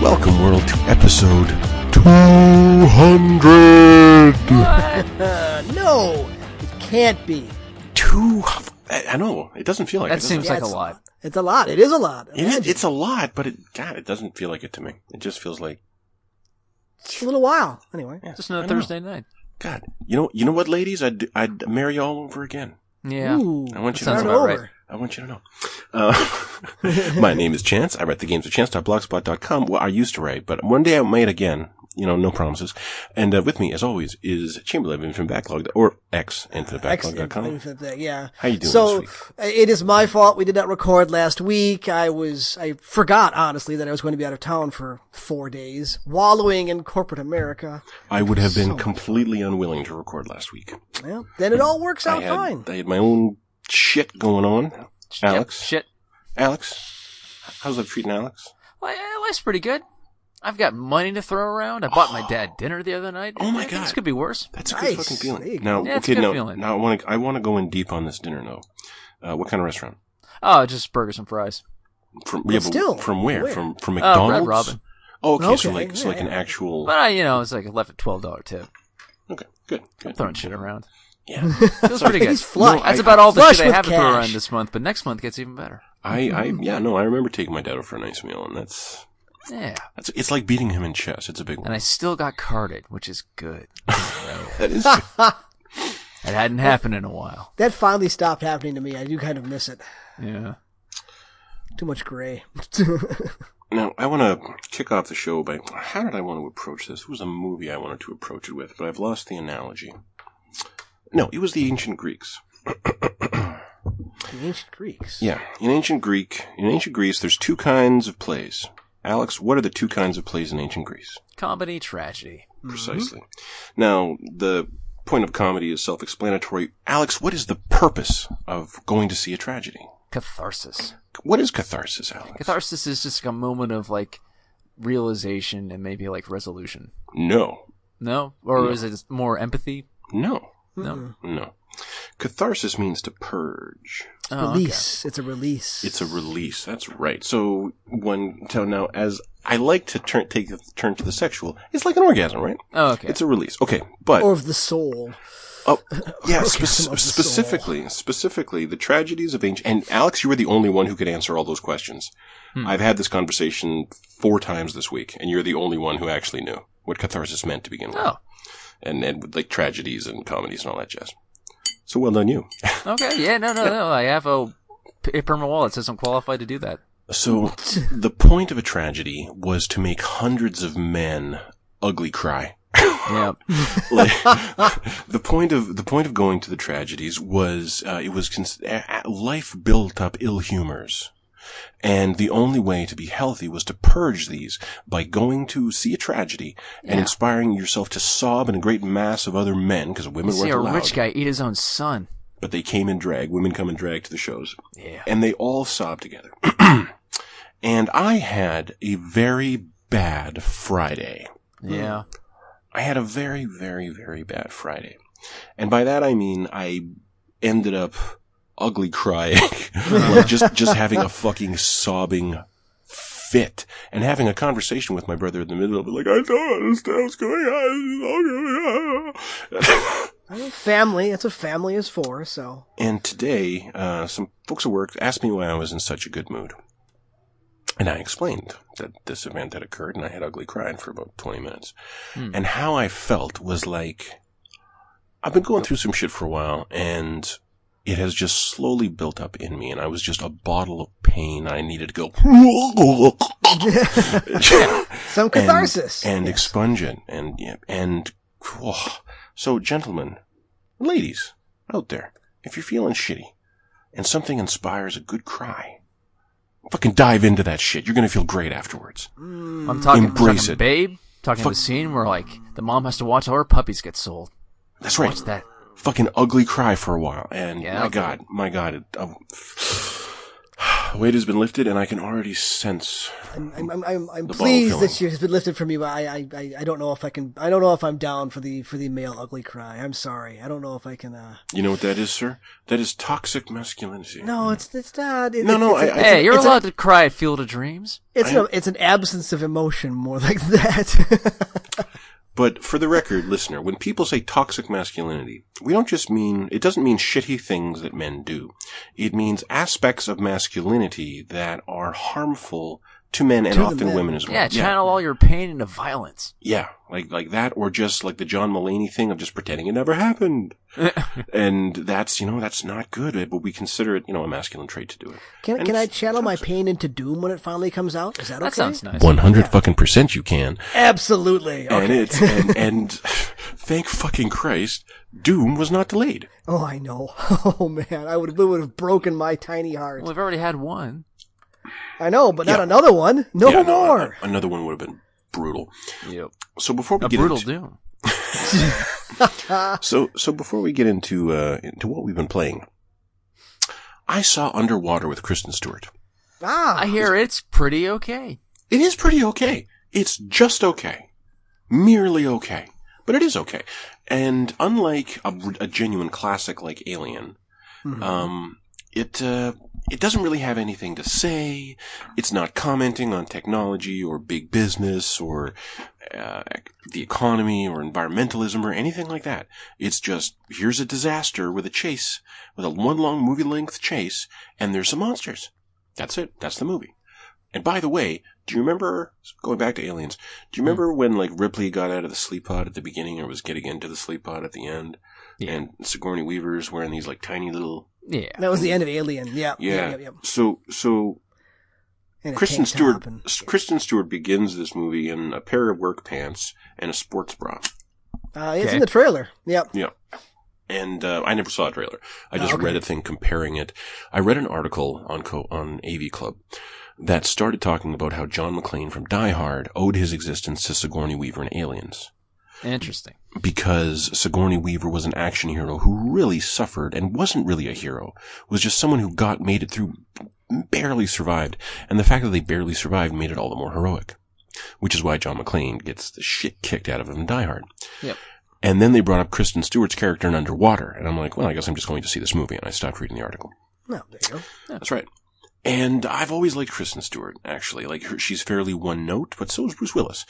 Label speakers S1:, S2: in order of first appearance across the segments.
S1: Welcome, world, to episode 200.
S2: Uh, no, it can't be.
S1: Two. I I know it doesn't feel like
S3: That
S1: it. doesn't-
S3: seems like a
S2: That's-
S3: lot.
S2: It's a lot. It is a lot.
S1: It is,
S2: Imagine.
S1: it's a lot, but it, God, it doesn't feel like it to me. It just feels like
S2: It's a little while. Anyway,
S1: yeah,
S3: Just
S1: I
S3: another
S1: don't know.
S3: Thursday night.
S1: God, you know, you know what, ladies, I'd I'd marry you all over again.
S3: Yeah.
S2: Ooh,
S1: I want you
S3: That
S1: to
S3: sounds
S1: know.
S3: about right.
S1: I want you to know. Uh, my name is Chance. I write the games of chance.blogspot.com. Well, I used to write, but one day I might again. You know, no promises. And uh, with me, as always, is Chamberlain of Infinite Backlog, or X,
S2: Excellent.
S1: infinitebacklog.com.
S2: Yeah.
S1: How you doing
S2: so,
S1: this week?
S2: uh, it is my fault we did not record last week. I was, I forgot honestly that I was going to be out of town for four days, wallowing in corporate America.
S1: I would have been completely unwilling to record last week.
S2: Well, then it all works
S1: I
S2: out
S1: had,
S2: Oh, fine.
S1: I had my own shit going on. Alex?
S3: Yep, shit.
S1: Alex? How's life treating Alex?
S3: Well, yeah, life's pretty good. I've got money to throw around. I bought my dad dinner the other night.
S1: Oh my
S3: I think This
S1: God.
S3: could be worse.
S1: That's a
S2: Nice.
S1: good fucking
S2: There you
S1: feeling.
S2: go.
S1: Now,
S3: Yeah, it's a
S1: okay,
S3: good
S1: now,
S3: feeling.
S1: now I want to I want to go in deep on this dinner though. Uh, what kind of restaurant?
S3: Oh, just burgers and fries.
S1: From
S2: But
S1: yeah, but
S2: still,
S1: from where?
S2: where?
S1: From from
S3: Uh,
S1: McDonald's.
S3: Red Robin.
S1: Oh, okay, so
S2: Okay,
S1: like so
S2: yeah,
S1: like an
S2: yeah.
S1: actual.
S3: But I, you know, it's like I left a twelve dollar tip.
S1: okay, good, good.
S3: Throwing shit around.
S1: Yeah,
S3: Feels pretty good.
S2: He's flush.
S1: No,
S3: That's
S1: I-
S3: about all the
S2: Flush
S3: shit I
S2: with
S3: have to throw
S2: cash.
S3: around this month. But next month gets even better.
S1: I I yeah no, I remember taking my dad out for a nice meal, and that's
S3: Yeah.
S1: that's it's like beating him in chess. It's a big one.
S3: And I still got carded, which is good.
S1: that is
S3: It hadn't happened in a while.
S2: that finally stopped happening to me. I do kind of miss it.
S3: Yeah.
S2: Too much gray.
S1: now I want to kick off the show by how did I want to approach this? It was a movie I wanted to approach it with, but I've lost the analogy. No, it was the ancient Greeks.
S2: the ancient Greeks.
S1: Yeah, in ancient Greek, in ancient Greece, there's two kinds of plays. Alex, what are the two kinds of plays in ancient Greece?
S3: Comedy, tragedy.
S1: Precisely. Now, the point of comedy is self explanatory. Alex, what is the purpose of going to see a tragedy?
S3: Catharsis.
S1: What is catharsis, Alex?
S3: Catharsis is just a moment of like realization and maybe like resolution.
S1: no.
S3: No, or is it more empathy?
S1: No.
S3: No,
S1: No. Catharsis means to purge.
S3: Oh, okay.
S2: Release. It's a release.
S1: It's a release. That's right. So when so now, as I like to turn take the turn to the sexual, it's like an orgasm, right?
S3: Oh, okay.
S1: It's a release. Okay, but
S2: or of the soul.
S1: Oh, yeah,
S2: Orgasm
S1: spec-
S2: of the
S1: specifically, specifically, the tragedies of ancient. And Alex, you were the only one who could answer all those questions.
S2: Hmm.
S1: I've had this conversation four times this week, and you're the only one who actually knew what catharsis meant to begin with,
S3: oh,
S1: and and with, like tragedies and comedies and all that jazz. So well done, you.
S3: Oh, okay. Yeah, no, no, no. I have a, a permanent wall that says I'm qualified to do that.
S1: So the point of a tragedy was to make hundreds of men ugly cry.
S3: Yeah.
S1: like, the point of the point of going to the tragedies was uh, it was cons- a- a- life built up ill humors, and the only way to be healthy was to purge these by going to see a tragedy and
S3: Yeah.
S1: inspiring yourself to sob in a great mass of other men because women
S3: See
S1: weren't
S3: a
S1: allowed.
S3: rich guy eat his own son.
S1: But they came in drag. Women come in drag to the shows,
S3: Yeah.
S1: and they all sobbed together. and I had a very bad Friday.
S3: Yeah.
S1: I had a very, very, very bad Friday. And by that I mean I ended up ugly crying. like just just having a fucking sobbing fit and having a conversation with my brother in the middle of it, like, I don't understand what's going on. It's all going on."
S2: Well, Family. That's what family is for. So
S1: And today, uh, some folks at work asked me why I was in such a good mood. And I explained that this event had occurred and I had ugly crying for about 20 minutes. And how I felt was like, I've been going through some shit for a while and it has just slowly built up in me and I was just a bottle of pain. I needed to go.
S2: some catharsis.
S1: and, and expunge it and yeah, and oh. so gentlemen ladies out there if you're feeling shitty and something inspires a good cry fucking dive into that shit you're gonna feel great afterwards
S3: I'm talking, I'm
S1: Embrace
S3: talking
S1: it.
S3: babe. Talking
S1: Fuck.
S3: the scene where like the mom has to watch all her puppies get sold.
S1: that's right
S3: What's that?
S1: fucking ugly cry for a while and
S3: Yeah,
S1: my
S3: I'll do
S1: god my god it, um, Weight has been lifted, and I can already sense.
S2: I'm, I'm, I'm, I'm, I'm
S1: The ball
S2: pleased that
S1: feeling.
S2: she has been lifted from me, but I, I, I, I don't know if I can. I don't know if I'm down for the for the male ugly cry. I'm sorry. I don't know if I can. Uh,
S1: You know what that is, sir? That is toxic masculinity.
S2: no, it's it's not. It,
S1: No, no,
S2: it's, a-
S1: I-
S2: it's a-
S3: Hey, you're
S2: it's a-
S3: allowed to cry at Field of Dreams.
S2: It's
S1: I-
S2: an, it's an absence of emotion more like that.
S1: But for the record, listener, when people say toxic masculinity, we don't just mean, it doesn't mean shitty things that men do. It means aspects of masculinity that are harmful to men and
S2: To the
S1: often
S2: men.
S1: women as well.
S3: Yeah, channel all your pain into violence.
S1: Yeah, like like that, or just like the John Mulaney thing of just pretending it never happened, and that's you know that's not good. But we consider it you know a masculine trait to do it.
S2: can
S1: And
S2: can I
S1: it's-
S2: channel my pain into doom when it finally comes out? Is that okay?
S3: That sounds nice.
S1: One hundred fucking percent you can,
S2: Absolutely. Okay.
S1: and it's and, and thank fucking Christ, Doom was not delayed.
S2: Oh, I know. Oh man, I would it would have broken my tiny heart.
S3: Well, we've already had one.
S2: I know, but not
S1: Yeah.
S2: another one. No
S1: Yeah,
S2: more.
S1: a- another one would have been brutal.
S3: Yep.
S1: So before we
S3: A
S1: get
S3: brutal
S1: into,
S3: doom.
S1: so so before we get into uh, into what we've been playing, I saw Underwater with Kristen Stewart.
S2: ah,
S3: I hear it's pretty okay.
S1: It is pretty okay. It's just okay. Merely okay. But it is okay. And unlike a, a genuine classic like Alien, um, it, uh, it doesn't really have anything to say. It's not commenting on technology or big business or uh, ec- the economy or environmentalism or anything like that. It's just here's a disaster with a chase, with a one long movie length chase, and there's some monsters. That's it. That's the movie. And by the way, do you remember going back to aliens?
S2: Hmm.
S1: Do you remember when like Ripley got out of the sleep pod at the beginning, or was getting into the sleep pod at the end?
S3: Yeah.
S1: And Sigourney Weaver's wearing these like tiny little
S3: Yeah.
S2: that was the end of Alien. Yeah,
S1: yeah.
S2: yeah, yeah.
S1: So so
S2: And a
S1: Kristen
S2: tank top
S1: Stewart
S2: and-
S1: S- Kristen Stewart begins this movie in a pair of work pants and a sports bra.
S2: Uh, it's
S3: Okay.
S2: in the trailer. Yep.
S1: Yeah. And uh, I never saw a trailer. I just
S2: Oh, okay.
S1: read a thing comparing it. I read an article on co- on AV Club that started talking about how John McClane from Die Hard owed his existence to Sigourney Weaver and Aliens
S3: Interesting.
S1: because Sigourney Weaver was an action hero who really suffered and wasn't really a hero, was just someone who got made it through, barely survived, and the fact that they barely survived made it all the more heroic, which is why John McClane gets the shit kicked out of him in Die Hard.
S3: Yep.
S1: And then they brought up Kristen Stewart's character in Underwater, and I'm like, well, I guess I'm just going to see this movie, and I stopped reading the article.
S2: No, Oh, there you go.
S1: That's right. And I've always liked Kristen Stewart, actually. Like, her, she's fairly one note, but so is Bruce Willis.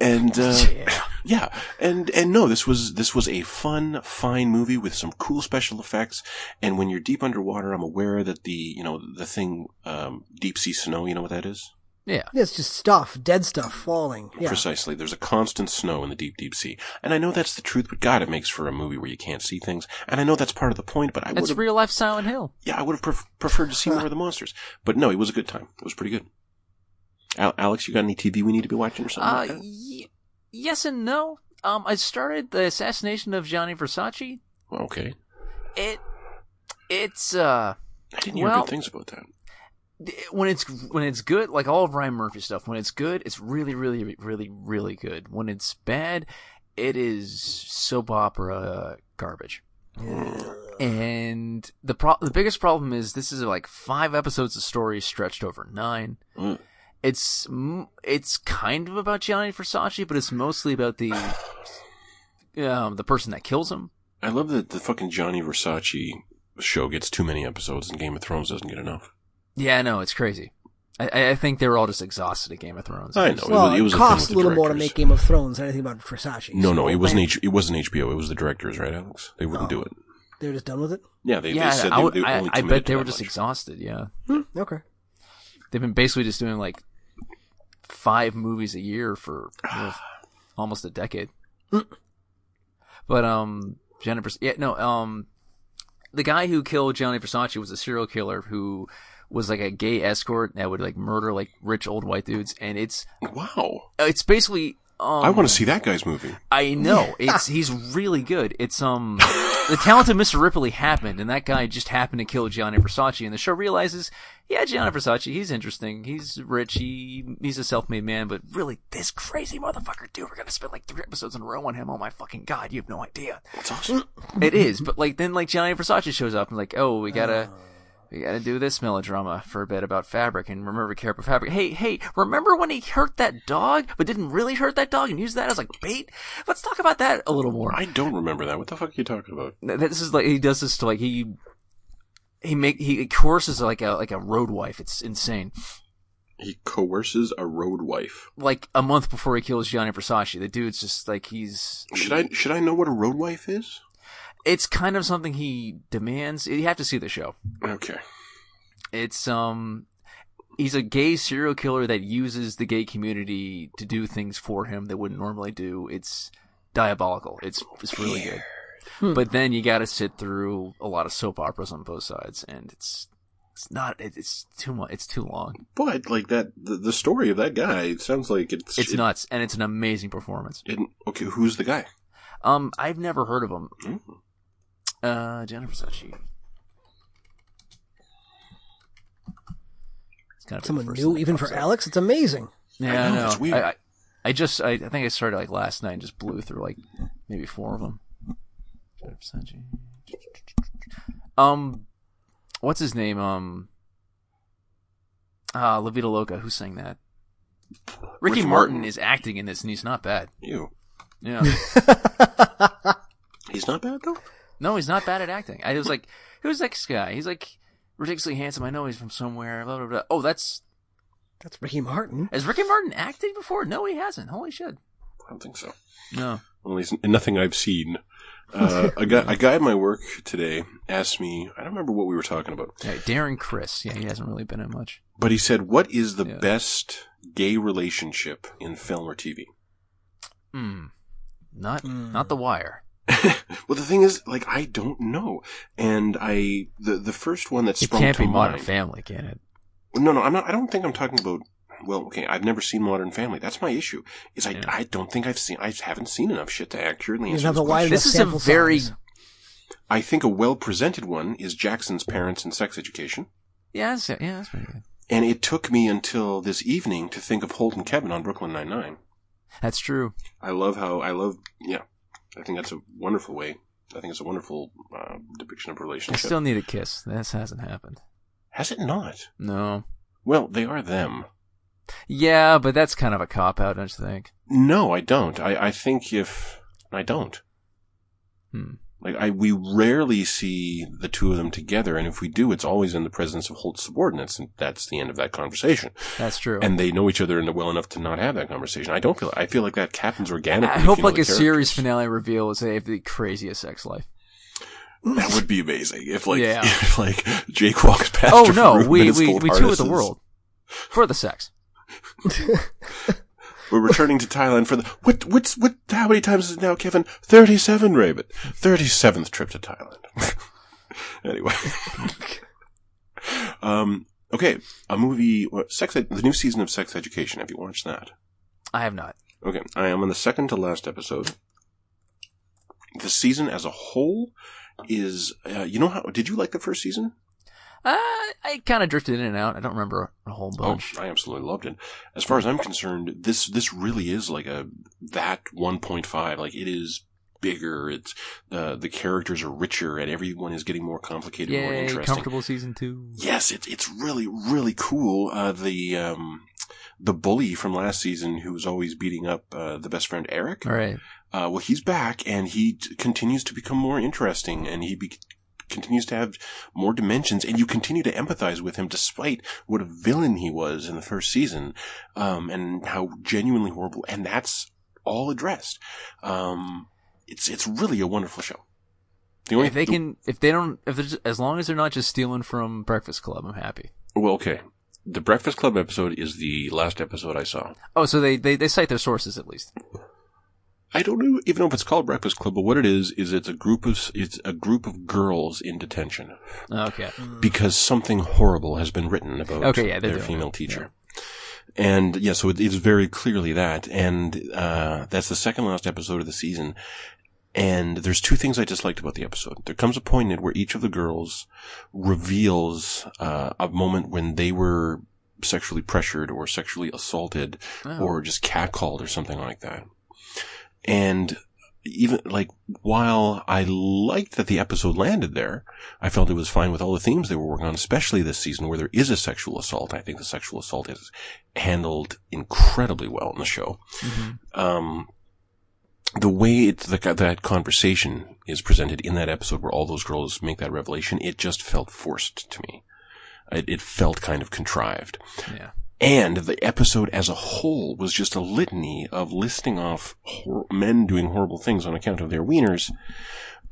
S1: And, uh,
S3: Yeah.
S1: yeah, and and no, this was this was a fun, fine movie with some cool special effects. And when you're deep underwater, I'm aware that the you know the thing um, deep sea snow. You know what that is?
S3: Yeah.
S2: It's just stuff, dead stuff falling. Yeah.
S1: Precisely. There's a constant snow in the deep, deep sea. And I know that's the truth, but God, it makes for a movie where you can't see things. And I know that's part of the point. But I would
S3: It's
S1: have,
S3: real life Silent Hill.
S1: yeah, I would have pref- preferred to see more of the monsters. But no, it was a good time. It was pretty good. Al- Alex, you got any TV we need to be watching or something?
S3: Uh,
S1: like that?
S3: y- yes and no. Um, I started the assassination of Gianni Versace.
S1: Well, okay,
S3: It, it's uh,
S1: I didn't hear
S3: Well-
S1: good things about that.
S3: th- when it's when it's good, like all of Ryan Murphy stuff. When it's good, it's really, really, really, really good. When it's bad, it is soap opera garbage. And the pro- the biggest problem is this is like five episodes of story stretched over nine.
S1: Mm.
S3: It's m- it's kind of about Gianni Versace, but it's mostly about the um, the person that kills him.
S1: I love that the fucking Johnny Versace show gets too many episodes and Game of Thrones doesn't get enough.
S3: Yeah, I know it's crazy. I- I, I think they were all just exhausted at Game of Thrones.
S1: I know.
S2: Well,
S1: it was,
S2: it,
S1: it was a thing with
S2: costs a
S1: the
S2: little more to
S1: directors.
S2: make Game of Thrones than anything about Versace.
S1: No, no, it wasn't.
S2: Hey,
S1: H- it wasn't HBO. It was the directors, right, Alex? They wouldn't do it.
S2: They're
S1: e-
S2: just done with it.
S1: Yeah, they,
S3: yeah,
S1: they said
S3: I,
S1: they,
S3: would-
S1: they
S3: I-
S1: only
S3: I
S1: committed
S3: bet they
S1: to
S3: were
S1: that
S3: just
S1: much.
S3: exhausted. Yeah,
S1: Hmm.
S2: Okay.
S3: they've been basically just doing like five movies a year for well, almost a decade. but um, Jennifer, yeah, no, um, the guy who killed Johnny Versace was a serial killer who was like a gay escort that would like murder like rich old white dudes, and it's
S1: Wow,
S3: it's basically. Um,
S1: I want to see that guy's movie.
S3: I know. It's he's really good. It's um the talented Mr. Ripley happened, and that guy just happened to kill Gianni Versace, and the show realizes, yeah, Gianni Versace, he's interesting, he's rich, he he's a self made man, but really this crazy motherfucker dude, we're gonna spend like three episodes in a row on him. Oh my fucking god, you have no idea.
S1: That's awesome.
S3: It is, but like then like Gianni Versace shows up and like, oh, we gotta we gotta do this melodrama for a bit about fabric and remember care about fabric. Hey, hey, remember when he hurt that dog, but didn't really hurt that dog and used that as like bait? Let's talk about that a little more.
S1: I don't remember that. What the fuck are you talking about?
S3: This is like he does this to like he he make he coerces like a like a road wife. It's insane.
S1: He coerces a road wife.
S3: Like a month before he kills Gianni Versace, the dude's just like he's.
S1: Should I should I know what a road wife is?
S3: It's kind of something he demands. You have to see the show.
S1: Okay.
S3: It's um, he's a gay serial killer that uses the gay community to do things for him they wouldn't normally do. It's diabolical. It's it's really good.
S2: Hmm.
S3: But then you got to sit through a lot of soap operas on both sides, and it's it's not it- it's too much. It's too long.
S1: But like that, the, the story of that guy it sounds like it's
S3: It's
S1: it-
S3: nuts, and it's an amazing performance.
S1: it- okay, who's the guy?
S3: Um, I've never heard of him.
S1: Mm.
S3: Uh, Jennifer Sachi. It's gotta be the
S2: Someone
S3: first
S2: new,
S3: thing
S2: even
S3: that
S2: for
S3: pops up.
S2: Alex. It's amazing.
S3: Yeah,
S1: I
S3: I
S1: know,
S3: know.
S1: it's weird.
S3: I, I, I just, I, I think I started like last night and just blew through like maybe four of them. Jennifer Sachi. Um, what's his name? Um, ah, La Vida Loca. Who sang that? Ricky,
S1: Ricky
S3: Martin,
S1: Martin.
S3: is acting in this, and he's not bad.
S1: You.
S3: Yeah.
S1: He's not bad though.
S3: No, he's not bad at acting. I was like, who's this guy? He's like ridiculously handsome. I know he's from somewhere. Blah blah blah. Oh, that's
S2: That's Ricky Martin.
S3: has Ricky Martin acted before? No, he hasn't. Holy shit.
S1: I don't think so.
S3: No.
S1: Well, least nothing I've seen. Uh, a guy, a guy at my work today asked me. I don't remember what we were talking about,
S3: All right, Darren Chris. Yeah, he hasn't really been in much.
S1: but he said, "What is the
S3: Yeah.
S1: best gay relationship in film or TV?"
S3: Hmm. Not
S2: Hmm.
S3: not The Wire.
S1: Well, the thing is, like, I don't know, and I the the first one that
S3: It
S1: sprung
S3: can't
S1: to
S3: be
S1: mind.
S3: Modern Family, can it?
S1: No, no, I'm not. I don't think I'm talking about. Well, okay, I've never seen Modern Family. That's my issue. Is I,
S3: Yeah.
S1: I don't think I've seen. I haven't seen enough shit to accurately
S2: You
S1: answer
S2: have
S1: this
S2: a
S1: question.
S2: wide enough
S3: This is a
S2: sample
S3: very-
S2: size.
S1: I think a well presented one is Jackson's Parents and Sex Education.
S3: Yeah, that's, yeah, that's pretty good.
S1: And it took me until this evening to think of Holt and Kevin on Brooklyn Nine Nine.
S3: That's true.
S1: I love how I love. Yeah, I think that's a wonderful way. I think it's a wonderful uh, depiction of
S3: I
S1: relationship.
S3: still need a kiss. This hasn't happened.
S1: Has it not?
S3: No.
S1: Well, they are them.
S3: Yeah, but that's kind of a cop out, don't you think?
S1: No, I don't. I, I think if I don't.
S3: Hmm.
S1: Like I, we rarely see the two of them together, and if we do, it's always in the presence of Holt's subordinates, and that's the end of that conversation.
S3: That's true.
S1: And they know each other in- well enough to not have that conversation. I don't feel. I feel like that happens organically.
S3: I
S1: if
S3: hope
S1: you know
S3: like
S1: the
S3: a series
S1: characters.
S3: finale reveal is they have the craziest sex life.
S1: That would be amazing if like
S3: Yeah.
S1: if like Jake walks past.
S3: Oh
S1: a
S3: no,
S1: room and
S3: we
S1: it's
S3: we
S1: full of
S3: we tour the
S1: artisans.
S3: world for the sex.
S1: We're returning to Thailand for the what what's what? How many times is it now, Kevin? Thirty-seven, Rabbit. Thirty-seventh trip to Thailand. anyway, um, okay, a movie, what, sex, Ed- the new season of Sex Education. Have you watched that?
S3: I have not.
S1: Okay, I am on the second to last episode. The season as a whole is, uh, you know how? Did you like the first season?
S3: Uh, I kind of drifted in and out. I don't remember a whole bunch.
S1: Oh, I absolutely loved it. As far as I'm concerned, this this really is like a that 1.5. Like it is bigger. It's uh, the characters are richer, and everyone is getting more complicated, more
S3: Yay,
S1: interesting.
S3: comfortable season two.
S1: Yes, it's it's really really cool. Uh, the um, the bully from last season who was always beating up uh, the best friend Eric.
S3: All right.
S1: Uh, well, he's back, and he t- continues to become more interesting, and he be- continues to have more dimensions, and you continue to empathize with him despite what a villain he was in the first season, um, and how genuinely horrible. And that's all addressed. Um, it's it's really a wonderful show. The
S3: If they
S1: the-
S3: can, if they don't, if they're just, as long as they're not just stealing from Breakfast Club, I'm happy.
S1: well, okay. The Breakfast Club episode is the last episode I saw.
S3: Oh, so they they, they cite their sources at least.
S1: I don't know, even know if it's called Breakfast Club, but what it is is it's a group of s- it's a group of girls in detention.
S3: Okay.
S1: because something horrible has been written about
S3: Okay, yeah, they're
S1: their
S3: doing
S1: female
S3: it,
S1: teacher. And yeah, so it is very clearly that, and uh, that's the second last episode of the season. And there's two things I disliked about the episode. There comes a point in it where each of the girls reveals uh, a moment when they were sexually pressured or sexually assaulted
S3: Oh.
S1: or just catcalled or something like that. And even like while I liked that the episode landed there, I felt it was fine with all the themes they were working on, especially this season where there is a sexual assault. I think the sexual assault is handled incredibly well in the show.
S3: Mm-hmm.
S1: Um, the way it, the, that conversation is presented in that episode where all those girls make that revelation, it just felt forced to me. It, it felt kind of contrived.
S3: Yeah.
S1: And the episode as a whole was just a litany of listing off hor- men doing horrible things on account of their wieners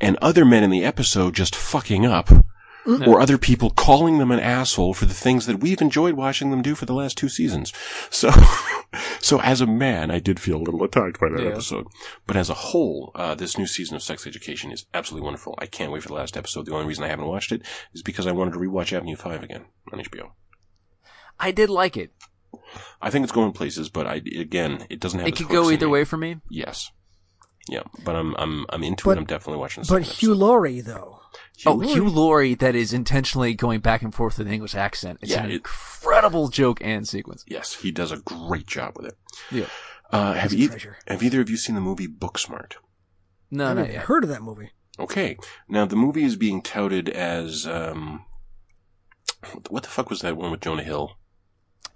S1: and other men in the episode just fucking up or other people calling them an asshole for the things that we've enjoyed watching them do for the last two seasons. So, so as a man, I did feel a little attacked by that
S3: Yeah.
S1: episode. But as a whole, uh, this new season of Sex Education is absolutely wonderful. I can't wait for the last episode. The only reason I haven't watched it is because I wanted to rewatch Avenue 5 again on HBO.
S3: I did like it.
S1: I think it's going places, but I again, it doesn't have.
S3: It
S1: its
S3: could
S1: hooks
S3: go
S1: in
S3: either
S1: me.
S3: way for me.
S1: Yes. Yeah, but I'm I'm I'm into
S2: But-
S1: it. I'm definitely watching. The
S2: But
S1: second
S2: Hugh
S1: episode.
S2: Laurie, though.
S3: oh, Hugh Laurie, that is intentionally going back and forth with an English accent. It's
S1: Yeah,
S3: an
S1: it-
S3: incredible joke and sequence.
S1: Yes, he does a great job with it.
S3: Yeah.
S1: Uh, have
S2: a
S1: eith-
S2: treasure.
S1: have either of you seen the movie Booksmart?
S3: No,
S2: I've
S3: not
S2: even
S3: yet.
S2: heard of that movie.
S1: Okay, now the movie is being touted as um, what the- what the fuck was that one with Jonah Hill?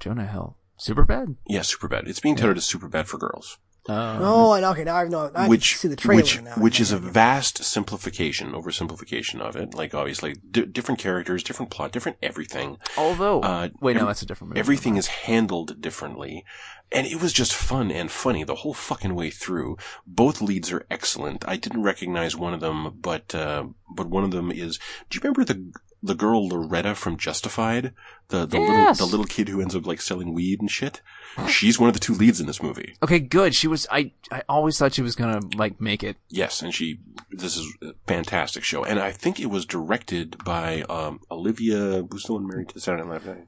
S3: Jonah Hill. Super bad?
S1: Yeah, Superbad. It's being touted as Superbad for girls,
S3: Um,
S2: oh, and okay, now I've no. I
S1: Um, which
S2: can see the trailer
S1: which
S2: now.
S1: which is a vast simplification, oversimplification of it. Like obviously, di different characters, different plot, different everything.
S3: Although,
S1: Uh,
S3: wait, no,
S1: every-
S3: that's a different movie.
S1: Everything is handled differently. And it was just fun and funny the whole fucking way through. Both leads are excellent. I didn't recognize one of them, but, uh, but one of them is, do you remember the, the girl Loretta from Justified? The, the
S3: Yes.
S1: little, the little kid who ends up like selling weed and shit? She's one of the two leads in this movie.
S3: Okay, good. She was. I. I always thought she was gonna like make it.
S1: Yes, and she. This is a fantastic show, and I think it was directed by um, Olivia. Who's the one married to Saturday Night Live?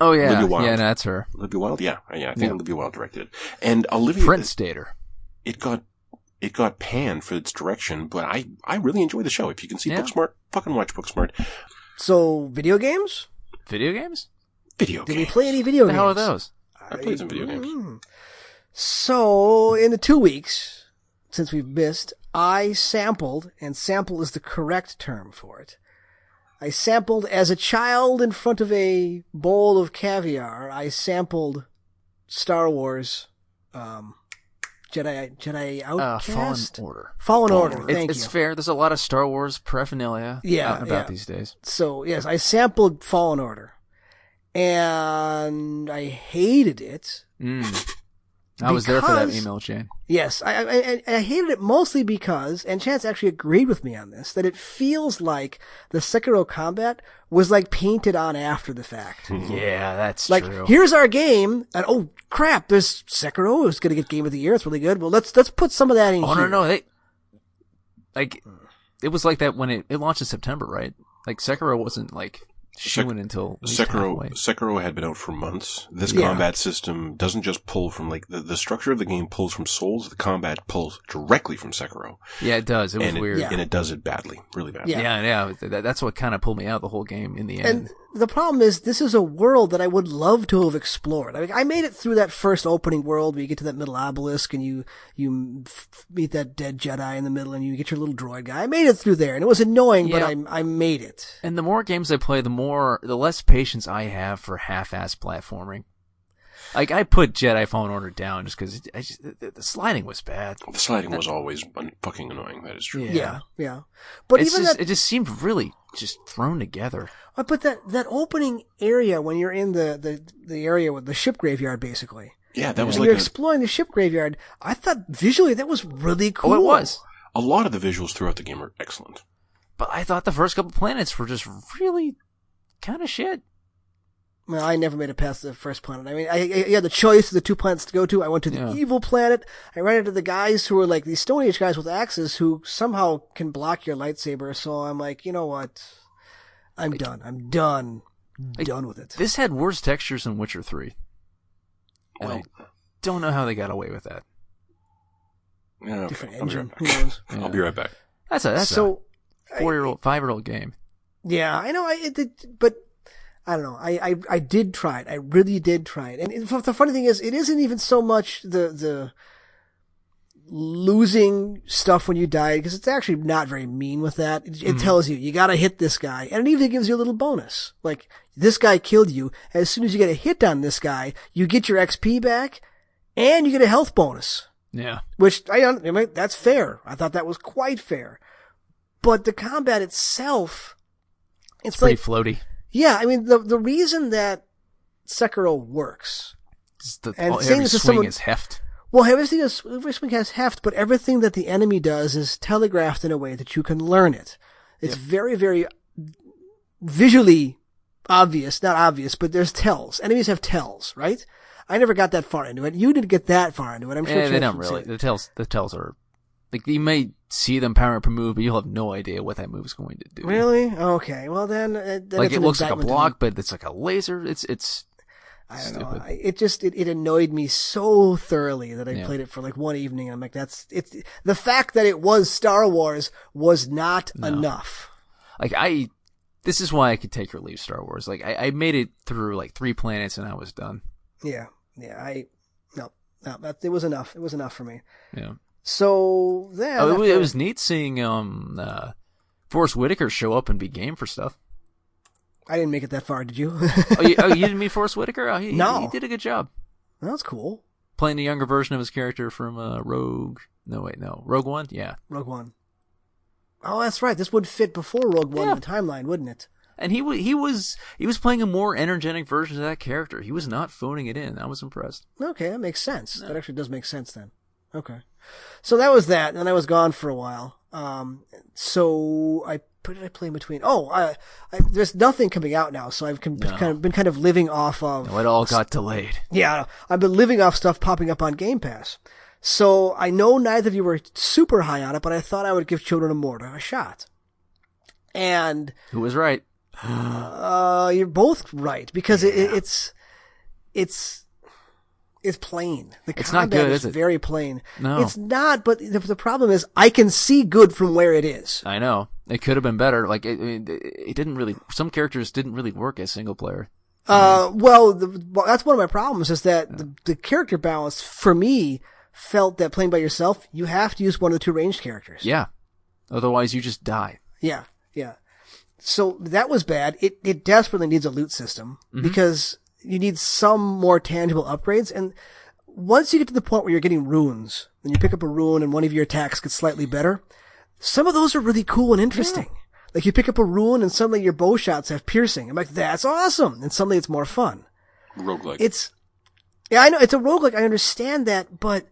S3: Oh yeah,
S1: Olivia Wilde.
S3: yeah, no, that's her.
S1: Olivia Wilde, yeah, yeah. I think
S3: Yeah.
S1: Olivia Wilde directed it, and Olivia
S3: Prince dated her.
S1: it got it got panned for its direction, but I I really enjoy the show. If you can see
S3: Yeah.
S1: Booksmart, fucking watch Booksmart.
S2: So, video games?
S3: Video games?
S1: Video
S2: Did
S1: game.
S2: we play any video
S3: What the
S2: games?
S3: hell are those?
S1: I played some video games.
S2: Mm. So, in the two weeks since we've missed, I sampled, and sample is the correct term for it. I sampled as a child in front of a bowl of caviar. I sampled Star Wars, um, Jedi Jedi
S3: Uh, Fallen
S2: Outcast,
S3: Order.
S2: Fallen, Order.
S1: Order.
S3: It-
S2: Oh, Thank
S3: it's
S2: you.
S3: fair. There's a lot of Star Wars paraphernalia
S2: Yeah,
S3: out and about
S2: yeah.
S3: these days.
S2: So yes, I sampled Fallen Order, and I hated it.
S3: Mm. I was there for that
S2: Because-
S3: email chain.
S2: Yes, I, I I- I hated it mostly because, and Chance actually agreed with me on this, that it feels like the Sekiro combat was like painted on after the fact.
S3: Yeah, Hmm, that's
S2: Like
S3: true.
S2: here's our game, and oh crap, there's Sekiro is going to get Game of the Year. It's really good. Well, let's let's put some of that in
S3: oh
S2: here.
S3: no, no, they like it was like that when it it launched in September, right? Like Sekiro wasn't like
S1: Sek-
S3: shooing until at least
S1: Sekiro
S3: halfway.
S1: Sekiro had been out for months. This
S2: Yeah.
S1: combat system doesn't just pull from like the, the structure of the game pulls from Souls. The combat pulls directly from Sekiro,
S3: Yeah, it does. It was
S1: and it,
S3: weird.
S2: Yeah.
S1: and it does it badly, really badly.
S2: Yeah.
S3: Yeah, yeah. That, that's what kind of pulled me out of the whole game in the end.
S2: And the problem is, this is a world that I would love to have explored. I mean, I made it through that first opening world where you get to that middle obelisk and you you f- meet that dead Jedi in the middle and you get your little droid guy. I made it through there, and it was annoying,
S3: Yeah.
S2: but I I made it.
S3: And the more games I play, the more the less patience I have for half-ass platforming. Like I put Jedi Fallen Order down just because I just the, the sliding was bad.
S1: The sliding was always un- fucking annoying. That is true.
S3: Yeah.
S2: Yeah, yeah. But
S3: It's
S2: even
S3: just,
S2: that,
S3: it just seemed really just thrown together.
S2: I put that that opening area when you're in the the the area with the ship graveyard, basically.
S1: Yeah, that was
S2: And
S1: like
S2: you're
S1: a,
S2: exploring the ship graveyard. I thought visually that was really cool.
S3: Oh, it was.
S1: a lot of the visuals throughout the game are excellent.
S3: But I thought the first couple planets were just really kind of shit.
S2: Well, I never made it past the first planet. I mean, I, I, I had the choice of the two planets to go to. I went to the
S3: Yeah.
S2: evil planet. I ran into the guys who were like these Stone Age guys with axes who somehow can block your lightsaber. So I'm like, you know what? I'm done. I'm done.
S3: Like,
S2: done with it.
S3: This had worse textures than Witcher Three. And I don't know how they got away with that.
S1: Yeah, okay,
S2: Different
S1: I'll be
S2: engine.
S1: right
S2: Who
S1: back.
S2: knows?
S1: I'll be right back.
S3: That's a that's
S2: so
S3: a four-year-old, five-year-old game.
S2: Yeah, I know. I it, it, but I don't know. I, I I did try it. I really did try it. And it, the funny thing is, it isn't even so much the the losing stuff when you die because it's actually not very mean with that. It, it tells you you got to hit this guy, and it even gives you a little bonus. Like this guy killed you. As soon as you get a hit on this guy, you get your XP back, and you get a health bonus,
S3: Yeah.
S2: which I, don't- I mean, that's fair. I thought that was quite fair, but the combat itself, it's,
S3: It's
S2: like
S3: pretty floaty.
S2: yeah. I mean the the reason that Sekiro works
S3: It's the,
S2: And
S3: all-
S2: seeing
S3: every
S2: this
S3: swing
S2: as someone-
S3: is heft.
S2: Well, everything is, every swing has heft, but everything that the enemy does is telegraphed in a way that you can learn it. It's very, very visually obvious, not obvious, but there's tells. Enemies have tells, right? I never got that far into it. You didn't get that far into it. I'm sure
S3: Yeah, Eh, they
S2: Church
S3: don't
S2: would
S3: really.
S2: say
S3: The tails, the tails are like you may see them power up a move, but you'll have no idea what that move is going to do.
S2: Really? Okay. Well, then, uh, then
S3: like
S2: it's
S3: it
S2: an
S3: looks like a
S2: indictment of
S3: block, but it's like a laser. It's it's
S2: I don't
S3: Stupid.
S2: know. I, it just it, it annoyed me so thoroughly that I
S3: Yeah.
S2: played it for like one evening, and I'm like, that's it's the fact that it was Star Wars was not
S3: No.
S2: enough.
S3: like I. This is why I could take or leave Star Wars. Like I, I made it through like three planets and I was done.
S2: Yeah, yeah. I no, no. That it was enough. It was enough for me.
S3: Yeah.
S2: So then,
S3: oh, it, was,
S2: after-
S3: it was neat seeing um uh, Forrest Whitaker show up and be game for stuff.
S2: I didn't make it that far. Did you?
S3: Oh, you, oh, you didn't meet Forrest Whitaker? Oh, he, he-
S2: No.
S3: he did a good job
S2: that was cool.
S3: playing the younger version of his character from uh, Rogue. No, wait, no, Rogue One. Yeah,
S2: Rogue One. Oh, that's right. This would fit before Rogue One
S3: Yeah.
S2: in the timeline, wouldn't it?
S3: and he wa he was he was playing a more energetic version of that character. He was not phoning it in. I was impressed.
S2: Okay, that makes sense. That actually does make sense then. Okay. So that was that, and I was gone for a while. Um, so I what did I play in between? Oh, I, I there's nothing coming out now, so I've com-
S3: No.
S2: kind of been kind of living off of.
S3: No, it all got delayed.
S2: Yeah, I know. I've been living off stuff popping up on Game Pass. So I know neither of you were super high on it, but I thought I would give Children of Morta a shot. And
S3: Who was right?
S2: uh, you're both right because it, it's it's it's plain. The
S3: It's not
S2: combat
S3: good, is it?
S2: very plain.
S3: No.
S2: it's not. But the, the problem is, I can see good from where it is.
S3: I know it could have been better. Like it, it, it didn't really. Some characters didn't really work as single player.
S2: Uh, well, the, well, that's one of my problems is that the, the character balance for me felt that playing by yourself, you have to use one of the two ranged characters.
S3: Yeah, otherwise you just die.
S2: Yeah, yeah. So that was bad. It it desperately needs a loot system because you need some more tangible upgrades. And once you get to the point where you're getting runes, and you pick up a rune and one of your attacks gets slightly better, some of those are really cool and interesting. Like you pick up a rune and suddenly your bow shots have piercing. I'm like, that's awesome. And suddenly it's more fun.
S1: Roguelike.
S2: It's yeah, I know it's a roguelike. I understand that, but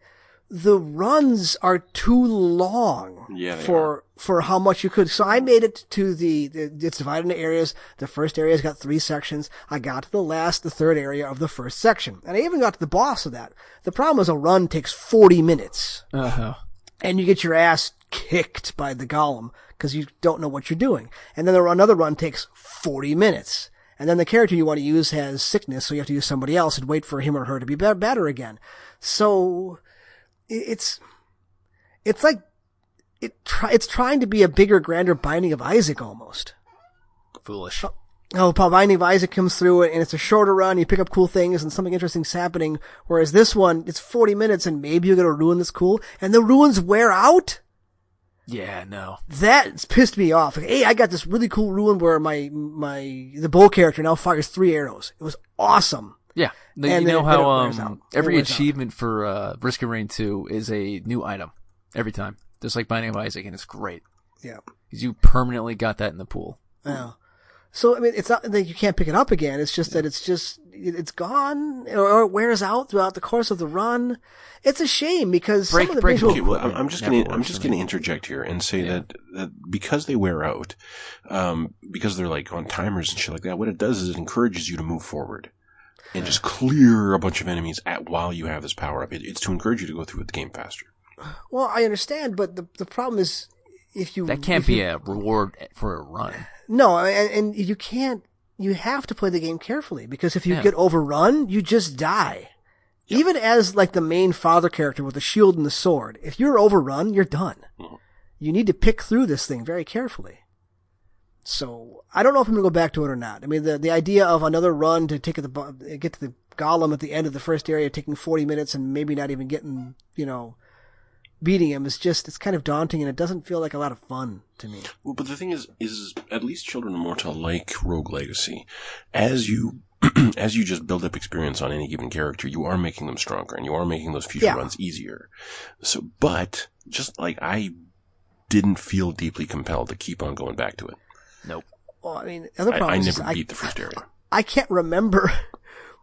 S2: the runs are too long
S1: Yeah, they
S2: for for how much you could. So I made it to the, the it's divided into areas. The first area's got three sections. I got to the last, the third area of the first section, and I even got to the boss of that. The problem is a run takes forty minutes,
S3: Uh huh.
S2: and you get your ass kicked by the golem because you don't know what you're doing. And then there, another run takes forty minutes. And then the character you want to use has sickness, so you have to use somebody else and wait for him or her to be be- better again. So i- it's it's like it try, it's trying to be a bigger, grander Binding of Isaac almost.
S3: Foolish.
S2: Oh, Paul, Binding of Isaac comes through and it's a shorter run. You pick up cool things and something interesting's happening. Whereas this one, it's 40 minutes and maybe you're going to ruin this cool. And the ruins wear out.
S3: Yeah, no.
S2: That's pissed me off. Like, hey, I got this really cool ruin where my, my, the bull character now fires three arrows. It was awesome.
S3: Yeah, Like,
S2: And then
S3: you know
S2: it-
S3: how
S2: then it wears out.
S3: um,
S2: Then it
S3: every
S2: wears out.
S3: achievement for uh, Risk of Rain Two is a new item every time, just like Binding of Isaac, and it's great
S2: Yeah.
S3: 'Cause you permanently got that in the pool.
S2: Yeah. So I mean, it's not that you can't pick it up again. It's just that it's just it- it's gone or, or it wears out throughout the course of the run. It's a shame because
S3: Break-
S2: some of the
S3: break
S2: visual
S1: Okay, well, I'm, I'm just
S3: Never
S1: going to
S3: works
S1: I'm
S3: for
S1: just
S3: me.
S1: going to interject here and say that, that because they wear out, um, because they're like on timers and shit like that, what it does is it encourages you to move forward and just clear a bunch of enemies at while you have this power up. It, it's to encourage you to go through the game faster.
S2: well, I understand, but the the problem is if you
S3: That can't
S2: if you-
S3: be a reward for a run.
S2: no, and, and you can't. You have to play the game carefully because if you
S3: Yeah.
S2: get overrun, you just die. Even as like the main father character with the shield and the sword, if you're overrun, you're done.
S1: Mhm.
S2: You need to pick through this thing very carefully. So I don't know if I'm gonna go back to it or not. I mean, the the idea of another run to take at the bo- get to the golem at the end of the first area, taking 40 minutes and maybe not even getting you know beating him is just it's kind of daunting and it doesn't feel like a lot of fun to me.
S1: Well, but the thing is, is at least Children of Morta like Rogue Legacy. As you, as you just build up experience on any given character, you are making them stronger and you are making those future
S2: Yeah.
S1: runs easier. So, but just like I didn't feel deeply compelled to keep on going back to it.
S3: Nope.
S2: Well, I mean, the other
S1: I,
S2: problem
S1: I
S2: is
S1: never
S2: I,
S1: beat the first area.
S2: I can't remember.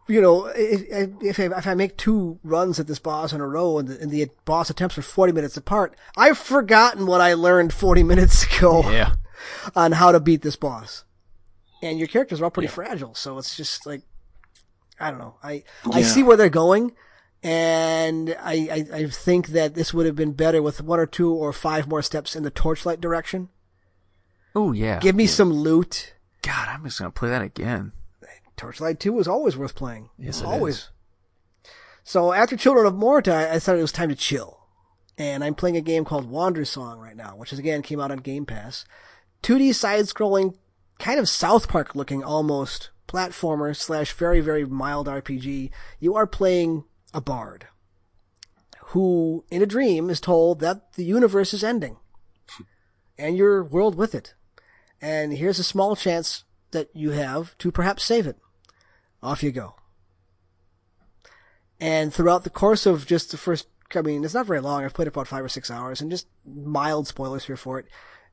S2: You know, if, if, I, if I make two runs at this boss in a row and the, and the boss attempts are 40 minutes apart, I've forgotten what I learned 40 minutes ago
S3: Yeah.
S2: on how to beat this boss. And your characters are all pretty fragile, so it's just like, I don't know. I, I
S1: Yeah.
S2: see where they're going, and I, I, I think that this would have been better with one or two or five more steps in the torchlight direction.
S3: Oh yeah.
S2: Give me some loot.
S3: God, I'm just gonna play that again.
S2: Torchlight 2 was always worth playing.
S3: Yes, it
S2: always.
S3: is.
S2: So after Children of Morta, I decided it was time to chill. And I'm playing a game called Wander Song right now, which is again came out on Game Pass. 2D side scrolling, kind of South Park looking almost, platformer slash very, very mild RPG. You are playing a bard who, in a dream, is told that the universe is ending and your world with it. And here's a small chance that you have to perhaps save it. Off you go. And throughout the course of just the first, I mean, it's not very long. I've played about five or six hours and just mild spoilers here for it.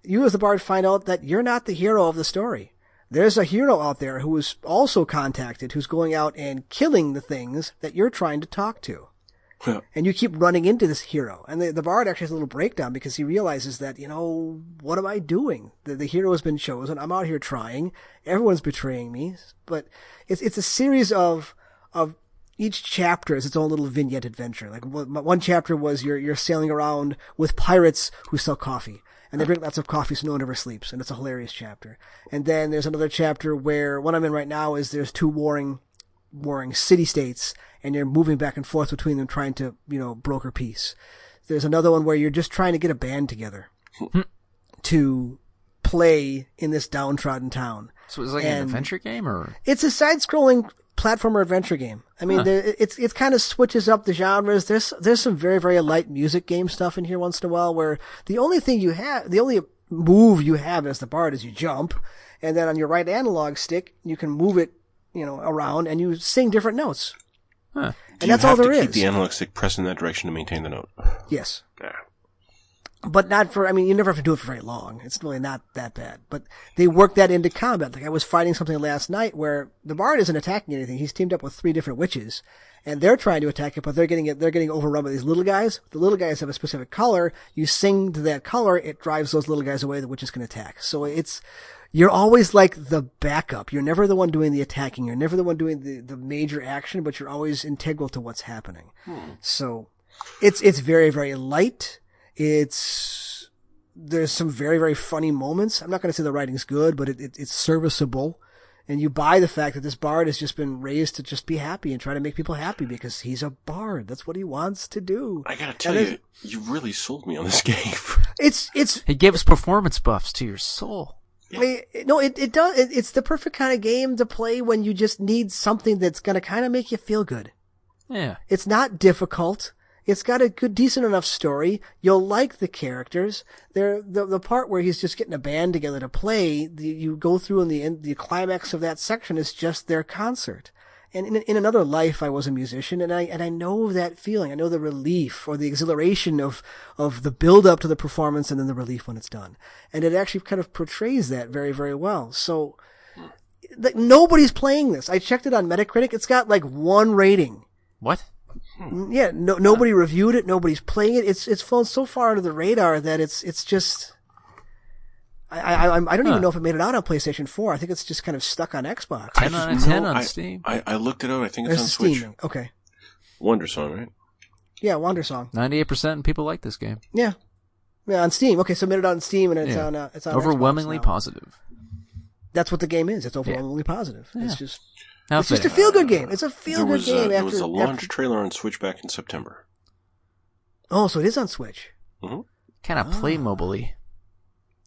S2: You as the bard find out that you're not the hero of the story. There's a hero out there who is also contacted who's going out and killing the things that you're trying to talk to and you keep running into this hero. And the, the bard actually has a little breakdown because he realizes that, you know, what am I doing? The, the hero has been chosen. I'm out here trying. Everyone's betraying me. But it's, it's a series of, of each chapter is its own little vignette adventure. Like one one chapter was you're, you're sailing around with pirates who sell coffee. And they drink lots of coffee so no one ever sleeps. And it's a hilarious chapter. And then there's another chapter where what I'm in right now is there's two warring warring city states and you're moving back and forth between them trying to, you know, broker peace. There's another one where you're just trying to get a band together to play in this downtrodden town.
S3: So it's like an
S2: And-
S3: adventure game, or
S2: It's a side-scrolling platformer adventure game. I mean,
S3: Huh.
S2: there, it's it kind of switches up the genres. There's there's some very very light music game stuff in here once in a while, where the only thing you have, the only move you have as the bard is you jump, and then on your right analog stick you can move it, you know, around and you sing different notes.
S3: huh.
S2: And that's all
S1: have
S2: there
S1: to
S2: is.
S1: keep the analog stick pressed in that direction to maintain the note.
S2: Yes.
S1: Yeah.
S2: But not for, I mean, you never have to do it for very long. It's really not that bad. But they work that into combat. Like I was fighting something last night where the bard isn't attacking anything. He's teamed up with three different witches and they're trying to attack it, but they're getting it, they're getting overrun by these little guys. The little guys have a specific color. You sing to that color. It drives those little guys away. The witches can attack. So it's, you're always like the backup. You're never the one doing the attacking. You're never the one doing the, the major action, but you're always integral to what's happening. So it's it's very very light. It's there's some very very funny moments. I'm not going to say the writing's good, but it, it it's serviceable, and you buy the fact that this bard has just been raised to just be happy and try to make people happy because he's a bard. That's what he wants to do.
S1: I gotta tell
S2: there's-
S1: you, you really sold me on this game.
S2: It's it's
S3: It gives performance buffs to your soul.
S2: I mean, no, it, it does. It, it's the perfect kind of game to play when you just need something that's going to kind of make you feel good.
S3: Yeah.
S2: It's not difficult. It's got a good, decent enough story. You'll like the characters. There, the the part where he's just getting a band together to play, the, you go through and the end, the climax of that section is just their concert. And in, in another life, I was a musician, and I and I know that feeling. I know the relief or the exhilaration of of the build up to the performance, and then the relief when it's done. And it actually kind of portrays that very, very well. So, like nobody's playing this. I checked it on Metacritic. It's got like one rating.
S3: What?
S2: Yeah, no, nobody reviewed it. Nobody's playing it. It's it's flown so far under the radar that it's it's just. I I I'm- I don't
S3: Huh.
S2: even know if it made it out on PlayStation Four. I think it's just kind of stuck on Xbox.
S3: Ten
S1: I
S3: out
S1: just
S3: of ten
S1: know-
S3: on
S1: I-
S3: Steam.
S1: I, I looked it up. I think it's
S2: There's
S1: on
S2: the
S1: Switch.
S2: Steam. Okay,
S1: Wonder Song, right?
S2: yeah, Wander Song.
S3: Ninety-eight percent of people like this game.
S2: Yeah, yeah, on Steam. Okay, so it made it on Steam and it's
S3: Yeah.
S2: on uh, it's on Xbox
S3: Overwhelmingly
S2: now.
S3: positive.
S2: That's what the game is. It's overwhelmingly positive.
S3: Yeah.
S2: It's just
S3: How
S2: it's just a
S3: fitting.
S2: feel good game. It's a
S1: there
S2: feel good
S1: was a,
S2: game. after,
S1: there was a launch
S2: after-
S1: trailer on Switch back in September.
S2: Oh, so it is on Switch.
S1: hmm
S3: kind of
S2: Ah.
S3: play mobily.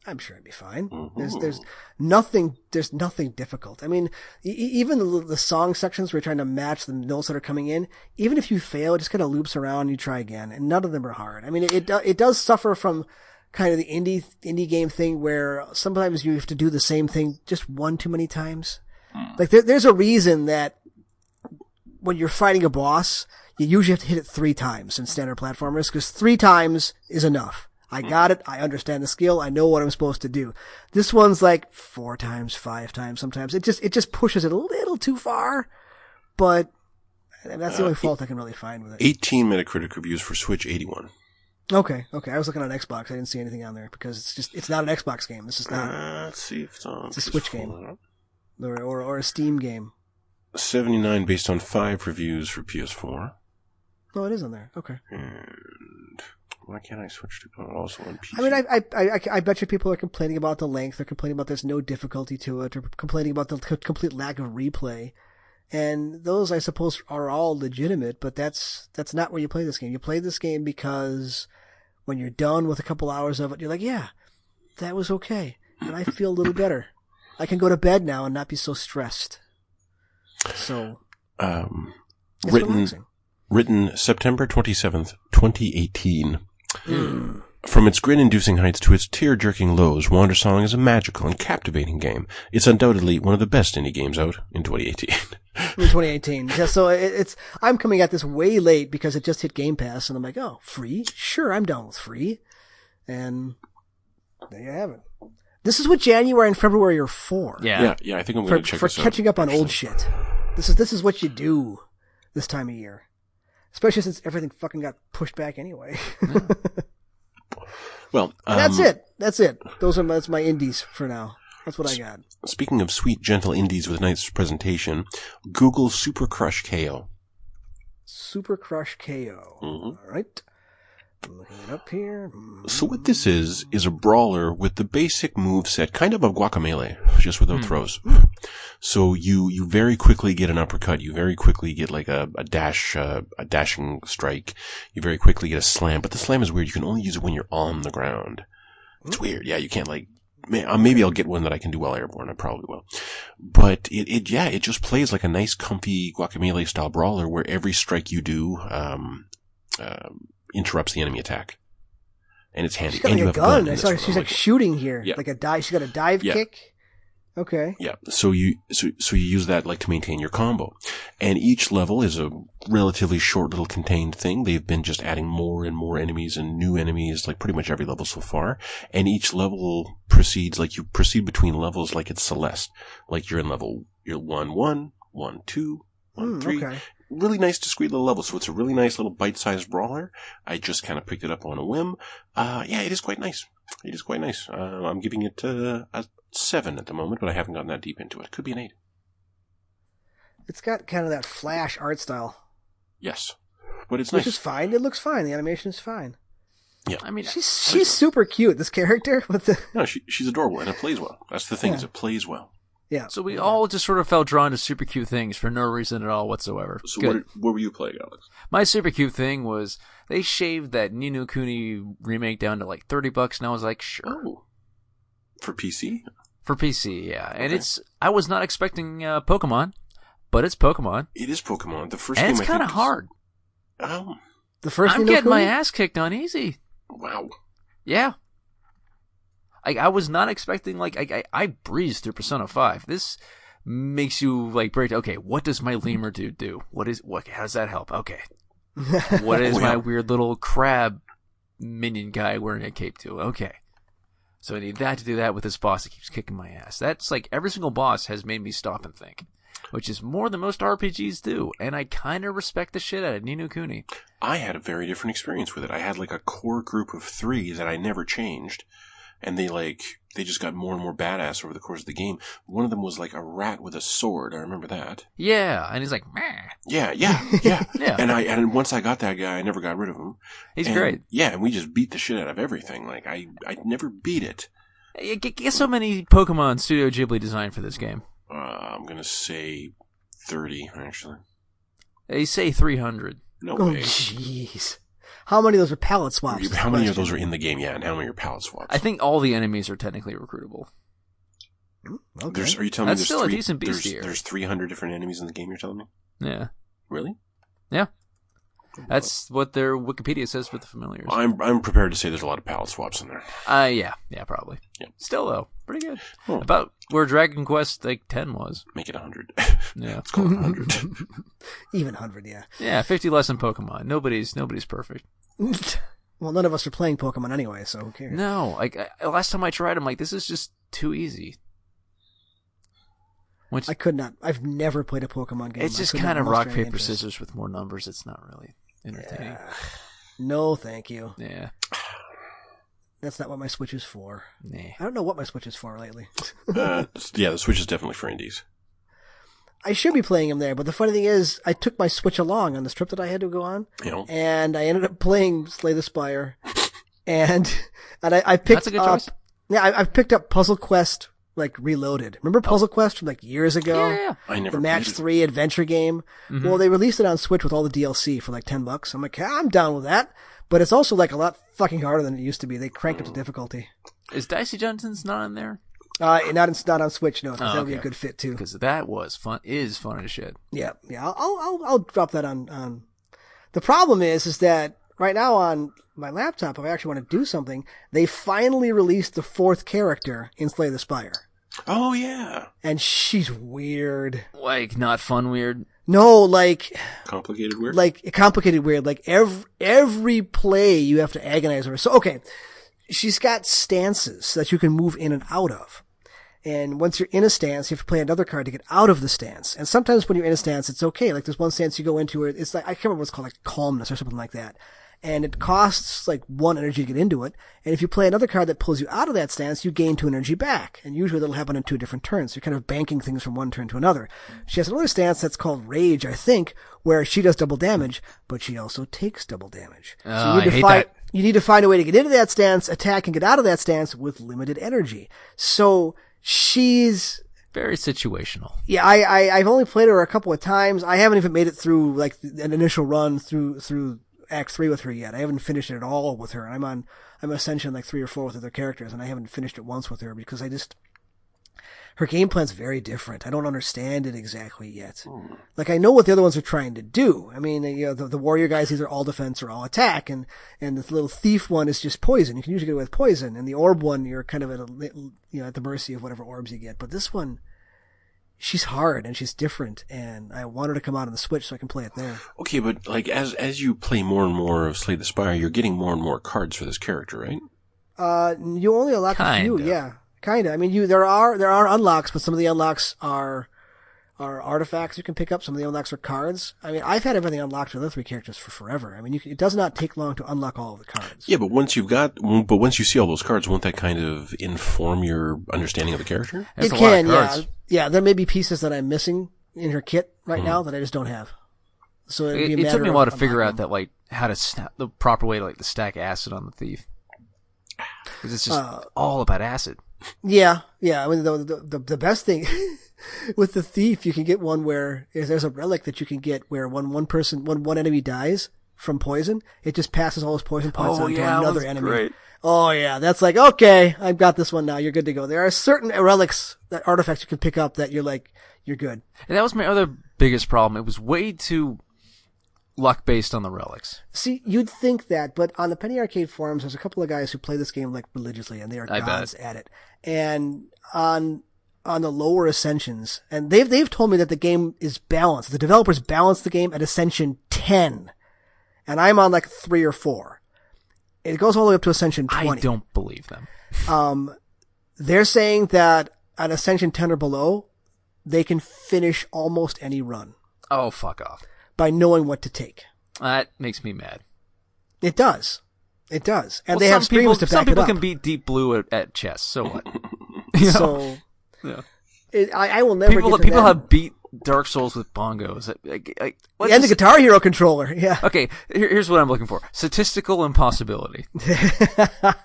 S2: I'm sure it'd be fine.
S1: Mhm.
S2: There's there's nothing there's nothing difficult. I mean, e- e- even the, the song sections where you're trying to match the notes that are coming in, even if you fail, it just kind of loops around. and You try again, and none of them are hard. I mean, it it, do- it does suffer from kind of the indie indie game thing where sometimes you have to do the same thing just one too many times. Like there, there's a reason that when you're fighting a boss, you usually have to hit it three times in standard platformers because three times is enough. I got it. I understand the skill. I know what I'm supposed to do. This one's like four times, five times. Sometimes it just it just pushes it a little too far, but that's the only fault I can really find with it.
S1: 18 Metacritic reviews for Switch 81.
S2: Okay, okay. I was looking on Xbox. I didn't see anything on there because it's just it's not an Xbox game. This is not
S1: Uh, let's see if it's on.
S2: It's a Switch game. or or, or a Steam game.
S1: 79 based on five reviews for PS4.
S2: No, it is on there. Okay.
S1: And why can't I switch to oh, also on PC?
S2: I mean, I, I, I, I- I bet you people are complaining about the length. They're complaining about there's no difficulty to it. They're complaining about the c- complete lack of replay. And those, I suppose, are all legitimate, but that's, that's not where you play this game. You play this game because when you're done with a couple hours of it, you're like, yeah, that was okay. And I feel a little better. I can go to bed now and not be so stressed. So,
S1: um,
S2: it's
S1: written
S2: relaxing.
S1: written September 27th, 2018.
S3: Hmm.
S1: From its grin-inducing heights to its tear-jerking lows, Wander Song is a magical and captivating game. It's undoubtedly one of the best indie games out in 2018.
S2: in 2018. Yeah, so it, it's I'm coming at this way late because it just hit Game Pass, and I'm like, oh, free? Sure, I'm down with free. And there you have it. This is what January and February are for.
S3: Yeah.
S1: yeah, yeah, I think I'm going
S2: for,
S1: to check
S2: for
S1: this
S2: catching
S1: out.
S2: up on old shit. This is this is what you do this time of year, especially since everything fucking got pushed back anyway.
S1: Well, um,
S2: that's it. That's it. Those are my, that's my indies for now. That's what I got.
S1: Speaking of sweet, gentle indies with tonight's presentation, Google Super Crush KO.
S2: Super Crush KO.
S1: Mm-hmm.
S2: All right. I'm looking it up here. Hmm.
S1: So what this is is a brawler with the basic move set, kind of a guacamole, just without
S2: Hmm.
S1: throws. So you you very quickly get an uppercut. You very quickly get like a, a dash, uh, a dashing strike. You very quickly get a slam, but the slam is weird. You can only use it when you're on the ground. It's
S2: Hmm.
S1: weird. Yeah, you can't like. may- uh, Maybe I'll get one that I can do while airborne. I probably will. But it, it, yeah, it just plays like a nice, comfy guacamole style brawler where every strike you do, um, uh, interrupts the enemy attack. And it's handy.
S2: She's got
S1: and
S2: like
S1: you
S2: a
S1: have
S2: gun.
S1: in
S2: I
S1: this
S2: saw
S1: one.
S2: she's
S1: I'm
S2: like shooting here,
S1: Yeah.
S2: like a dive. She's got a dive
S1: Yeah.
S2: kick. Okay.
S1: Yeah. So you so, so you use that like to maintain your combo, and each level is a relatively short little contained thing. They've been just adding more and more enemies and new enemies like pretty much every level so far. And each level proceeds like you proceed between levels like it's Celeste, like you're in level you're one one one two one
S2: Hmm,
S1: three.
S2: okay.
S1: Really nice discrete little level. So it's a really nice little bite-sized brawler. I just kind of picked it up on a whim. Uh, yeah, it is quite nice. It is quite nice. Uh, I'm giving it uh, a seven at the moment, but I haven't gotten that deep into it. Could be an eight.
S2: It's got kind of that flash art style,
S1: Yes, but it's
S2: which
S1: nice.
S2: is fine. It looks fine. The animation is fine.
S3: I mean,
S2: She's she's super cute. This character with the
S1: No, she, she's adorable, and it plays well. That's the thing is
S2: Yeah.
S1: it plays well.
S2: yeah.
S3: so we all just sort of fell drawn to super cute things for no reason at all whatsoever.
S1: So
S3: Good.
S1: what, what were you playing, Alex?
S3: My super cute thing was they shaved that Nino Kuni remake down to like thirty bucks, and I was like, sure.
S1: Oh, for PC.
S3: For PC, yeah. And
S1: Okay.
S3: it's I was not expecting uh, Pokemon, but it's Pokemon,
S1: It is Pokemon. The first
S3: and
S1: game
S3: it's kind
S1: I
S3: of
S1: think
S3: hard.
S1: Is, um,
S2: The first
S3: I'm
S2: Ni no
S3: getting my
S2: Kuni?
S3: ass kicked on easy.
S1: wow.
S3: Yeah. Like I was not expecting like I I, I breezed through Persona Five. This makes you like break. Okay, what does my lemur dude do? What is what? How does that help? Okay, what is my
S1: Well-
S3: weird little crab minion guy wearing a cape do? Okay, so I need that to do that with this boss that keeps kicking my ass. That's like every single boss has made me stop and think, which is more than most RPGs do, and I kind of respect the shit out of Nino Kuni.
S1: I had a very different experience with it. I had like a core group of three that I never changed, and they like they just got more and more badass over the course of the game. One of them was like a rat with a sword. I remember that.
S3: Yeah, and he's like, Meh.
S1: Yeah, yeah, yeah.
S3: Yeah.
S1: And I and once I got that guy, I never got rid of him.
S3: he's
S1: And-
S3: great.
S1: Yeah, and we just beat the shit out of everything. Like I I never beat it.
S3: Yeah, gu- Guess how many Pokemon Studio Ghibli designed for this game?
S1: Uh, I'm gonna say thirty actually.
S3: They say 300.
S1: No
S2: Oh
S1: way.
S2: jeez. How many of those are palette swaps? is the
S1: How many of
S2: question.
S1: those are in the game? Yeah, and how many are palette swaps?
S3: I think all the enemies are technically recruitable.
S2: Hmm, Okay.
S1: There's, are you telling me
S3: That's
S1: there's
S3: still a
S1: three,
S3: decent beast
S1: there's,
S3: here.
S1: there's 300 different enemies in the game? You're telling me?
S3: Yeah,
S1: Really?
S3: yeah. That's what their Wikipedia says for the familiars.
S1: I'm I'm prepared to say there's a lot of palette swaps in there.
S3: Uh, yeah, yeah, probably.
S1: Yeah.
S3: Still though, pretty good.
S1: Oh.
S3: About where Dragon Quest like ten was.
S1: Make it 100.
S3: Yeah,
S1: Let's call it 100.
S2: Even 100, yeah.
S3: yeah, fifty less than Pokemon. Nobody's nobody's perfect.
S2: well, none of us are playing Pokemon anyway, so who cares?
S3: No, like I, last time I tried, I'm like, this is just too easy. Which
S2: I could not. I've never played a Pokemon game.
S3: it's
S2: I
S3: just
S2: could not
S3: kind of
S2: muster
S3: rock
S2: any
S3: paper
S2: interest.
S3: scissors with more numbers. It's not really entertaining.
S2: Yeah. No, thank you.
S3: Yeah,
S2: That's not what my Switch is for.
S3: nah.
S2: I don't know what my Switch is for lately.
S1: uh, yeah, the Switch is definitely for indies.
S2: I should be playing him there, but the funny thing is, I took my Switch along on this trip that I had to go on,
S1: You know,
S2: and I ended up playing Slay the Spire, and and I, I picked
S3: That's a good
S2: up.
S3: choice.
S2: Yeah, I, I picked up Puzzle Quest like Reloaded. Remember Puzzle Quest from like years ago?
S3: Oh. Yeah, Mm-hmm. yeah.
S1: I never
S2: the Match
S1: played it.
S2: Three adventure game. Well, they released it on Switch with all the DLC for like ten bucks. I'm like, "Ah, I'm down with that, but it's also like a lot fucking harder than it used to be. They cranked up the difficulty.
S3: Is Dicey Johnson's not in there?
S2: Uh, and not in, not on Switch, no. 'cause
S3: Oh,
S2: that would be a
S3: okay.
S2: good fit too.
S3: Because that was fun. Is fun as shit.
S2: Yeah, yeah. I'll, I'll, I'll, I'll drop that on, on. The problem is, is that right now on my laptop, if I actually want to do something, they finally released the fourth character in Slay the Spire,
S1: Oh, yeah.
S2: and she's weird.
S3: Like not fun. Weird.
S2: No, like,
S1: Complicated weird.
S2: like complicated weird. Like every every play you have to agonize over. So okay, she's got stances that you can move in and out of. And once you're in a stance, you have to play another card to get out of the stance. And sometimes when you're in a stance, it's okay. Like there's one stance you go into where it's like, I can't remember what it's called, like calmness or something like that. And it costs like one energy to get into it. And if you play another card that pulls you out of that stance, you gain two energy back. And usually that'll happen in two different turns. So you're kind of banking things from one turn to another. She has another stance that's called rage, I think, where she does double damage, but she also takes double damage.
S3: Ah, I hate
S2: find,
S3: that.
S2: you need to find a way to get into that stance, attack and get out of that stance with limited energy. So she's,
S3: Very situational.
S2: yeah, I, I, I've only played her a couple of times. I haven't even made it through like an initial run through, through act three with her yet. I haven't finished it at all with her. I'm on, I'm ascension like three or four with other characters and I haven't finished it once with her because I just, her game plan's very different. I don't understand it exactly yet. Like I know what the other ones are trying to do. I mean, you know, the, the warrior guys either all defense or all attack, and and the little thief one is just poison. You can usually get away with poison, and the orb one you're kind of at a li- you know at the mercy of whatever orbs you get. But this one, she's hard and she's different, and I want her to come out on the Switch so I can play it there.
S1: Okay, but like as as you play more and more of Slay the Spire, you're getting more and more cards for this character, right?
S2: Uh, you only unlock a few,
S3: Kinda.
S2: yeah, kind of. I mean, you there are there are unlocks, but some of the unlocks are are artifacts you can pick up. Some of the unlocks are cards. I mean, I've had everything unlocked for the other three characters for forever. I mean, you can, it does not take long to unlock all of the cards.
S1: Yeah, but once you've got, but once you see all those cards, won't that kind of inform your understanding of the character?
S3: That's
S2: it
S3: a
S2: can,
S3: lot of cards. Hmm.
S2: yeah, yeah. There may be pieces that I'm missing in her kit right now that I just don't have. So it'd be a
S3: It, it
S2: matter
S3: took me a while
S2: of
S3: to figure out
S2: unlocking
S3: that like how to snap the proper way to like to stack acid on the thief. Because it's just
S2: Uh.
S3: all about acid.
S2: them. Yeah, yeah. I mean, the the, the, the best thing with the thief, you can get one where if there's a relic that you can get where when one person, when one enemy dies from poison, it just passes all his poison points
S3: Oh,
S2: on to
S3: yeah,
S2: another
S3: that's
S2: enemy.
S3: great.
S2: Oh yeah, that's like okay, I've got this one now. You're good to go. There are certain relics that artifacts you can pick up that you're like you're good.
S3: And that was my other biggest problem. It was way too luck based on the relics.
S2: See, you'd think that, but on the Penny Arcade forums, there's a couple of guys who play this game like religiously, and they are
S3: I bet.
S2: gods at it. And on on the lower ascensions, and they've they've told me that the game is balanced. The developers balance the game at ascension ten, and I'm on like three or four. It goes all the way up to ascension
S3: I
S2: twenty.
S3: don't believe them.
S2: Um, they're saying that at ascension ten or below, they can finish almost any run
S3: Oh fuck off.
S2: by knowing what to take.
S3: That makes me mad.
S2: It does. It does, and
S3: Well,
S2: they
S3: some
S2: have streams
S3: people,
S2: to back
S3: Some people
S2: it up.
S3: can beat Deep Blue at, at chess. So what? You know?
S2: So
S3: Yeah.
S2: it, I, I will never.
S3: people
S2: get to
S3: people
S2: that.
S3: have beat Dark Souls with bongos. Like, like, what's
S2: and the
S3: this-
S2: Guitar Hero controller. Yeah,
S3: Okay, here, here's what I'm looking for: statistical impossibility.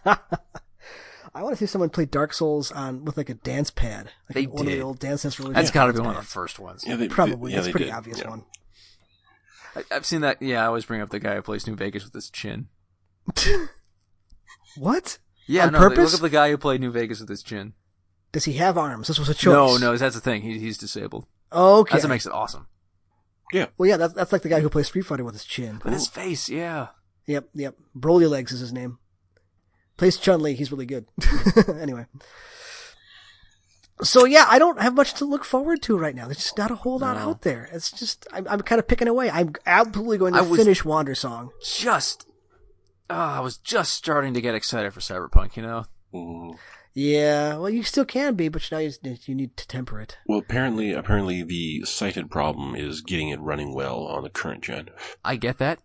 S2: I want to see someone play Dark Souls on with like a dance pad. Like
S3: They
S2: one of
S3: did.
S2: the old dance that's really
S3: That's got to be one of the first ones.
S1: they,
S2: Probably, that's a pretty
S1: did.
S2: obvious
S1: Yeah.
S2: one.
S3: I, I've seen that. Yeah, I always bring up the guy who plays New Vegas with his chin.
S2: what?
S3: Yeah,
S2: On
S3: no, they-
S2: purpose?
S3: look at the guy who played New Vegas with his chin.
S2: Does he have arms? This was a choice.
S3: No, no, that's the thing. He, he's disabled.
S2: Okay.
S3: That's what makes it awesome.
S2: well, yeah, that's, that's like the guy who plays Street Fighter with his chin.
S3: But his face, yeah.
S2: Yep, yep. Broly Legs is his name. Plays Chun Li. He's really good. anyway. So yeah, I don't have much to look forward to right now. There's just not a whole lot
S3: No.
S2: out there. It's just I'm, I'm kind of picking away. I'm absolutely going to
S3: I was-
S2: finish Wander Song.
S3: Just, ah, I was just starting to get excited for Cyberpunk. You know,
S1: Mm.
S2: Yeah, well, you still can be, but now you, you need to temper it.
S1: Well, apparently, apparently the cited problem is getting it running well on the current gen.
S3: I get that.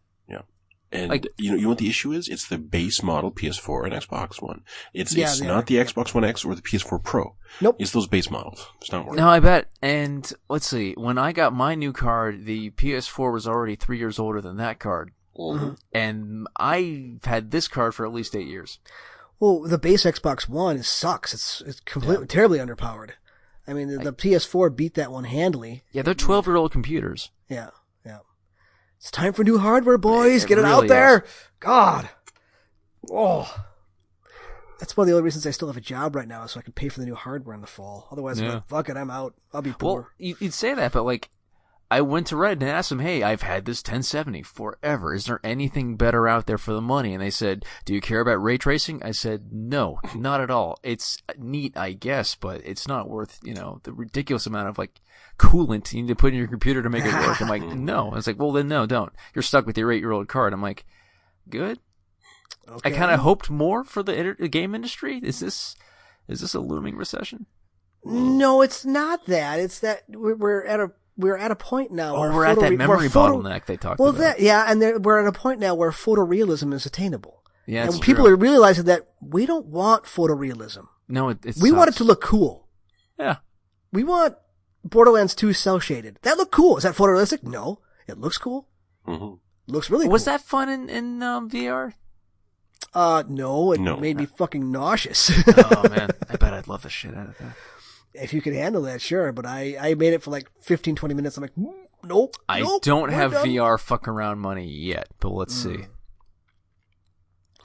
S1: And
S3: Like-
S1: you know, you know what the issue is? It's the base model PS4 and Xbox One. It's
S2: Yeah,
S1: it's
S2: they
S1: not
S2: are.
S1: the Xbox One X or the PS4 Pro.
S2: Nope.
S1: It's those base models. It's not working.
S3: No, I bet. And let's see. When I got my new card, the PS4 was already three years older than that card,
S1: Mhm.
S3: Mm-hmm. and I've had this card for at least eight years.
S2: Well, the base Xbox One it sucks. It's it's completely terribly underpowered. I mean, the, the PS4 beat that one handily.
S3: Yeah, they're twelve-year-old computers.
S2: Yeah, yeah. It's time for new hardware, boys.
S3: It
S2: Get it
S3: really
S2: out there. God. Oh. That's one of the only reasons I still have a job right now, is so I can pay for the new hardware in the fall. Otherwise, I'm
S3: Yeah.
S2: like, fuck it, I'm out. I'll be poor.
S3: Well, you- you'd say that, but like, I went to Red and asked them, "Hey, I've had this 1070 forever. Is there anything better out there for the money?" And they said, "Do you care about ray tracing?" I said, "No, not at all. It's neat, I guess, but it's not worth you know the ridiculous amount of like coolant you need to put in your computer to make it work." I'm like, "No." And it's like, "Well, then no, don't. You're stuck with your eight-year-old card." I'm like, "Good." I
S2: Okay.
S3: kind of hoped more for the, inter- the game industry. Is this is this a looming recession?
S2: No, it's not that. It's that we're, we're at a we're at a point now.
S3: Oh,
S2: where
S3: we're at
S2: photo- where
S3: that memory
S2: photo-
S3: bottleneck they talked
S2: Well,
S3: about.
S2: that yeah, and there, we're at a point now where photorealism is attainable,
S3: Yeah,
S2: and
S3: it's
S2: people
S3: true.
S2: are realizing that we don't want photorealism.
S3: No, it, it
S2: we want it
S3: sucks.
S2: to look cool.
S3: Yeah,
S2: We want Borderlands 2 cell shaded. That looked cool. Is that photorealistic? No, it looks cool.
S1: Mhm.
S2: Looks really.
S3: was
S2: cool.
S3: that fun in in um, VR?
S2: Uh, no, it
S1: No.
S2: made me fucking nauseous.
S3: oh man, I bet I'd love the shit out of that.
S2: if you could handle that, sure. But I, I made it for like 15, 20 minutes. I'm like, "Mm, nope.
S3: I
S2: nope,
S3: don't
S2: we're
S3: have
S2: done."
S3: VR fuck around money yet, but let's see.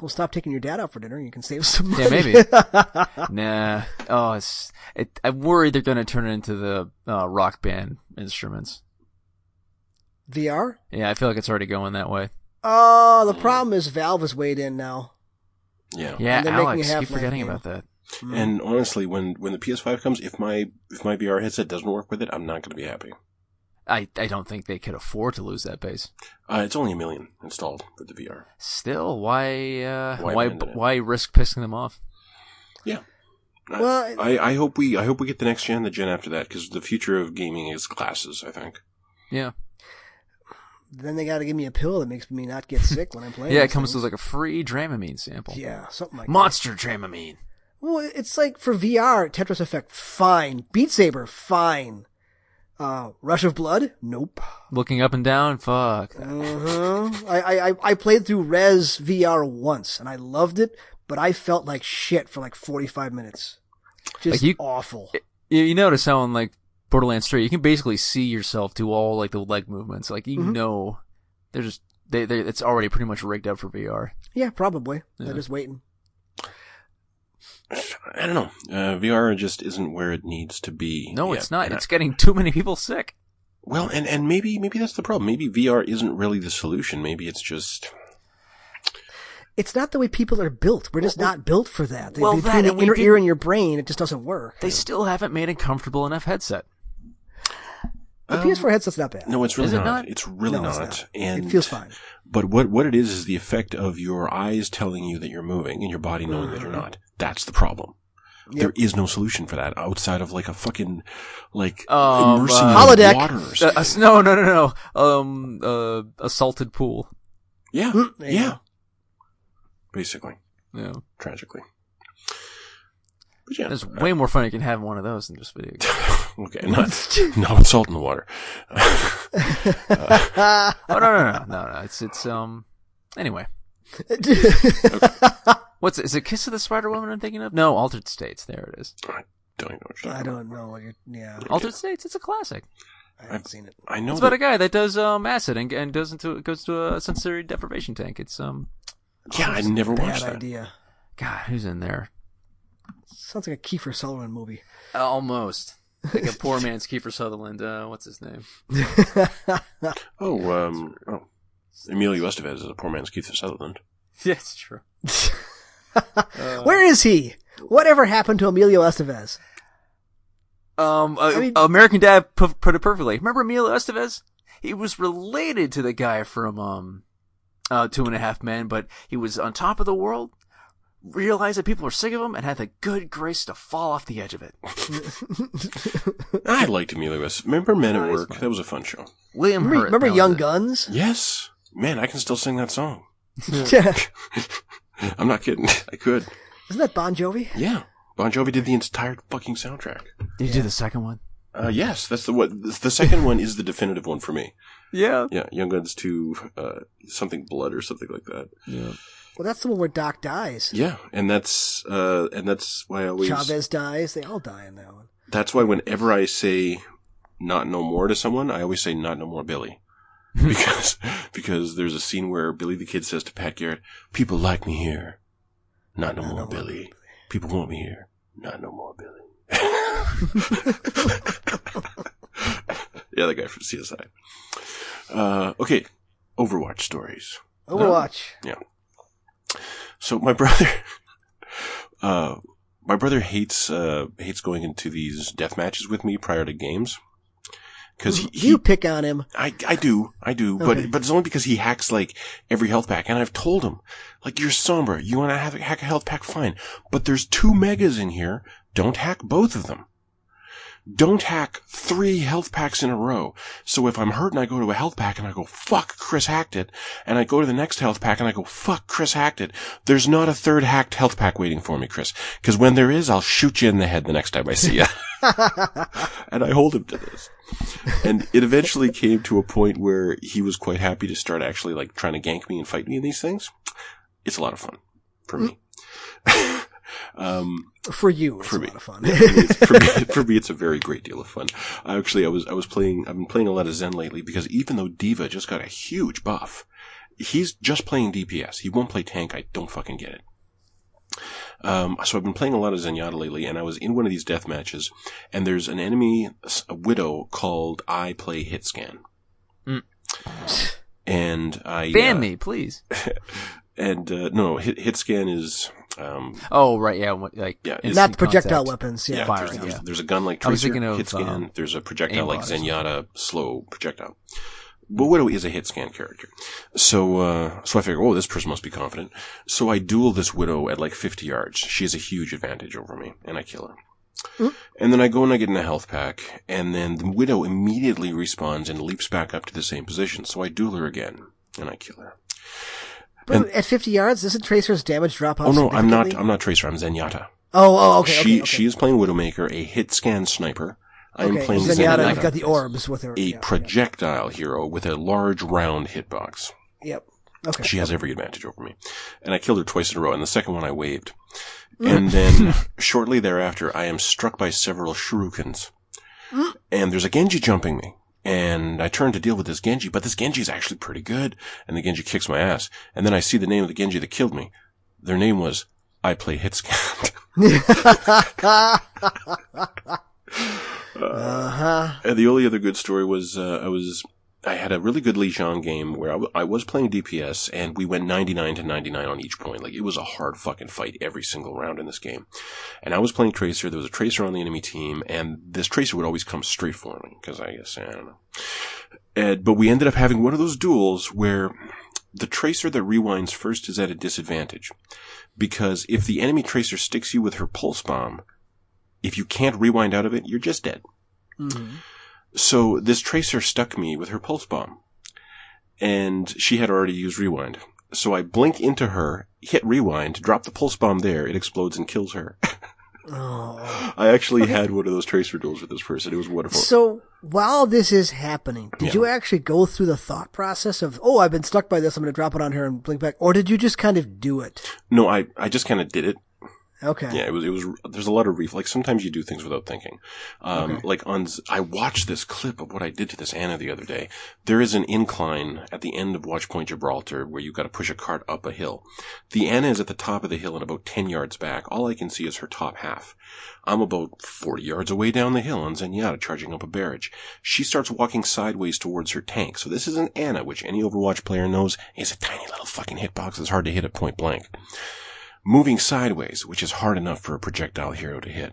S2: Well, stop taking your dad out for dinner. You can save some money.
S3: Yeah, maybe.
S2: Mm.
S3: nah. Oh, it's. It, I'm worried they're gonna turn it into the uh, rock band instruments.
S2: VR.
S3: Yeah, I feel like it's already going that way.
S2: Oh, the problem is Valve is weighed in now.
S1: Yeah.
S3: Yeah,
S2: And they're making
S3: Alex,
S2: a
S3: keep
S2: Half-Life
S3: forgetting
S2: game.
S3: about that.
S2: Mm-hmm. Hmm.
S1: And honestly, when when the PS5 comes, if my if my VR headset doesn't work with it, I'm not going to be happy.
S3: I I don't think they could afford to lose that base.
S1: Uh, it's only a million installed with the VR.
S3: Still, why uh,
S1: Why
S3: why
S1: abandon it?
S3: why risk pissing them off?
S1: Yeah. I-
S2: Well,
S1: I, I hope we I hope we get the next gen, the gen after that, because the future of gaming is glasses. I think.
S3: Yeah,
S2: Then they got to give me a pill that makes me not get sick when I'm playing.
S3: yeah. It
S2: these
S3: comes with
S2: things.
S3: like a free Dramamine sample.
S2: yeah, something like that.
S3: Monster Dramamine.
S2: Well, it's like for VR, Tetris Effect, fine. Beat Saber, fine. Uh, Rush of Blood, nope.
S3: Looking up and down, fuck.
S2: Uh-huh. I, I- I I played through Res VR once and I loved it, but I felt like shit for like 45 minutes. Just
S3: Like you-
S2: awful.
S3: you, you notice how in like Borderlands 3, you can basically see yourself do all like the leg movements. Like you know, they're just they they it's already pretty much rigged up for VR.
S2: yeah, probably.
S3: Yeah.
S2: They're just waiting.
S1: I don't know. Uh, VR just isn't where it needs to be.
S3: No,
S1: yet.
S3: it's not.
S1: And I-
S3: It's getting too many people sick.
S1: well, and and maybe maybe that's the problem. Maybe VR isn't really the solution. Maybe it's just
S2: It's not the way people are built. We're just not built for that. They,
S3: well,
S2: they
S3: that
S2: put an
S3: and we
S2: inner ear
S3: didn't-
S2: in your brain. It just doesn't work.
S3: They still haven't made a comfortable enough headset.
S2: The
S1: Um,
S2: PS4 headset's not bad.
S1: no, it's really
S3: Is it
S1: not.
S3: not?
S1: It's really
S2: No, it's
S1: not. And
S2: it feels fine.
S1: But what what it is is the effect of your eyes telling you that you're moving and your body knowing that you're not. That's the problem. There is no solution for that outside of like a fucking like
S3: Um,
S1: immersing
S3: uh,
S1: in
S2: Holodeck.
S1: water or
S3: Uh,
S1: something.
S3: uh, no, no, no, no. Um, uh, assaulted pool.
S1: yeah,
S2: There you
S1: yeah.
S2: go.
S1: Basically,
S3: Yeah,
S1: tragically. But yeah,
S3: there's way more fun you can have in one of those than just video. games.
S1: okay, not not with salt in the water.
S3: oh no, no, no, no, no. It's it's um. Anyway, what's is it? Kiss of the Spider Woman? I'm thinking of no Altered States. There it is.
S1: I don't even know what you're talking
S2: I
S1: about.
S2: don't know what you're. Yeah,
S3: Altered States. It's a classic.
S2: I haven't seen it.
S1: I know
S3: It's
S1: that
S3: about a guy that does um acid and, and does into goes to a sensory deprivation tank. It's um
S1: Yeah, I never
S2: Bad
S1: watched that.
S2: idea.
S3: God, who's in there?
S2: Sounds like a Kiefer Sutherland movie.
S3: Almost. Like a poor man's Kiefer Sutherland. Uh, what's his name?
S1: Oh, um, oh. Emilio Estevez is a poor man's Keith Sutherland.
S3: Yeah, it's true.
S2: Where is he? Whatever happened to Emilio Estevez?
S3: Um, uh,
S2: I mean-
S3: American Dad pu- put it perfectly. Remember Emilio Estevez? He was related to the guy from um, uh, Two and a Half Men, but he was on top of the world, realized that people were sick of him, and had the good grace to fall off the edge of it.
S1: I liked Emilio Estevez. Remember Men at
S3: Nice
S1: Work?
S3: one.
S1: That was a fun show.
S3: William
S2: Remember,
S3: Hurt,
S2: remember
S3: that was
S2: Young
S3: it.
S2: Guns?
S1: Yes. Man, I can still sing that song.
S2: Isn't
S1: I'm not kidding. I could.
S2: that Bon Jovi?
S1: Yeah. Bon Jovi did the entire fucking soundtrack.
S3: Did you do the second one?
S1: Uh, yes, that's the what. The second one is the definitive one for me.
S3: Yeah.
S1: Yeah, Young Guns 2, uh, something blood or something like that.
S3: Yeah.
S2: Well, that's the one where Doc dies.
S1: Yeah, and that's uh, and that's why I always
S2: Chavez dies. They all die in that one.
S1: That's why whenever I say "not no more" to someone, I always say "not no more, Billy," because because there's a scene where Billy the Kid says to Pat Garrett, "People like me here, not no more, Billy. People want me here, not no more, Billy." yeah, the guy from CSI. Uh, okay, Overwatch stories.
S2: Overwatch.
S1: So my brother, uh, my brother hates uh, hates going into these death matches with me prior to games because he, he
S2: Mm-hmm. You pick on him.
S1: I, I do, I do,
S2: Okay.
S1: but but it's only because he hacks like every health pack, and I've told him like you're somber, you want to have hack a health pack, fine, but there's two megas in here, don't hack both of them. Don't hack three health packs in a row. So if I'm hurt and I go to a health pack and I go, fuck, Chris hacked it. And I go to the next health pack and I go, fuck, Chris hacked it. There's not a third hacked health pack waiting for me, Chris. Cause when there is, I'll shoot you in the head the next time I see you. and I hold him to this and it eventually came to a point where he was quite happy to start actually like trying to gank me and fight me in these things. It's a lot of fun for me. um,
S2: For you, it's
S1: For
S2: a
S1: me.
S2: lot of fun.
S1: for me, for me, it's a very great deal of fun. I actually, I was, I was playing, I've been playing a lot of Zen lately because even though Diva just got a huge buff, he's just playing DPS. He won't play tank. I don't fucking get it. Um, so I've been playing a lot of Zenyatta lately, and I was in one of these death matches, and there's an enemy, a widow called I Play Hit Scan,
S3: Mm.
S1: and I
S3: Ban
S1: uh,
S3: me, please.
S1: And uh, no, hit, hit Scan is um,
S3: Oh, right. Yeah. what- Like,
S1: Yeah,
S3: instant
S2: Not projectile
S3: contact.
S2: weapons.
S1: Yeah,
S2: Yeah.
S3: Fire,
S1: there's,
S3: yeah.
S1: There's, there's a gun like
S3: I was
S1: tracer,
S3: thinking of,
S1: hit scan.
S3: um,
S1: there's a projectile
S3: aimbot
S1: like
S3: or something.
S1: Zenyatta, slow projectile. But Widow is a hit scan character, so uh, so I figure, oh, this person must be confident. So I duel this Widow at like 50 yards. She has a huge advantage over me, and I kill her.
S2: Hmm?
S1: And then I go and I get in a health pack, and then the Widow immediately respawns and leaps back up to the same position. So I duel her again, and I kill her.
S2: But at 50 yards, doesn't Tracer's damage drop off?
S1: Oh no, I'm not.
S2: significantly?
S1: I'm not Tracer. I'm Zenyatta.
S2: oh, oh, okay.
S1: she
S2: okay, okay.
S1: she is playing Widowmaker, a hit scan sniper. I'm
S2: okay.
S1: playing
S2: Zenyatta.
S1: Zenyatta.
S2: You've got the orbs with her.
S1: a
S2: yeah,
S1: projectile hero with a large round hitbox.
S2: yeah. Yep. Okay.
S1: She has every advantage over me. And I killed her twice in a row, and the second one I waved.
S2: Mm.
S1: And then shortly thereafter, I am struck by several shurikens.
S2: Mm.
S1: And there's a Genji jumping me. And I turn to deal with this Genji, but this Genji is actually pretty good. And the Genji kicks my ass. And then I see the name of the Genji that killed me. Their name was I Play Hitscan.
S2: Uh-huh.
S1: And Uh, the only other good story was uh, I was I had a really good Li Xiang game where I, w- I was playing DPS and we went 99 to 99 on each point. Like it was a hard fucking fight every single round in this game. And I was playing Tracer. There was a Tracer on the enemy team, and this Tracer would always come straight for me because I guess I don't know. And, but we ended up having one of those duels where the Tracer that rewinds first is at a disadvantage because if the enemy Tracer sticks you with her pulse bomb, if you can't rewind out of it, you're just dead.
S2: Mhm.
S1: So this tracer stuck me with her pulse bomb, and she had already used rewind. So I blink into her, hit rewind, drop the pulse bomb there, it explodes and kills her.
S2: Oh.
S1: I actually had one of those tracer duels with this person. It was wonderful.
S2: So while this is happening, did
S1: Yeah.
S2: you actually go through the thought process of, oh, I've been stuck by this, I'm going to drop it on her and blink back, or did you just kind of do it?
S1: no, I, I just kind of did it.
S2: Okay.
S1: Yeah, it was. It was. There's a lot of ref. Like sometimes you do things without thinking. Um,
S2: Okay.
S1: Like on, Z- I watched this clip of what I did to this Anna the other day. There is an incline at the end of Watch Point Gibraltar where you've got to push a cart up a hill. The Anna is at the top of the hill and about ten yards back. All I can see is her top half. I'm about forty yards away down the hill on Zenyatta charging up a barrage. She starts walking sideways towards her tank. So this is an Anna, which any Overwatch player knows is a tiny little fucking hitbox that's hard to hit at point blank moving sideways, which is hard enough for a projectile hero to hit.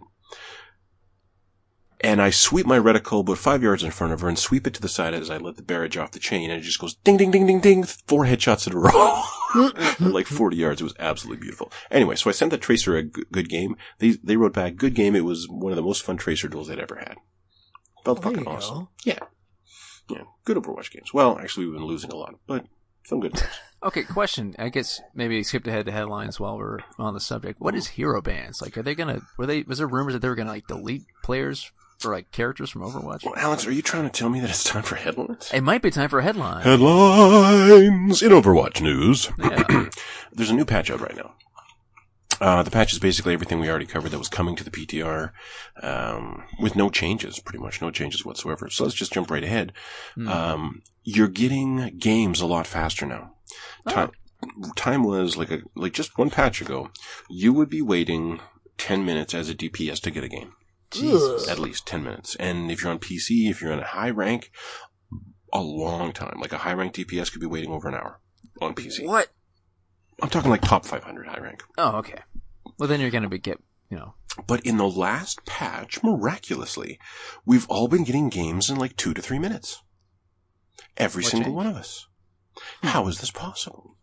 S1: And I sweep my reticle about five yards in front of her and sweep it to the side as I let the barrage off the chain and it just goes ding, ding, ding, ding, ding, four headshots in a row. At like 40 yards. It was absolutely beautiful. Anyway, so I sent that tracer a g- good game. They, they wrote back, good game. It was one of the most fun tracer duels they'd ever had. Felt
S2: Well, there
S1: fucking
S2: you
S1: awesome.
S2: go.
S1: Yeah. Yeah. Good Overwatch games. Well, actually, we've been losing a lot, but some good ones.
S3: Okay, question. I guess maybe I skipped ahead to headlines while we're on the subject. What is hero bans? Like, are they gonna? Were they? Was there rumors that they were gonna like delete players or like characters from Overwatch?
S1: Well, Alex, are you trying to tell me that it's time for headlines?
S3: It might be time for a headline.
S1: Headlines in Overwatch news.
S3: Yeah.
S1: There's a new patch out right now. Uh, the patch is basically everything we already covered that was coming to the PTR, um, with no changes, pretty much no changes whatsoever. So let's just jump right ahead. Um, you're getting games a lot faster now. Time, time was like a like just one patch ago, you would be waiting ten minutes as a DPS to get a game
S3: Jesus.
S1: at least 10 minutes. And if you're on PC, if you're on a high rank, a long time. Like a high rank DPS could be waiting over an hour on PC.
S3: What?
S1: I'm talking like top 500 high rank.
S3: Oh, okay. Well, then you're gonna be get. You know.
S1: But in the last patch, miraculously, we've all been getting games in like two to three minutes. Every
S3: What
S1: single
S3: changed?
S1: one
S3: Hmm.
S1: of us. How is this possible?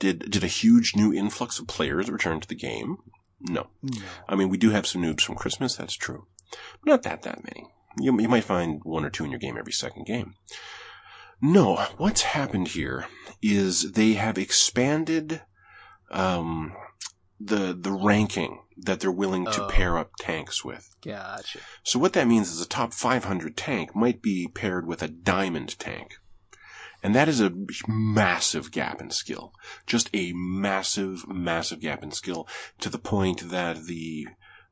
S1: Did, did a huge new influx of players return to the game? No.
S2: No.
S1: I mean, we do have some noobs from Christmas. That's true. Not that that many. You, you might find one or two in your game every second game. No, what's happened here is they have expanded um, the the ranking that they're willing to
S3: Oh.
S1: pair up tanks with.
S3: Gotcha.
S1: So what that means is a top 500 tank might be paired with a diamond tank. And that is a massive gap in skill. Just a massive, massive gap in skill to the point that the,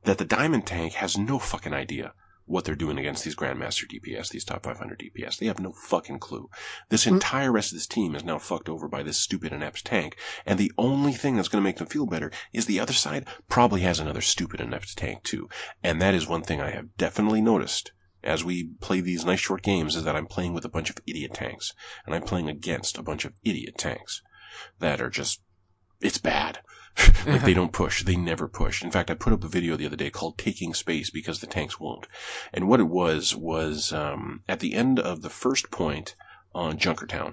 S1: that the diamond tank has no fucking idea what they're doing against these Grandmaster DPS, these top 500 DPS. They have no fucking clue. This entire rest of this team is now fucked over by this stupid inept tank. And the only thing that's going to make them feel better is the other side probably has another stupid inept tank too. And that is one thing I have definitely noticed as we play these nice short games is that I'm playing with a bunch of idiot tanks. And I'm playing against a bunch of idiot tanks that are just, it's bad. like they don't push. They never push. In fact, I put up a video the other day called "Taking Space" because the tanks won't. And what it was was um, at the end of the first point on Junkertown,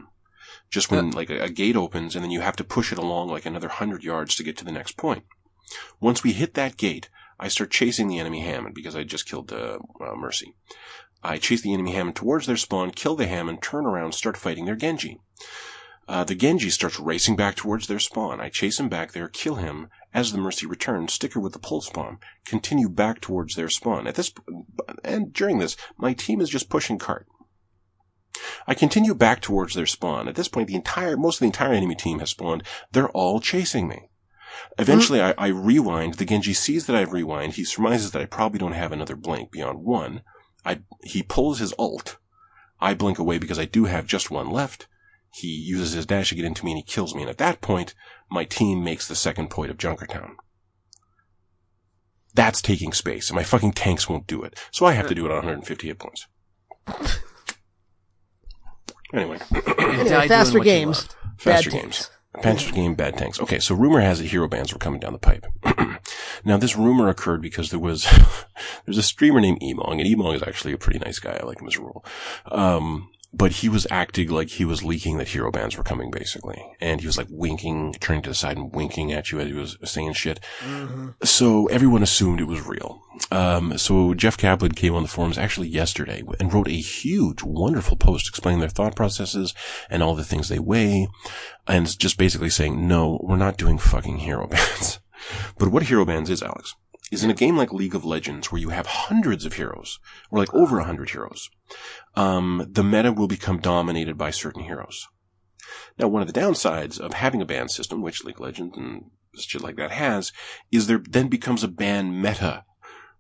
S1: just when like a, a gate opens, and then you have to push it along like another hundred yards to get to the next point. Once we hit that gate, I start chasing the enemy Hammond because I just killed uh, uh, Mercy. I chase the enemy Hammond towards their spawn, kill the Hammond, turn around, start fighting their Genji. Uh, the Genji starts racing back towards their spawn. I chase him back there, kill him. As the Mercy returns, stick her with the pulse bomb. Continue back towards their spawn. At this, and during this, my team is just pushing cart. I continue back towards their spawn. At this point, the entire, most of the entire enemy team has spawned. They're all chasing me. Eventually, I, I rewind. The Genji sees that I've rewind. He surmises that I probably don't have another blink beyond one. I, he pulls his ult. I blink away because I do have just one left. He uses his dash to get into me and he kills me. And at that point, my team makes the second point of Junkertown. That's taking space, and my fucking tanks won't do it. So I have to do it on 150 hit points. Anyway,
S3: Anyway,
S2: faster games.
S1: faster
S2: Bad
S1: games.
S2: tanks.
S1: Faster game, bad tanks. Okay, so rumor has it hero bands were coming down the pipe. now this rumor occurred because there was there's a streamer named Emong, and Emong is actually a pretty nice guy. I like him as a rule. Um, but he was acting like he was leaking that hero bands were coming, basically, and he was like winking, turning to the side and winking at you as he was saying shit.
S2: Mm-hmm.
S1: So everyone assumed it was real. Um, so Jeff Kaplan came on the forums actually yesterday and wrote a huge, wonderful post explaining their thought processes and all the things they weigh and just basically saying, no, we're not doing fucking hero bands. but what hero bands is, Alex, is in a game like League of Legends where you have hundreds of heroes or like over a hundred heroes, um, the meta will become dominated by certain heroes. Now, one of the downsides of having a ban system, which League of Legends and shit like that has is there then becomes a band meta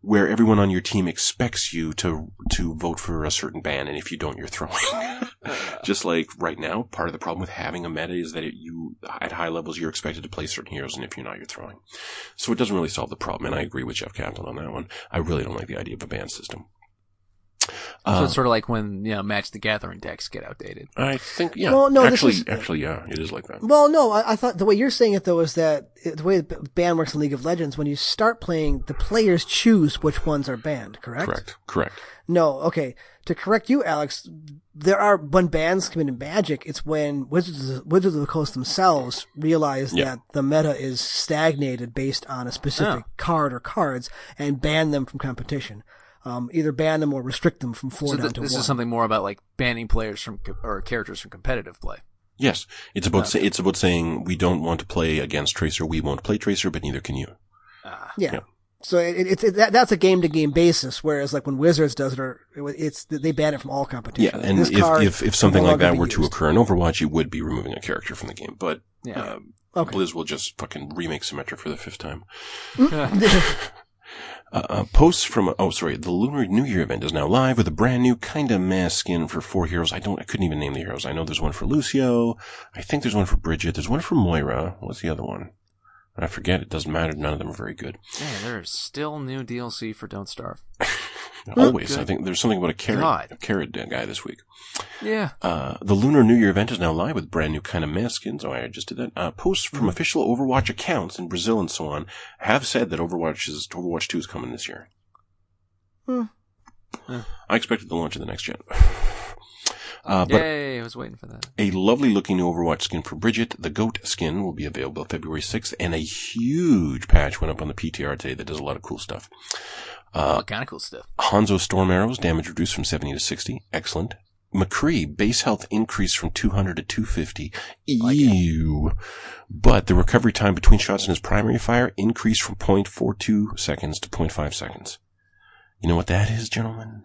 S1: where everyone on your team expects you to to vote for a certain band, and if you don't, you're throwing. Just like right now, part of the problem with having a meta is that it, you at high levels you're expected to play certain heroes, and if you're not, you're throwing. So it doesn't really solve the problem, and I agree with Jeff Kaplan on that one. I really don't like the idea of a band system. Uh-huh.
S3: so it's sort of like when you know Match the Gathering decks get outdated.
S1: I think yeah.
S2: Well, no, this
S1: actually,
S2: is-
S1: actually, yeah, it is like that.
S2: Well, no, I, I thought the way you're saying it though is that it, the way the ban works in League of Legends, when you start playing, the players choose which ones are banned, correct?
S1: Correct, correct.
S2: No, okay. To correct you, Alex, there are when bans come into Magic, it's when Wizards of the, Wizards of the Coast themselves realize
S1: Yeah.
S2: that the meta is stagnated based on a specific
S1: Oh.
S2: card or cards and ban them from competition. Um, either ban them or restrict them from four
S3: So
S2: down
S3: th-
S2: to
S3: this
S2: one.
S3: is something more about like banning players from co- or characters from competitive play.
S1: Yes, it's about sa- it's about saying we don't want to play against Tracer, we won't play Tracer, but neither can you.
S2: Yeah.
S3: Ah,
S1: Yeah.
S2: So it, it, it's- it, that, that's a game to game basis, whereas like when Wizards does it, or it's they ban it from all
S1: Yeah,
S2: competition.
S1: and
S2: This
S1: if,
S2: card
S1: if if
S2: can
S1: something
S2: no
S1: like
S2: longer
S1: that
S2: be
S1: were to
S2: used.
S1: occur in Overwatch, it would be removing a character from the game. But
S3: Yeah.
S1: uh,
S2: Okay.
S1: Blizz will just fucking remake Symmetric for the fifth time.
S3: Hmm?
S1: Uh, uh, posts from oh sorry, the Lunar New Year event is now live with a brand new kinda mass skin for four heroes. I don't, I couldn't even name the heroes. I know there's one for Lucio. I think there's one for Bridget. There's one for Moira. What's the other one? I forget. It doesn't matter. None of them are very good.
S3: Man, there is still new DLC for Don't Starve.
S1: Always,
S3: Good.
S1: I think there's something about a
S3: God.
S1: carrot, a carrot guy this week.
S3: Yeah.
S1: Uh, the Lunar New Year event is now live with brand new kind of maskins. Oh, I just did that. Uh, posts from official Overwatch accounts in Brazil and so on have said that Overwatch is Overwatch Two is coming this year.
S2: Hmm.
S3: Yeah.
S1: I expected the launch of the next gen. Uh, but
S3: Yay! I was waiting for that.
S1: a lovely looking new Overwatch skin for Bridget, the goat skin, will be available February 6th, and a huge patch went up on the PTR today that does a lot of cool stuff. uh,
S3: Oh, kind of cool stuff.
S1: Hanzo Storm Arrows, damage reduced from 70 to 60. Excellent. McCree, base health increased from 200 to 250. Ew. But the recovery time between shots in his primary fire increased from 0.42 seconds to 0.5 seconds. You know what that is, gentlemen?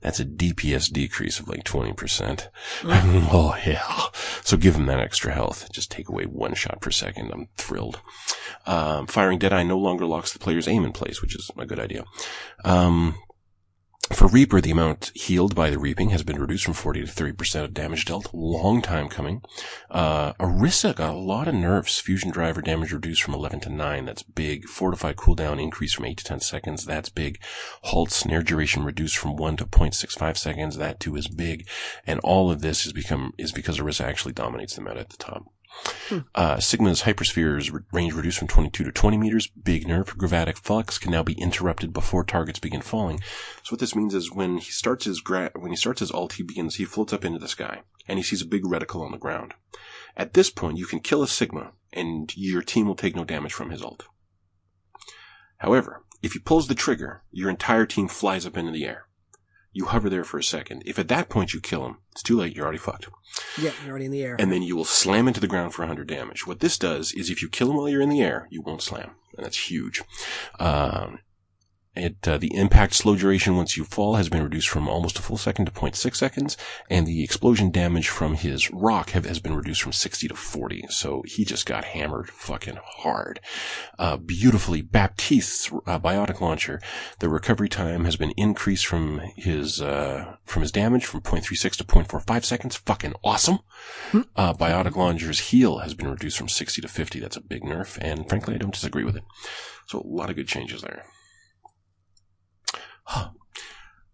S1: That's a DPS decrease of like 20%. oh, hell. So give him that extra health. Just take away one shot per second. I'm thrilled. Um, firing Deadeye no longer locks the player's aim in place, which is a good idea. Um, for Reaper, the amount healed by the reaping has been reduced from 40 to 30% of damage dealt. Long time coming. Uh, Orisa got a lot of nerfs. Fusion driver damage reduced from 11 to 9. That's big. Fortify cooldown increased from 8 to 10 seconds. That's big. Halt snare duration reduced from 1 to 0.65 seconds. That too is big. And all of this is become, is because Orisa actually dominates the meta at the top. Uh, Sigma's hypersphere's re- range reduced from 22 to 20 meters. Big nerf. Gravatic flux can now be interrupted before targets begin falling. So what this means is when he starts his gra- when he starts his ult, he begins he floats up into the sky and he sees a big reticle on the ground. At this point, you can kill a Sigma and your team will take no damage from his ult. However, if he pulls the trigger, your entire team flies up into the air. You hover there for a second. If at that point you kill him, it's too late. You're already fucked
S2: yeah, you're already in the air.
S1: and then you will slam into the ground for 100 damage. What this does is if you kill him while you're in the air, you won't slam, and that's huge. Um, it uh, the impact slow duration once you fall has been reduced from almost a full second to 0.6 seconds, and the explosion damage from his rock have, has been reduced from 60 to 40. So he just got hammered fucking hard. Uh, beautifully, Baptiste's uh, biotic launcher. The recovery time has been increased from his uh, from his damage from 0.36 to 0.45 seconds. Fucking awesome. Uh, Biotic Launcher's heal has been reduced from 60 to 50. That's a big nerf, and frankly, I don't disagree with it. So, a lot of good changes there. Huh.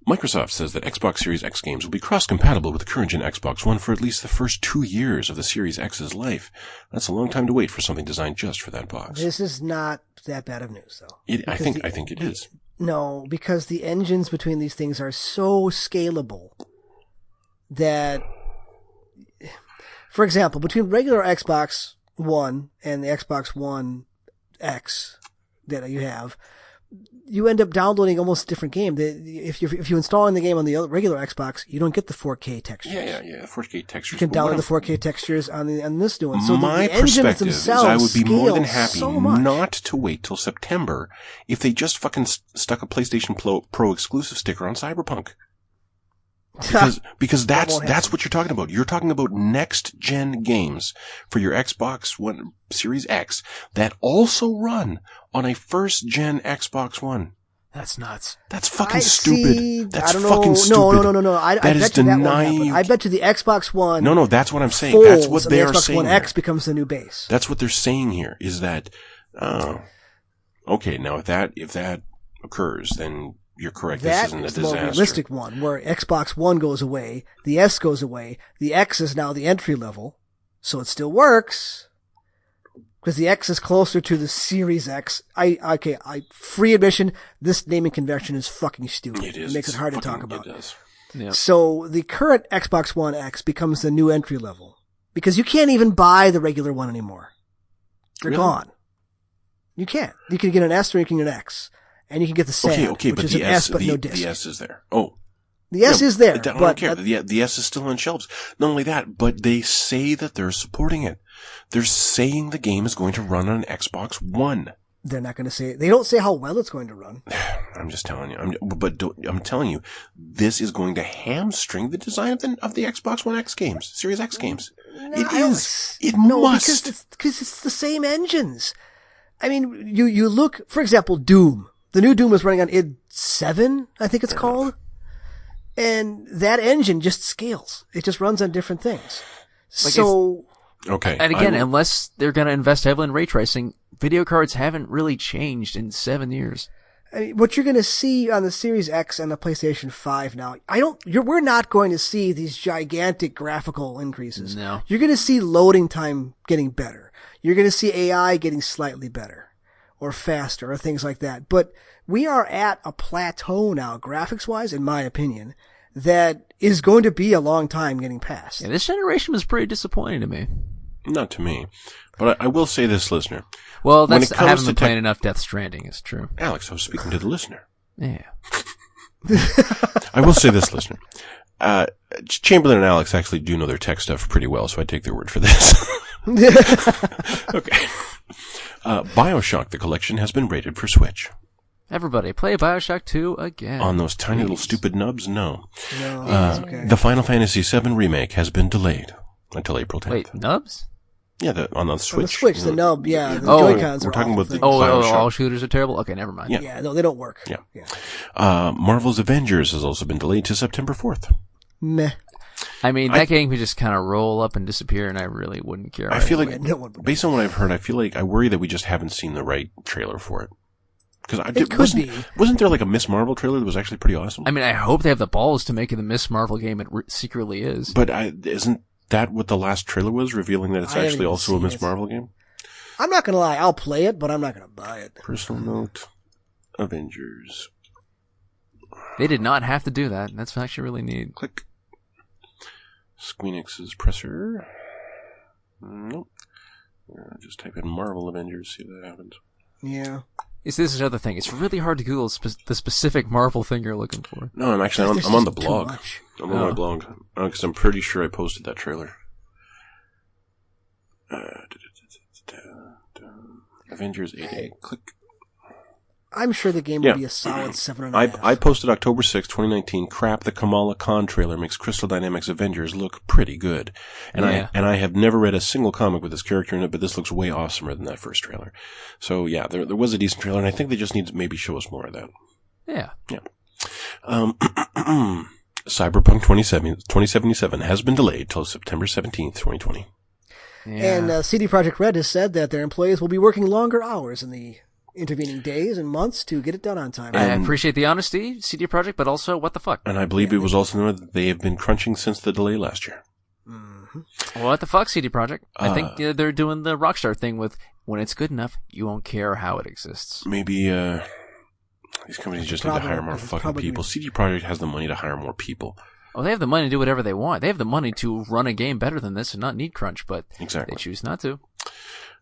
S1: Microsoft says that Xbox Series X games will be cross compatible with the current gen Xbox One for at least the first two years of the Series X's life. That's a long time to wait for something designed just for that box.
S2: This is not that bad of news though.
S1: It, I
S2: Because
S1: think
S2: the-
S1: I think it is.
S2: No, because the engines between these things are so scalable that, for example, between regular Xbox One and the Xbox One X that you have, you end up downloading almost a different game. The- If you're if you're installing the game on the other- regular Xbox, you don't get the 4K textures.
S1: Yeah, yeah, yeah. 4K textures.
S2: You can
S1: But what
S2: download
S1: I'm-
S2: the 4K textures on the on this new one. So the-
S1: my
S2: the, engines
S1: perspective is
S2: themselves
S1: I would be more than
S2: scale
S1: happy
S2: so much.
S1: not to wait till September if they just fucking s- stuck a PlayStation Pro, Pro exclusive sticker on Cyberpunk. because because that's
S2: won't
S1: that's what you're talking about. You're talking about next gen games for your Xbox One Series X that also run on a first gen Xbox One.
S3: That's nuts.
S1: That's fucking
S2: I
S1: stupid.
S2: see-
S1: that's
S2: I don't know.
S1: fucking
S2: no,
S1: stupid.
S2: No, no, no, no, no. I, I
S1: That is
S2: bet you that won't
S1: denying
S2: happen.
S1: you-
S2: I bet you the Xbox One.
S1: No, no, that's what I'm saying.
S2: folds
S1: that's what
S2: and
S1: they
S2: the
S1: are
S2: Xbox
S1: saying.
S2: One
S1: here.
S2: X becomes the new base.
S1: That's what they're saying here is that, oh, okay. Now if that if that occurs, then you're correct.
S2: That
S1: this isn't
S2: is
S1: a
S2: the more
S1: disaster.
S2: realistic one, where Xbox One goes away, the S goes away, the X is now the entry level, so it still works. Because the X is closer to the Series X. I okay. I free admission. This naming convention is fucking stupid.
S1: It is.
S2: makes it
S1: It's
S2: hard to
S1: fucking-
S2: talk about.
S1: It does.
S3: Yeah.
S2: So the current Xbox One X becomes the new entry level because you can't even buy the regular one anymore. They're
S1: Really?
S2: gone. You can't. You can get an S or you can get an X, and you can get the same,
S1: Okay, okay,
S2: which
S1: but
S2: is
S1: the
S2: an S,
S1: S,
S2: but
S1: the,
S2: no disc.
S1: the S is there. Oh,
S2: The S
S1: Yeah,
S2: is there,
S1: I don't, I
S2: but
S1: don't care.
S2: that-
S1: the, the S is still on shelves. Not only that, but they say that they're supporting it. They're saying the game is going to run on Xbox One.
S2: they're not going to say. They don't say how well it's going to run.
S1: I'm just telling you. I'm, but do I'm telling you, this is going to hamstring the design of the of the Xbox One X games, Series X games. it
S2: I don't-
S1: is. It
S2: no,
S1: must.
S2: because it's because it's the same engines. I mean, you you look for example, Doom. The new Doom is running on id seven, I think it's called, and that engine just scales. It just runs on different things.
S3: Like,
S2: so
S1: okay.
S3: And again,
S1: I-
S3: unless they're going to invest heavily in ray tracing, video cards haven't really changed in seven years.
S2: I mean, what you're going to see on the Series X and the PlayStation 5 now, I don't, you're, we're not going to see these gigantic graphical increases.
S3: No.
S2: You're going to see loading time getting better. You're going to see AI getting slightly better or faster or things like that. But we are at a plateau now, graphics wise, in my opinion, that is going to be a long time getting past.
S3: Yeah, this generation was pretty disappointing to me.
S1: not to me, but I, I will say this, listener,
S3: Well,
S1: When
S3: that's
S1: it
S3: I
S1: comes
S3: haven't
S1: to
S3: been playing
S1: tech-
S3: enough Death Stranding. It's true.
S1: Alex. I was speaking to the listener.
S3: Yeah.
S1: I will say this, listener. Uh, Ch- Chamberlain and Alex actually do know their tech stuff pretty well, so I take their word for this. okay. Uh, Bioshock, the collection, has been rated for Switch.
S3: Everybody, play Bioshock 2 again.
S1: On those tiny little
S3: Jeez.
S1: stupid nubs, no.
S2: no,
S1: Uh,
S2: it's okay.
S1: The Final Fantasy VII Remake has been delayed until April 10th.
S3: Wait, nubs?
S1: Yeah, the, on the Switch.
S2: on the Switch, the
S1: Mm.
S2: nub, yeah, the
S3: Oh,
S2: Joy-Cons
S1: we're
S2: are
S1: talking
S2: awful
S1: about the-
S2: things.
S3: Oh, oh,
S1: Bioshock.
S3: all shooters are terrible? Okay, never mind.
S1: Yeah.
S2: yeah, no, they don't work.
S1: Yeah.
S2: yeah.
S1: Uh, Marvel's Avengers has also been delayed to September 4th.
S2: Meh.
S3: I mean,
S1: I-
S3: that game could just kind of roll up and disappear, and I really wouldn't care.
S1: I feel
S3: anyway.
S1: like,
S2: Yeah, no one would.
S1: based on what I've heard, I feel like I worry that we just haven't seen the right trailer for it. Because I
S2: It
S1: did,
S2: could
S1: wasn't,
S2: be.
S1: wasn't there like a Miss Marvel trailer that was actually pretty awesome?
S3: I mean, I hope they have the balls to make it the Miss Marvel game it re- secretly is.
S1: but I, isn't that what the last trailer was revealing that it's
S2: I haven't
S1: actually
S2: even
S1: also a
S2: seen
S1: Miss
S2: it.
S1: Marvel game?
S2: I'm not gonna lie, I'll play it, but I'm not gonna buy it.
S1: Personal note: Avengers.
S3: They did not have to do that. and That's actually really neat.
S1: Click. Squeenix's presser. Nope. Uh, Just type in Marvel Avengers, see if that happens.
S2: Yeah.
S3: It's, this is another thing. It's really hard to Google spe- the specific Marvel thing you're looking for.
S1: No, I'm actually on,
S2: There's
S1: I'm on the
S2: just too
S1: blog.
S2: much.
S1: I'm on
S3: Oh.
S1: my blog because I'm pretty sure I posted that trailer. Uh, da-da-da-da-da-da. Avengers 8A. Click.
S2: I'm sure the game
S1: Yeah.
S2: would be a solid seven and a
S1: I,
S2: half.
S1: I posted October sixth, 2019. Crap, the Kamala Khan trailer makes Crystal Dynamics Avengers look pretty good. And
S3: Yeah.
S1: I and I have never read a single comic with this character in it, but this looks way awesomer than that first trailer. So yeah, there there was a decent trailer, and I think they just need to maybe show us more of that.
S3: Yeah.
S1: Um, Cyberpunk 27 2077 has been delayed till September 17th, 2020.
S3: Yeah.
S2: And uh, CD Projekt Red has said that their employees will be working longer hours in the intervening days and months to get it done on time.
S3: I
S1: and-
S3: appreciate the honesty, CD Projekt, but also, what the fuck?
S1: And I believe it was also noted that they have been crunching since the delay last year.
S3: What the fuck, CD Projekt? I
S1: Uh,
S3: think you know, they're doing the Rockstar thing with when it's good enough, you won't care how it exists.
S1: Maybe uh, these companies just need to
S2: Probably,
S1: hire more
S2: because it's
S1: fucking
S2: probably-
S1: people. CD Projekt has the money to hire more people.
S3: Oh, they have the money to do whatever they want. They have the money to run a game better than this and not need crunch, but
S1: Exactly.
S3: they choose not to.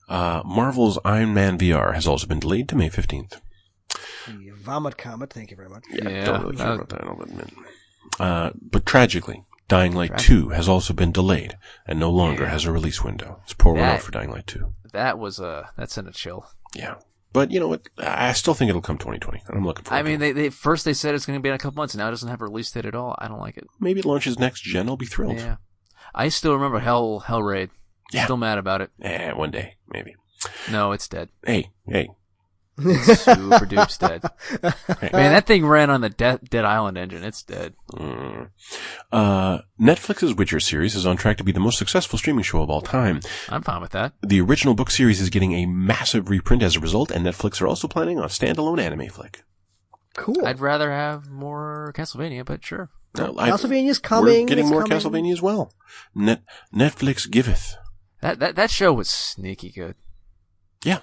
S1: Uh, Marvel's Iron Man VR has also been delayed to May 15th.
S2: The Vomit Comet, thank you very much.
S1: Yeah,
S3: Yeah,
S1: don't really care
S3: uh,
S1: about that, I'll admit. Uh, but tragically, Dying Light
S3: Tragic.
S1: 2 has also been delayed and no longer has a release window. It's poor one
S3: That-
S1: out for Dying Light 2.
S3: That was a that's in a chill.
S1: Yeah. But you know what? I still think it'll come 2020. I'm looking for.
S3: I mean, they, they first they said it's going to be in a couple months, and now it doesn't have a release date at all. I don't like it.
S1: maybe it launches next gen. I'll be thrilled.
S3: Yeah, I still remember Hell Hell Raid.
S1: Yeah.
S3: Still mad about it.
S1: Eh, one day maybe.
S3: No, it's dead.
S1: Hey, hey,
S3: Super dupe's dead. Man, that thing ran on the De- Dead Island engine. It's dead.
S1: Mm. Uh, Netflix's Witcher series is on track to be the most successful streaming show of all time.
S3: I'm fine with that.
S1: The original book series is getting a massive reprint as a result, and Netflix are also planning on a standalone anime flick.
S2: Cool.
S3: I'd rather have more Castlevania, but sure.
S1: Now, I-
S2: Castlevania's coming.
S1: We're getting
S2: it's
S1: more
S2: coming.
S1: Castlevania as well. Net, Netflix giveth.
S3: That that that show was sneaky good.
S1: Yeah,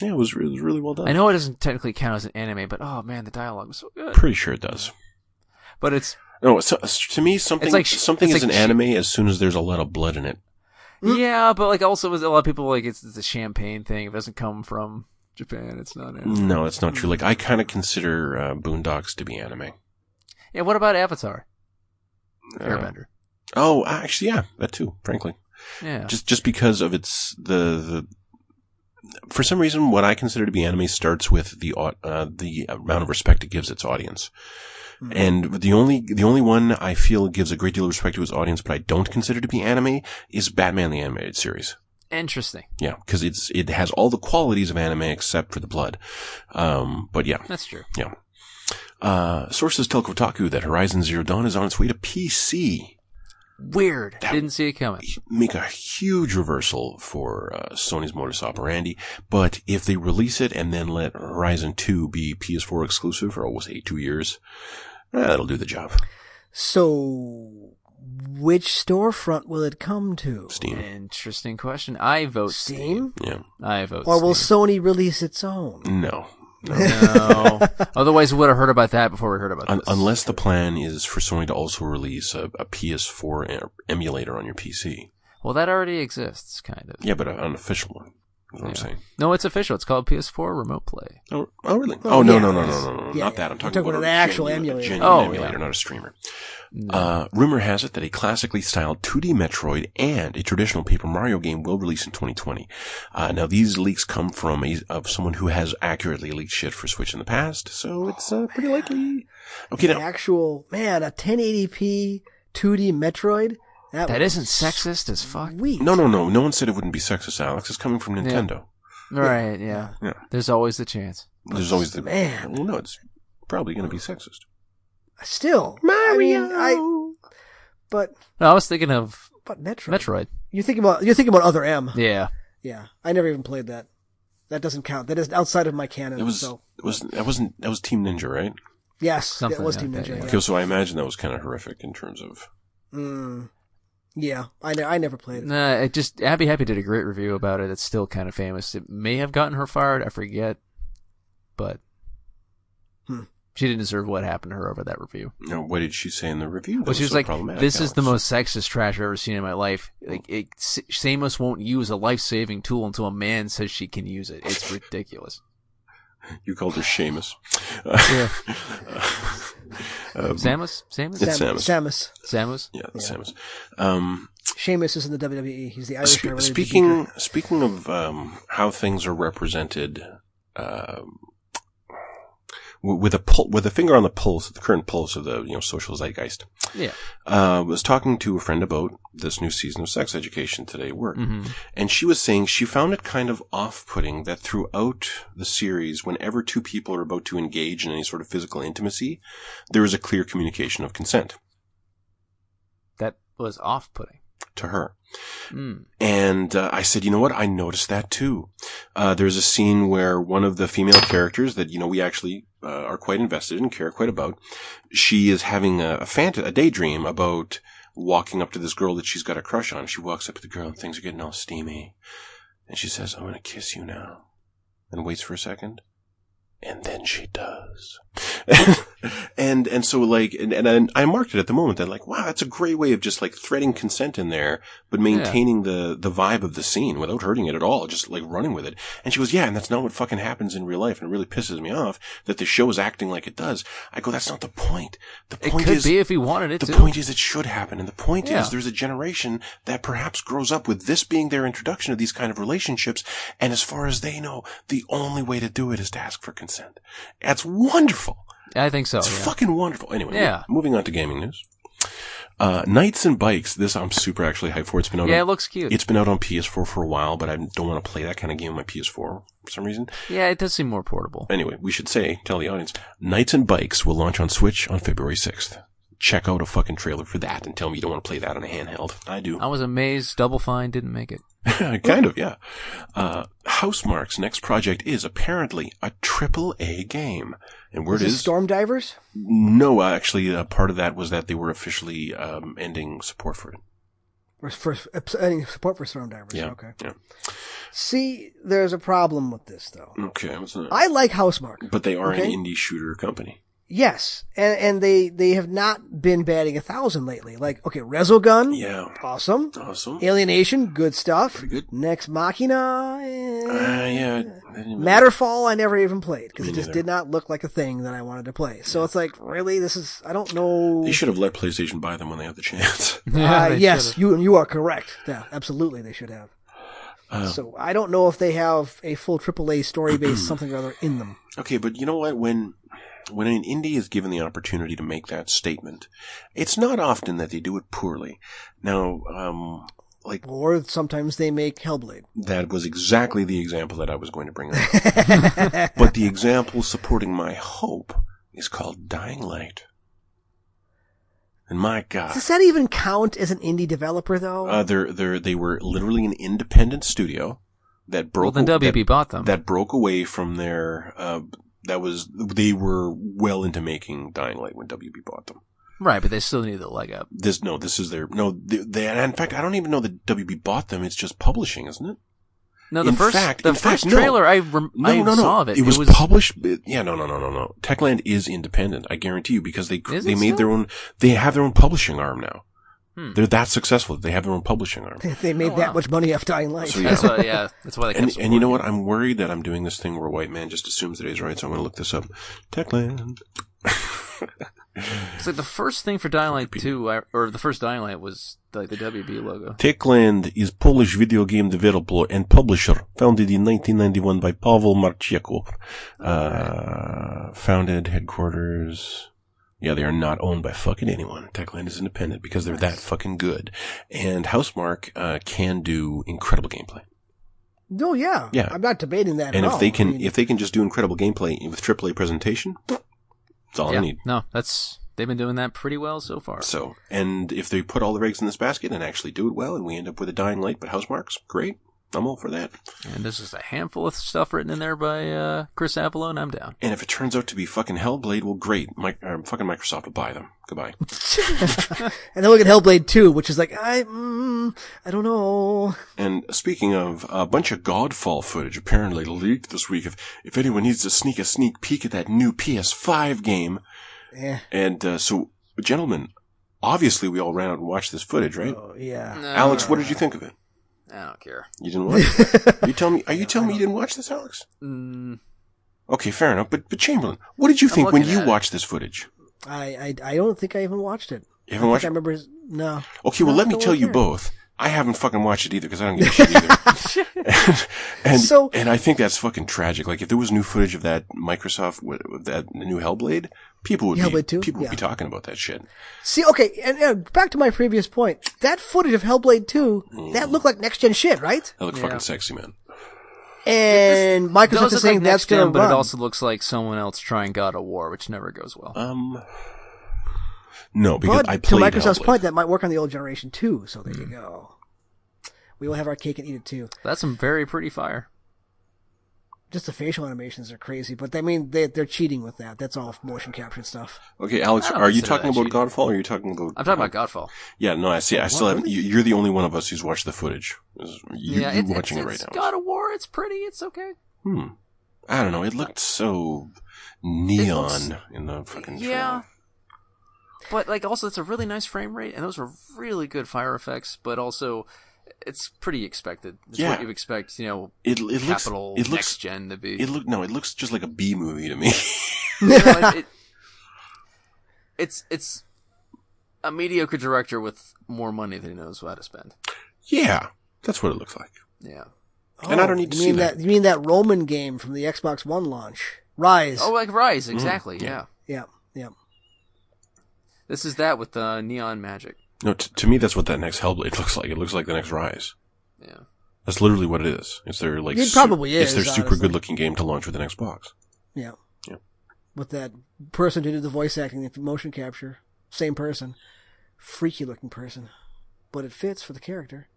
S1: yeah, it was, it was really well done.
S3: I know it doesn't technically count as an anime, but oh man, the dialogue was so good.
S1: Pretty sure it does.
S3: But it's
S1: No, so, uh, to me, something
S3: It's like sh-
S1: something
S3: it's
S1: is
S3: like
S1: an
S3: sh-
S1: anime as soon as there's a lot of blood in it. Mm.
S3: yeah, but like also with a lot of people like it's, it's a champagne thing. If it doesn't come from Japan, it's not anime.
S1: No, that's not true. Like I kind of consider uh, Boondocks to be anime.
S3: Yeah, what about Avatar?
S1: Uh,
S3: Airbender.
S1: Oh, actually, yeah, that too. Frankly,
S3: Yeah.
S1: just just because of its the the for some reason what I consider to be anime starts with the au- uh, the amount of respect it gives its audience. And the only the only one I feel gives a great deal of respect to its audience, but I don't consider to be anime, is Batman the animated series.
S3: Interesting.
S1: Yeah, because it's it has all the qualities of anime except for the blood. Um, but yeah,
S3: That's true.
S1: yeah. Uh, sources tell Kotaku that Horizon Zero Dawn is on its way to PC.
S3: Weird. Didn't see it coming.
S1: make a huge reversal for uh, Sony's modus operandi. But if they release it and then let Horizon 2 be PS4 exclusive for almost eight, two years, eh, that'll do the job.
S2: So, which storefront will it come to?
S1: Steam.
S3: Interesting question. I vote Steam.
S2: Steam?
S1: Yeah.
S3: I vote
S2: Or will
S3: Steam.
S2: Sony release its own?
S1: No. No.
S3: No. Otherwise, we would have heard about that before we heard about
S1: Un-
S3: this.
S1: unless the plan is for Sony to also release a, a PS4 em- eh, emulator on your PC.
S3: well, that already exists, kind of.
S1: Yeah, but an official one. That's what I'm saying.
S3: No, it's official. It's called PS4 Remote Play.
S1: Oh, oh really?
S2: Oh,
S1: Oh, no,
S2: yeah,
S1: no, no, no,
S2: that's-
S1: no, no, no,
S2: yeah,
S1: not
S2: yeah.
S1: that. I'm talking,
S2: We're talking
S1: about,
S2: about an actual
S1: genuine-
S2: emulator.
S1: A genuine
S3: Oh, yeah.
S1: emulator, not a streamer. Uh, rumor has it that a classically styled 2D Metroid and a traditional Paper Mario game will release in 2020. Uh, now these leaks come from a, of someone who has accurately leaked shit for Switch in the past, so it's uh, pretty likely. Okay,
S2: An
S1: now
S2: actual man, a 1080p 2D Metroid. That,
S3: That
S2: would
S3: isn't
S2: be
S3: sexist as fuck.
S2: Sweet.
S1: no, no, no, no one said it wouldn't be sexist. Alex, it's coming from Nintendo.
S3: Right, yeah.
S1: Yeah,
S3: There's always the chance.
S1: there's always the
S2: Man.
S1: Well, no, it's probably going to be sexist.
S2: Still, I mean, I, but
S3: No, I was thinking of
S2: but Metroid.
S3: Metroid.
S2: You're thinking about you're thinking about Other M.
S3: Yeah.
S2: Yeah, I never even played that. That doesn't count. That is outside of my canon.
S1: It was,
S2: so
S1: it was, that wasn't, that was Team Ninja, right?
S2: yes, that
S3: something
S2: was
S3: like
S2: Team
S3: that,
S2: Ninja.
S3: yeah.
S2: Yeah.
S1: Okay, so I imagine that was kind of horrific in terms of.
S2: Mm. yeah, I ne- I never played it.
S3: Nah, it just Abby Happy did a great review about it. It's still kind of famous. It may have gotten her fired. I forget, but
S2: Hmm.
S3: she didn't deserve what happened to her over that review.
S1: You know, what did she say in the review? that
S3: Well, she was
S1: so
S3: like,
S1: problematic,
S3: "This is the
S1: Alex?
S3: most sexist trash I've ever seen in my life. Like, it, S- Samus won't use a life-saving tool until a man says she can use it. It's ridiculous."
S1: You called her Seamus. Uh,
S3: Yeah.
S1: Um,
S3: Samus, Samus,
S1: It's
S2: Samus. Samus.
S3: Samus.
S1: yeah,
S2: Yeah.
S1: Samus. Um,
S2: Seamus is in the WWE. He's the Irish
S1: spe-
S2: guy related to Dietrich.
S1: speaking speaking of um, how things are represented, um, w- with a pul- with a finger on the pulse, the current pulse of the you know social zeitgeist,
S3: Yeah.
S1: uh, was talking to a friend about this new season of Sex Education Today at work,
S3: hmm
S1: and she was saying she found it kind of off-putting that throughout the series, whenever two people are about to engage in any sort of physical intimacy, there is a clear communication of consent
S3: That was off-putting.
S1: to her.
S3: Mm.
S1: And uh, I said, you know what? I noticed that too. Uh, there's a scene where one of the female characters that you know we actually uh, are quite invested in, care quite about, she is having a, a fant- a daydream about walking up to this girl that she's got a crush on. She walks up to the girl and things are getting all steamy, and she says, "I'm gonna kiss you now," and waits for a second, and then she does. and and so like and, and I, I marked it at the moment that like wow that's a great way of just like threading consent in there but maintaining the the vibe of the scene without hurting it at all just like running with it and she goes yeah and that's not what fucking happens in real life and it really pisses me off that the show is acting like it does I go that's not the point the
S3: It
S1: point
S3: could
S1: is
S3: be if he wanted it
S1: the
S3: to.
S1: point is it should happen and the point
S3: Yeah.
S1: is there's a generation that perhaps grows up with this being their introduction to these kind of relationships and as far as they know the only way to do it is to ask for consent that's wonderful
S3: I think so.
S1: it's
S3: Oh, yeah.
S1: fucking wonderful anyway
S3: Yeah.
S1: mo- moving on to gaming news uh, Knights and Bikes. This I'm super actually hyped for. It's been out.
S3: Yeah, it
S1: on,
S3: looks cute.
S1: It's been out on PS4 for a while, but I don't want to play that kind of game on my PS4 for some reason.
S3: yeah, it does seem more portable.
S1: Anyway, we should say, tell the audience, Knights and Bikes will launch on Switch on February 6th. Check out a fucking trailer for that and tell me you don't want to play that on a handheld. I do.
S3: I was amazed Double Fine didn't make it.
S1: kind of, yeah. Uh, Housemark's next project is apparently a triple A game. And where
S2: Is
S1: it
S2: it
S1: is,
S2: Storm Divers?
S1: no, actually, uh, part of that was that they were officially um, ending support for it.
S2: Or for, any support for Storm Divers?
S1: Yeah.
S2: Okay.
S1: Yeah.
S2: See, there's a problem with this though.
S1: Okay. it was a-
S2: I like Housemark.
S1: but they are an
S2: Okay.
S1: indie shooter company.
S2: Yes, and and they they have not been batting a thousand lately. Like okay, Resogun,
S1: Yeah.
S2: awesome.
S1: Awesome.
S2: Alienation, good stuff.
S1: Pretty good.
S2: Next Machina,
S1: Uh,
S2: eh.
S1: yeah. I didn't even-
S2: Matterfall, I never even played because
S1: Me
S2: it just
S1: neither.
S2: did not look like a thing that I wanted to play. So it's like, really, this is I don't know.
S1: They should have let PlayStation buy them when they had the chance.
S2: Uh,
S3: they
S2: yes,
S3: should've.
S2: you you are correct. Yeah, absolutely, they should have.
S1: Uh,
S2: So I don't know if they have a full AAA story based something or other in them.
S1: Okay, but you know what? When when an indie is given the opportunity to make that statement, it's not often that they do it poorly. Now, um, like
S2: Or sometimes they make Hellblade.
S1: that was exactly the example that I was going to bring up. but the example supporting my hope is called Dying Light. And my God,
S2: Does that even count as an indie developer though?
S1: uh, they're, they're, they were literally an independent studio that
S3: Well,
S1: broke.
S3: then
S1: that-
S3: WB bought them.
S1: that broke away from their uh, that was they were well into making Dying Light when WB bought them.
S3: right, but they still need the leg up.
S1: This no, this is their no. They, they, and in fact, I don't even know that WB bought them. It's just publishing, isn't it?
S3: No, the
S1: In
S3: first
S1: fact-
S3: the
S1: in fact,
S3: first
S1: no.
S3: trailer I, rem-
S1: No,
S3: I
S1: no, no.
S3: saw of it.
S1: It was, published. Yeah, no, no, no, no, no. Techland is independent. I guarantee you because they
S3: Is it
S1: they made
S3: still?
S1: their own. They have their own publishing arm now.
S3: Hmm.
S1: They're that successful. that They have their own publishing arm.
S2: If they made
S3: Oh,
S2: that
S3: wow.
S2: much money off Dying Light.
S1: So,
S3: That's why, yeah, that's why they kept
S1: And, and you know
S3: supporting
S1: what? I'm worried that I'm doing this thing where a white man just assumes that he's right. So I'm going to look this up. Techland.
S3: it. It's like the first thing for Dying Light 2, I- or the first Dying Light was like the WB logo.
S1: Techland is Polish video game developer and publisher, founded in 1991 by Pavel Marciakov. Uh, founded headquarters. Yeah, they are not owned by fucking anyone. Techland is independent because they're that fucking good. And Housemark uh, can do incredible gameplay.
S2: No, Oh, yeah.
S1: Yeah.
S2: I'm not debating that
S1: and
S2: at
S1: if
S2: all.
S1: they
S2: I
S1: can,
S2: mean,
S1: if they can just do incredible gameplay with AAA presentation, that's all I
S3: yeah,
S1: need.
S3: no, that's they've been doing that pretty well so far.
S1: So, and if they put all their eggs in this basket and actually do it well, and we end up with a dying light, but Housemark's great. I'm all for that.
S3: And there's just a handful of stuff written in there by uh, Chris Avalone. I'm down.
S1: And if it turns out to be fucking Hellblade, well, great. My, uh, fucking Microsoft will buy them. Goodbye.
S2: and then look at Hellblade 2, which is like, I, mm, I don't know.
S1: and speaking of, a bunch of Godfall footage apparently leaked this week. If if anyone needs to sneak a sneak peek at that new PS5 game,
S2: Eh.
S1: and uh, so, gentlemen, obviously we all ran out and watched this footage,
S3: Uh,
S1: right?
S2: Oh, yeah.
S1: Alex, what did you think of it?
S3: I don't care.
S1: You didn't watch. it? you tell me. Are you telling me you didn't watch this, Alex?
S3: Mm,
S1: Okay, fair enough. But but Chamberlain, what did you
S3: I'm
S1: think when
S3: looking
S1: you
S3: at it.
S1: watched this footage?
S2: I, I, I don't think I even watched it.
S1: You haven't watched.
S2: I
S1: it?
S2: remember, his- no.
S1: Okay, well,
S2: No,
S1: let me
S2: don't
S1: tell you
S2: care.
S1: both. I haven't fucking watched it either because I don't give a shit either. and
S2: So-
S1: and I think that's fucking tragic. Like if there was new footage of that Microsoft with with that new Hellblade, people would be
S2: Hellblade 2?
S1: people would be
S2: Yeah.
S1: talking about that shit.
S2: See, okay, and, and back to my previous point. That footage of Hellblade 2,
S1: Mm.
S2: that looked like next gen shit, right?
S1: That looked
S3: Yeah.
S1: fucking sexy, man.
S2: And
S3: does
S2: Microsoft
S3: look
S2: is saying
S3: like
S2: that's
S3: next
S2: going
S3: gen,
S2: to
S3: but
S2: run.
S3: it also looks like someone else trying God of War, which never goes well.
S1: Um, no, because
S2: but
S1: I
S2: to
S1: played Hellblade.
S2: Microsoft's
S1: Hmm.
S2: point, that might work on the old generation too. So there you go. We will have our cake and eat it too.
S3: That's some very pretty fire.
S2: Just the facial animations are crazy, but I mean they, they're cheating with that. That's all motion capture stuff.
S1: Okay, Alex,
S3: I don't
S1: are you
S3: consider
S1: talking
S3: that
S1: about Godfall? or Are you talking about?
S3: I'm talking about Godfall.
S1: Yeah, no, I see. I still haven't. You, you're the only one of us who's watched the footage. You,
S3: yeah,
S1: you
S3: it's,
S1: watching
S3: it's,
S1: it right
S3: it's
S1: now.
S3: God of War. It's pretty. It's okay.
S1: Hmm. I don't know. It looked so neon in the fucking trailer.
S3: Yeah. But like also it's a really nice frame rate and those are really good fire effects, but also it's pretty expected. It's
S1: Yeah.
S3: what you expect, you know,
S1: It, it looks
S3: capital
S1: it
S3: next
S1: looks
S3: gen to be.
S1: it look no it looks just like a B movie to me.
S3: You know, it- it- it's it's a mediocre director with more money than he knows how to spend.
S1: yeah, that's what it looks like.
S3: Yeah.
S1: And I don't need to
S2: Oh, you
S1: see
S2: mean
S1: that.
S2: You mean that Roman game from the Xbox One launch? Rise.
S3: Oh, like Rise, exactly.
S1: Mm, yeah.
S3: yeah.
S2: Yeah, yeah.
S3: This is that with uh, neon magic.
S1: No, t- to me that's what that next Hellblade looks like. It looks like the next Rise.
S3: Yeah.
S1: That's literally what it is. It's their like
S2: It
S1: su-
S2: probably
S1: It's
S2: is,
S1: their super
S2: honestly.
S1: good looking game to launch with the next box.
S2: Yeah.
S1: Yeah.
S2: With that person who did the voice acting and motion capture, same person, freaky looking person, but it fits for the character.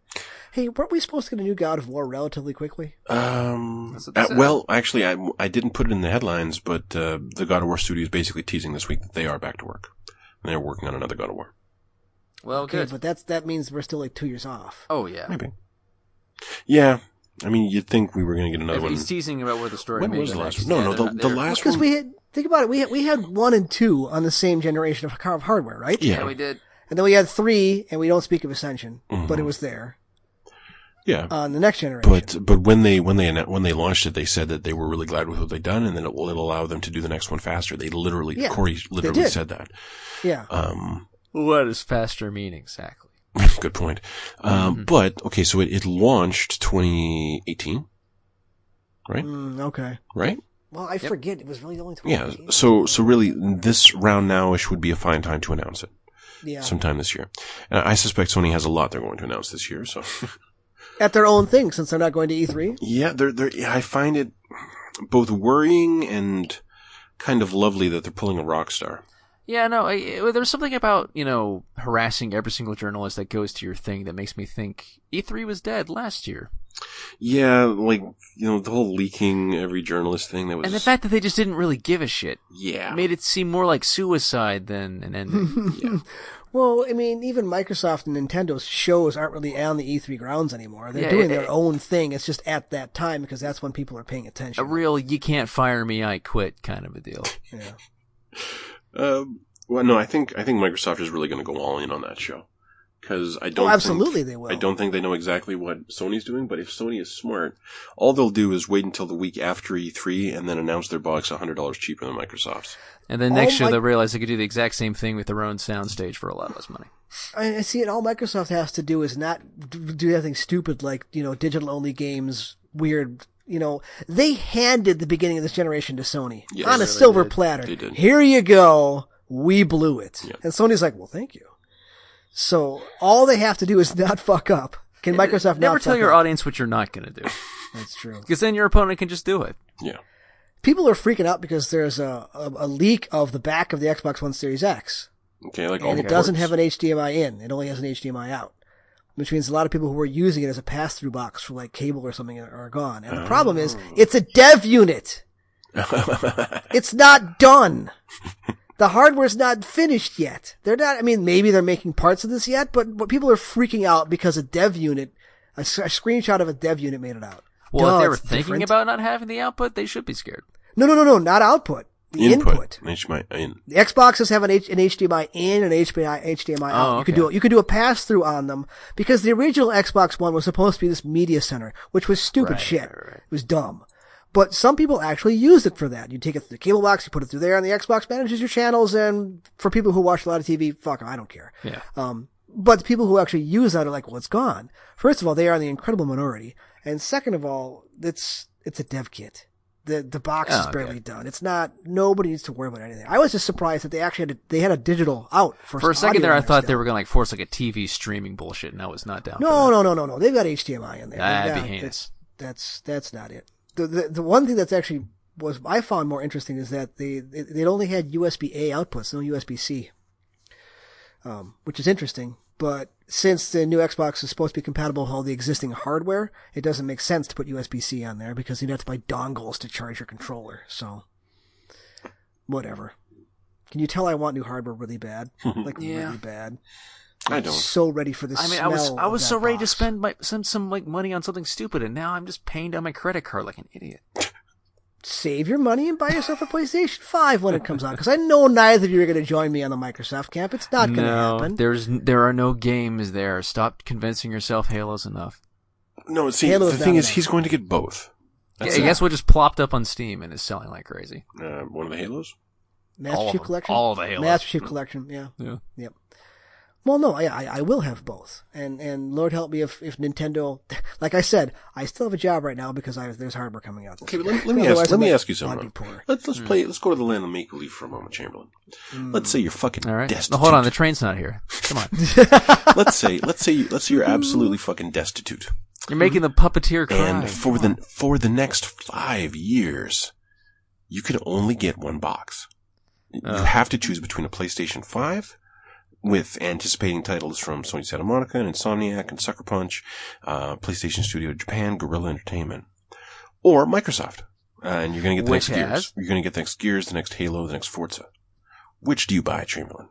S2: Hey, weren't we supposed to get a new God of War relatively quickly?
S1: Um,
S3: That's what they
S1: uh,
S3: said.
S1: well, actually, I, I didn't put it in the headlines, but uh, the God of War studio is basically teasing this week that they are back to work. And they're working on another God of War.
S3: Well, Oh, good.
S2: but that's that means we're still like two years off.
S3: Oh yeah.
S1: Maybe. Yeah. I mean, you'd think we were going to get another
S3: If
S1: one.
S3: he's teasing about where the story.
S1: When
S3: may
S1: was
S3: go
S1: the last
S3: next.
S1: one? No,
S3: Yeah,
S1: no,
S3: they're
S1: the-
S3: not-
S1: the
S3: they're-
S1: last-
S2: Because we had think about it, we had, we had one and two on the same generation of car of hardware, right?
S1: Yeah.
S3: Yeah, we did.
S2: And then we had three, and we don't speak of Ascension, but
S1: Mhm.
S2: it was there
S1: Yeah.
S2: on the next generation.
S1: but but when they when they annou- when they launched it, they said that they were really glad with what they'd done, and then it will it'll allow them to do the next one faster. They literally
S2: Yeah,
S1: Corey literally
S2: did.
S1: said that.
S2: yeah,
S1: Um,
S3: What is faster mean exactly?
S1: Good point. Um,
S2: Mm-hmm.
S1: But okay, so it, it launched 2018, right?
S2: Mm, okay.
S1: Right?
S2: Well, I forget it was really only twenty.
S1: Yeah. So so really, this round nowish would be a fine time to announce it
S2: yeah,
S1: sometime this year. And I suspect Sony has a lot they're going to announce this year. So
S2: at their own thing since they're not going to E three.
S1: yeah, they're they're. yeah, I find it both worrying and kind of lovely that they're pulling a rock star.
S3: Yeah, no. I, it- there's something about you know harassing every single journalist that goes to your thing that makes me think E3 was dead last year,
S1: Yeah, like you know the whole leaking every journalist thing that was.
S3: and the fact that they just didn't really give a shit
S1: yeah.
S3: made it seem more like suicide than an ending.
S2: Well, I mean, even Microsoft and Nintendo's shows aren't really on the E3 grounds anymore. They're
S3: Yeah,
S2: doing
S3: it-
S2: their
S3: it-
S2: own thing. It's just at that time because that's when people are paying
S3: a
S2: attention.
S3: real "you can't fire me, I quit" kind of a deal.
S2: yeah. Oh,
S1: Um, well, no, I think I think Microsoft is really going to go all in on that show because I don't
S2: Oh, absolutely
S1: think-
S2: they will.
S1: I don't think they know exactly what Sony's doing, but if Sony is smart, all they'll do is wait until the week after E3 and then announce their box hundred dollars cheaper than Microsoft's.
S3: And
S1: Oh
S3: then
S2: All
S3: next year
S2: my-
S3: they'll realize they could do the exact same thing with their own soundstage for a lot less money.
S2: I I see it. All Microsoft has to do is not d- do anything stupid like, you know, digital only games, weird, you know, they handed the beginning of this generation to Sony
S1: Yes.
S2: on
S1: They really
S2: a silver
S3: did.
S2: platter.
S1: They did.
S2: Here you go. We blew it.
S1: Yeah.
S2: And Sony's like, well, thank you. So all they have to do is not fuck up. Can Microsoft
S3: Never
S2: not
S3: tell
S2: fuck
S3: your
S2: up?
S3: audience what you're not going to do,
S2: That's true.
S3: because then your opponent can just do it.
S1: Yeah,
S2: people are freaking out because there's a, a, a leak of the back of the Xbox One Series X,
S1: okay, like all
S2: and
S1: the
S2: it doesn't
S1: ports.
S2: have an HDMI in; it only has an HDMI out, which means a lot of people who were using it as a pass-through box for like cable or something are are gone. And the problem is,
S3: Oh.
S2: it's a dev unit; it's not done. the hardware's not finished yet. They're not. I mean, maybe they're making parts of this yet, but but people are freaking out because a dev unit, a, s- a screenshot of a dev unit made it out.
S3: Well,
S2: Duh,
S3: if they were
S2: it's
S3: thinking
S2: different.
S3: about not having the output, they should be scared.
S2: no, no, no, no, not output, the input.
S1: HDMI in.
S2: The Xboxes have an, H- an HDMI in and HDMI HDMI out.
S3: Oh,
S2: You can
S3: okay.
S2: do a, you can do a pass through on them because the original Xbox One was supposed to be this media center, which was stupid
S3: Right,
S2: shit.
S3: right, right.
S2: It was dumb. But some people actually used it for that. You take it through the cable box, you put it through there, and the Xbox manages your channels. And for people who watch a lot of TV, fuck 'em, I don't care.
S3: Yeah.
S2: Um, but the people who actually use that are like, well, it's gone. First of all, they are in the incredible minority, and second of all, it's it's a dev kit. The the box
S3: Oh,
S2: is
S3: okay.
S2: barely done. It's not. Nobody needs to worry about anything. I was just surprised that they actually had a, they had a digital out for
S3: For a
S2: some
S3: second
S2: audio
S3: there, I
S2: in
S3: thought
S2: still.
S3: they were going to like force like a TV streaming bullshit, and I was not down.
S2: No, no, no, no, no. They've got HDMI in there.
S3: That'd
S2: They've
S3: be
S2: got-
S3: heinous.
S2: That's that's that's not it. The, the the one thing that's actually was I found more interesting is that they they they'd only had USB A outputs, no USB C, um, which is interesting. But since the new Xbox is supposed to be compatible with all the existing hardware, it doesn't make sense to put USB C on there because you'd have to buy dongles to charge your controller. So, whatever. Can you tell I want new hardware really bad? Like
S3: Yeah.
S2: really bad.
S1: I don't.
S2: So ready for this.
S3: I mean, I was I was so ready to
S2: spend.
S3: spend my some some like money on something stupid, and now I'm just paying down my credit card like an idiot.
S2: save your money and buy yourself a PlayStation 5 when it comes out. Because I know neither of you are going to join me on the Microsoft camp. It's not going to
S3: no,
S2: happen.
S3: there's there are no games there. Stop convincing yourself Halo's enough.
S1: No, see,
S2: Halo's
S1: the
S2: not
S1: thing is,
S2: enough.
S1: he's going to get both.
S3: Yeah,
S1: That's
S3: I
S1: it.
S3: guess what just plopped up on Steam and is selling like crazy.
S1: Uh, one of the Halos?
S2: Master
S3: all of
S2: Chief
S3: them.
S2: Collection?
S3: All the Halos.
S2: Master Chief Collection, yeah.
S3: Yeah.
S2: Yep. Well, no, I, I I will have both, and and Lord help me if if Nintendo, like I said, I still have a job right now because I there's hardware coming out. This
S1: Okay, but
S2: year.
S1: let, let me ask.
S2: Otherwise, I
S1: Let me
S2: might-
S1: ask you
S2: I'd
S1: something.
S2: be poor.
S1: Let's
S3: Hmm.
S1: let's play. Let's go to the land of make believe for a moment, Chamberlain. Let's say you're fucking
S3: All right.
S1: destitute.
S3: No, hold on, the train's not here. Come on.
S1: let's say let's say you, let's say you're absolutely fucking destitute,
S3: You're making the puppeteer cry.
S1: and for the for the next five years, you can only get one box. You
S2: Oh.
S3: Uh.
S1: have to choose between a PlayStation Five. With anticipating titles from Sony Santa Monica and Insomniac and Sucker Punch, uh, PlayStation Studio Japan, Guerrilla Entertainment, or Microsoft, uh, and you're going to get the
S3: Which
S1: next
S3: has-
S1: Gears, you're going to get the next Gears, the next Halo, the next Forza. Which do you buy, Chamberlain?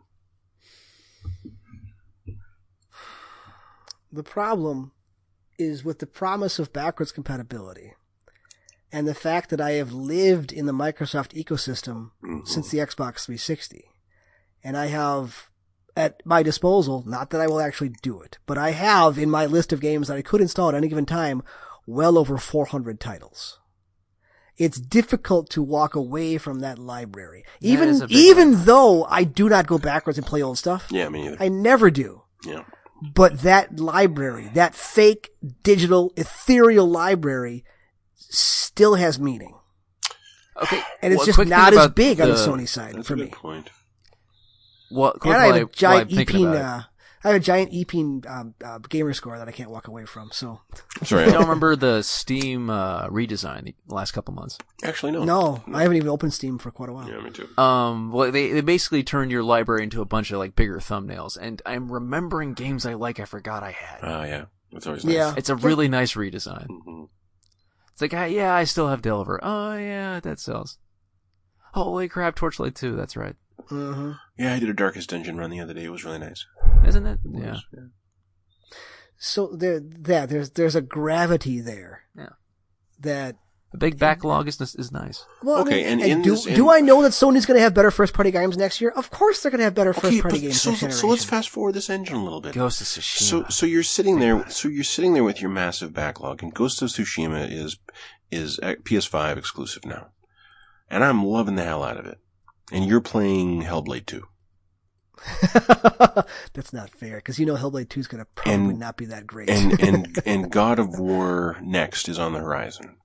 S2: The problem is with the promise of backwards compatibility, and the fact that I have lived in the Microsoft ecosystem since the Xbox 360, and I have at my disposal, not that I will actually do it, but I have in my list of games that I could install at any given time well over 400 titles. It's difficult to walk away from that library.
S3: That
S2: Even
S3: is a big
S2: even though I do not go backwards and play old stuff,
S1: Yeah, me either.
S2: I never do.
S1: yeah.
S2: But that library, that fake digital ethereal library still has meaning.
S3: okay,
S2: And it's
S3: well,
S2: just
S3: quick thing
S2: not as
S3: about
S2: big on the
S3: the-
S2: Sony side
S1: That's
S2: for
S1: a good
S2: me.
S1: point.
S3: Well, quick
S2: And I have
S3: while
S2: a
S3: I- while I'm
S1: E
S2: giant
S3: thinking
S2: Epeen,
S3: about it.
S2: uh, I have a giant Epeen um, uh, gamer score that I can't walk away from. So
S1: I'm sorry.
S3: I
S1: I
S3: don't remember the Steam uh, redesign the last couple months.
S1: actually, no.
S2: no, I haven't even opened Steam for quite a while.
S1: Yeah, me too.
S3: Um, well, they they basically turned your library into a bunch of like bigger thumbnails, and I'm remembering games I like I forgot I had.
S1: Ah, yeah. That's always nice.
S2: Yeah.
S3: It's a really nice redesign.
S1: hmm
S3: It's like, I, yeah, I still have Delver. Oh yeah, Dead Cells. Holy crap, Torchlight 2, that's right.
S2: hmm
S1: Yeah, I did a Darkest Dungeon run the other day. It was really nice.
S3: Isn't it? Yeah.
S2: So there, that there's there's a gravity there
S3: Yeah.
S2: that.
S3: A big backlog is is nice.
S2: Well, I
S1: Okay,
S2: mean,
S1: and in
S2: do,
S1: this- in-
S2: do I know that Sony's going to have better first party games next year? Of course, they're going to have better first
S1: Okay,
S2: party
S1: but
S2: games
S1: so,
S2: next generation.
S1: so let's fast forward this engine a little bit.
S3: Ghost of Tsushima.
S1: so, so you're sitting there. So you're sitting there with your massive backlog, and Ghost of Tsushima is is a- PS5 exclusive now, and I'm loving the hell out of it. And you're playing Hellblade 2.
S2: That's not fair because you know Hellblade Two is going to probably
S1: And-
S2: not be that great.
S1: and and and God of War next is on the horizon,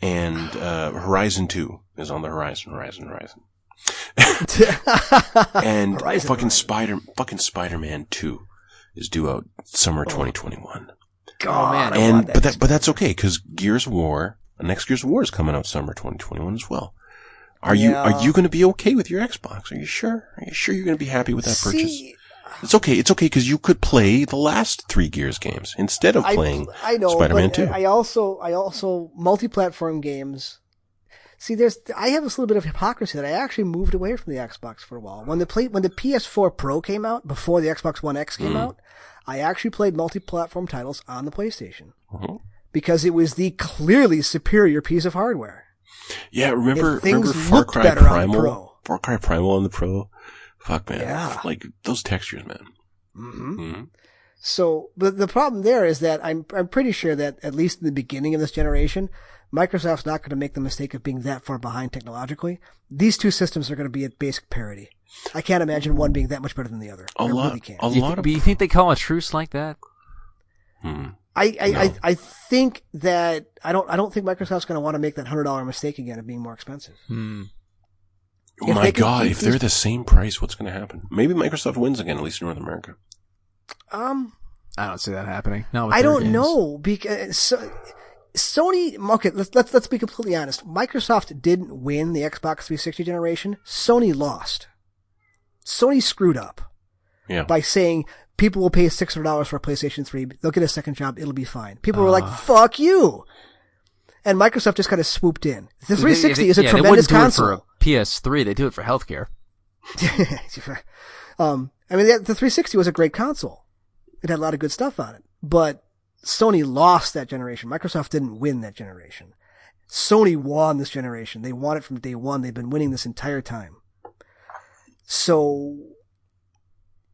S1: and uh, Horizon Two is on the horizon, horizon, horizon, and
S2: Horizon,
S1: fucking
S2: horizon.
S1: Spider fucking Spider Man Two is due out summer 2021,
S2: God,
S3: Oh, man.
S2: Oh. I
S1: and
S2: want
S1: but that but that's okay because Gears of War next Gears of War is coming out summer 2021 as well. Are you
S2: Yeah.
S1: are you going to be okay with your Xbox? Are you sure? Are you sure you're going to be happy with that purchase?
S2: See,
S1: It's okay. It's okay because you could play the last three Gears games instead of
S2: I,
S1: playing
S2: I know,
S1: Spider-Man
S2: but uh,
S1: 2.
S2: I also, I also multi-platform games. See, there's, I have this little bit of hypocrisy that I actually moved away from the Xbox for a while. When the play, when the PS4 Pro came out, before the Xbox One X
S1: Mm.
S2: came out, I actually played multi-platform titles on the PlayStation
S1: Mhm.
S2: because it was the clearly superior piece of hardware.
S1: Yeah, remember,
S2: If things
S1: remember Far
S2: looked
S1: Cry
S2: better on the
S1: Primal?
S2: Pro.
S1: Far Cry Primal on the Pro? Fuck, man.
S2: Yeah.
S1: Like, those textures, man.
S2: Mm-hmm.
S1: Mhm.
S2: So, but the problem there is that I'm I'm pretty sure that at least in the beginning of this generation, Microsoft's not going to make the mistake of being that far behind technologically. These two systems are going to be at basic parity. I can't imagine one being that much better than the other.
S1: A
S2: I
S1: lot,
S2: really can't.
S1: a
S3: you,
S1: lot
S3: thi-
S1: of,
S3: but you think they call a truce like that?
S1: Hmm.
S2: I I, I
S1: No.
S2: I think that I don't I don't think Microsoft's going to want to make that hundred dollar mistake again of being more expensive.
S3: Hmm.
S2: If
S1: my
S2: they can
S1: god,
S2: keep
S1: if they're
S2: these-
S1: the same price, what's gonna happen? Maybe Microsoft wins again, at least in North America.
S2: Um,
S3: I don't see that happening. No, with
S2: I
S3: their
S2: don't
S3: games.
S2: know because so, Sony. Okay, let's let's let's be completely honest. Microsoft didn't win the Xbox 360 generation. Sony lost. Sony screwed up
S1: Yeah.
S2: by saying people will pay six hundred dollars for a PlayStation 3. They'll get a second job. It'll be fine. People were like,
S3: Ah.
S2: "Fuck you," and Microsoft just kind of swooped in. The
S3: If they- if
S2: 360
S3: they-
S2: is a
S3: yeah,
S2: tremendous
S3: they wouldn't
S2: console.
S3: Do it for a PS3, they do it for healthcare.
S2: um, I mean, the, the 360 was a great console. It had a lot of good stuff on it, but Sony lost that generation. Microsoft didn't win that generation. Sony won this generation. They won it from day one. They've been winning this entire time. So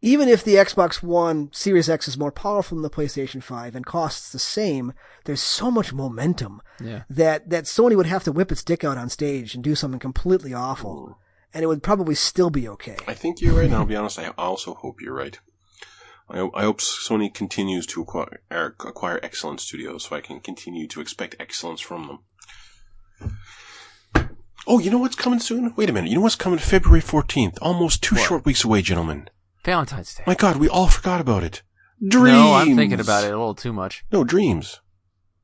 S2: even if the Xbox One Series X is more powerful than the PlayStation 5 and costs the same, there's so much momentum
S3: Yeah.
S2: that, that Sony would have to whip its dick out on stage and do something completely awful. And it would probably still be okay.
S1: I think you're right, and I'll be honest, I also hope you're right. I, I hope Sony continues to acquire, er, acquire excellent studios so I can continue to expect excellence from them. Oh, you know what's coming soon? Wait a minute. You know what's coming February 14th? Almost two
S3: What?
S1: short weeks away, gentlemen.
S3: Valentine's Day.
S1: My God, we all forgot about it. Dreams!
S3: No, I'm thinking about it a little too much.
S1: No, dreams.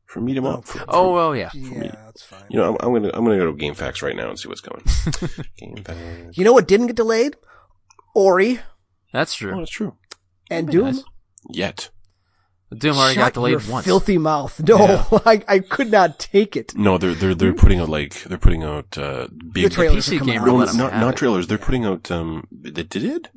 S1: For Meet 'em Up. For-
S3: Oh well, yeah.
S2: Yeah, that's fine.
S1: You know, I'm, I'm gonna I'm gonna go to GameFAQs right now and see what's coming. GameFAQs.
S2: You know what didn't get delayed? Ori
S3: That's
S1: Oh,
S3: true.
S1: that's true.
S2: and
S3: That'd be
S2: Doom.
S3: nice.
S1: Yet.
S3: Doom already
S2: Shut
S3: got delayed
S2: your
S3: once.
S2: Filthy mouth. No,
S3: Yeah.
S2: I, I could not take it.
S1: No, they're they're they're putting out like they're putting out uh, big
S2: The trailers
S3: PC
S2: are coming
S3: gamer
S2: out.
S1: No,
S3: Let 'em
S1: not,
S3: have
S1: not
S3: it.
S1: trailers. They're putting out. Um, they did it.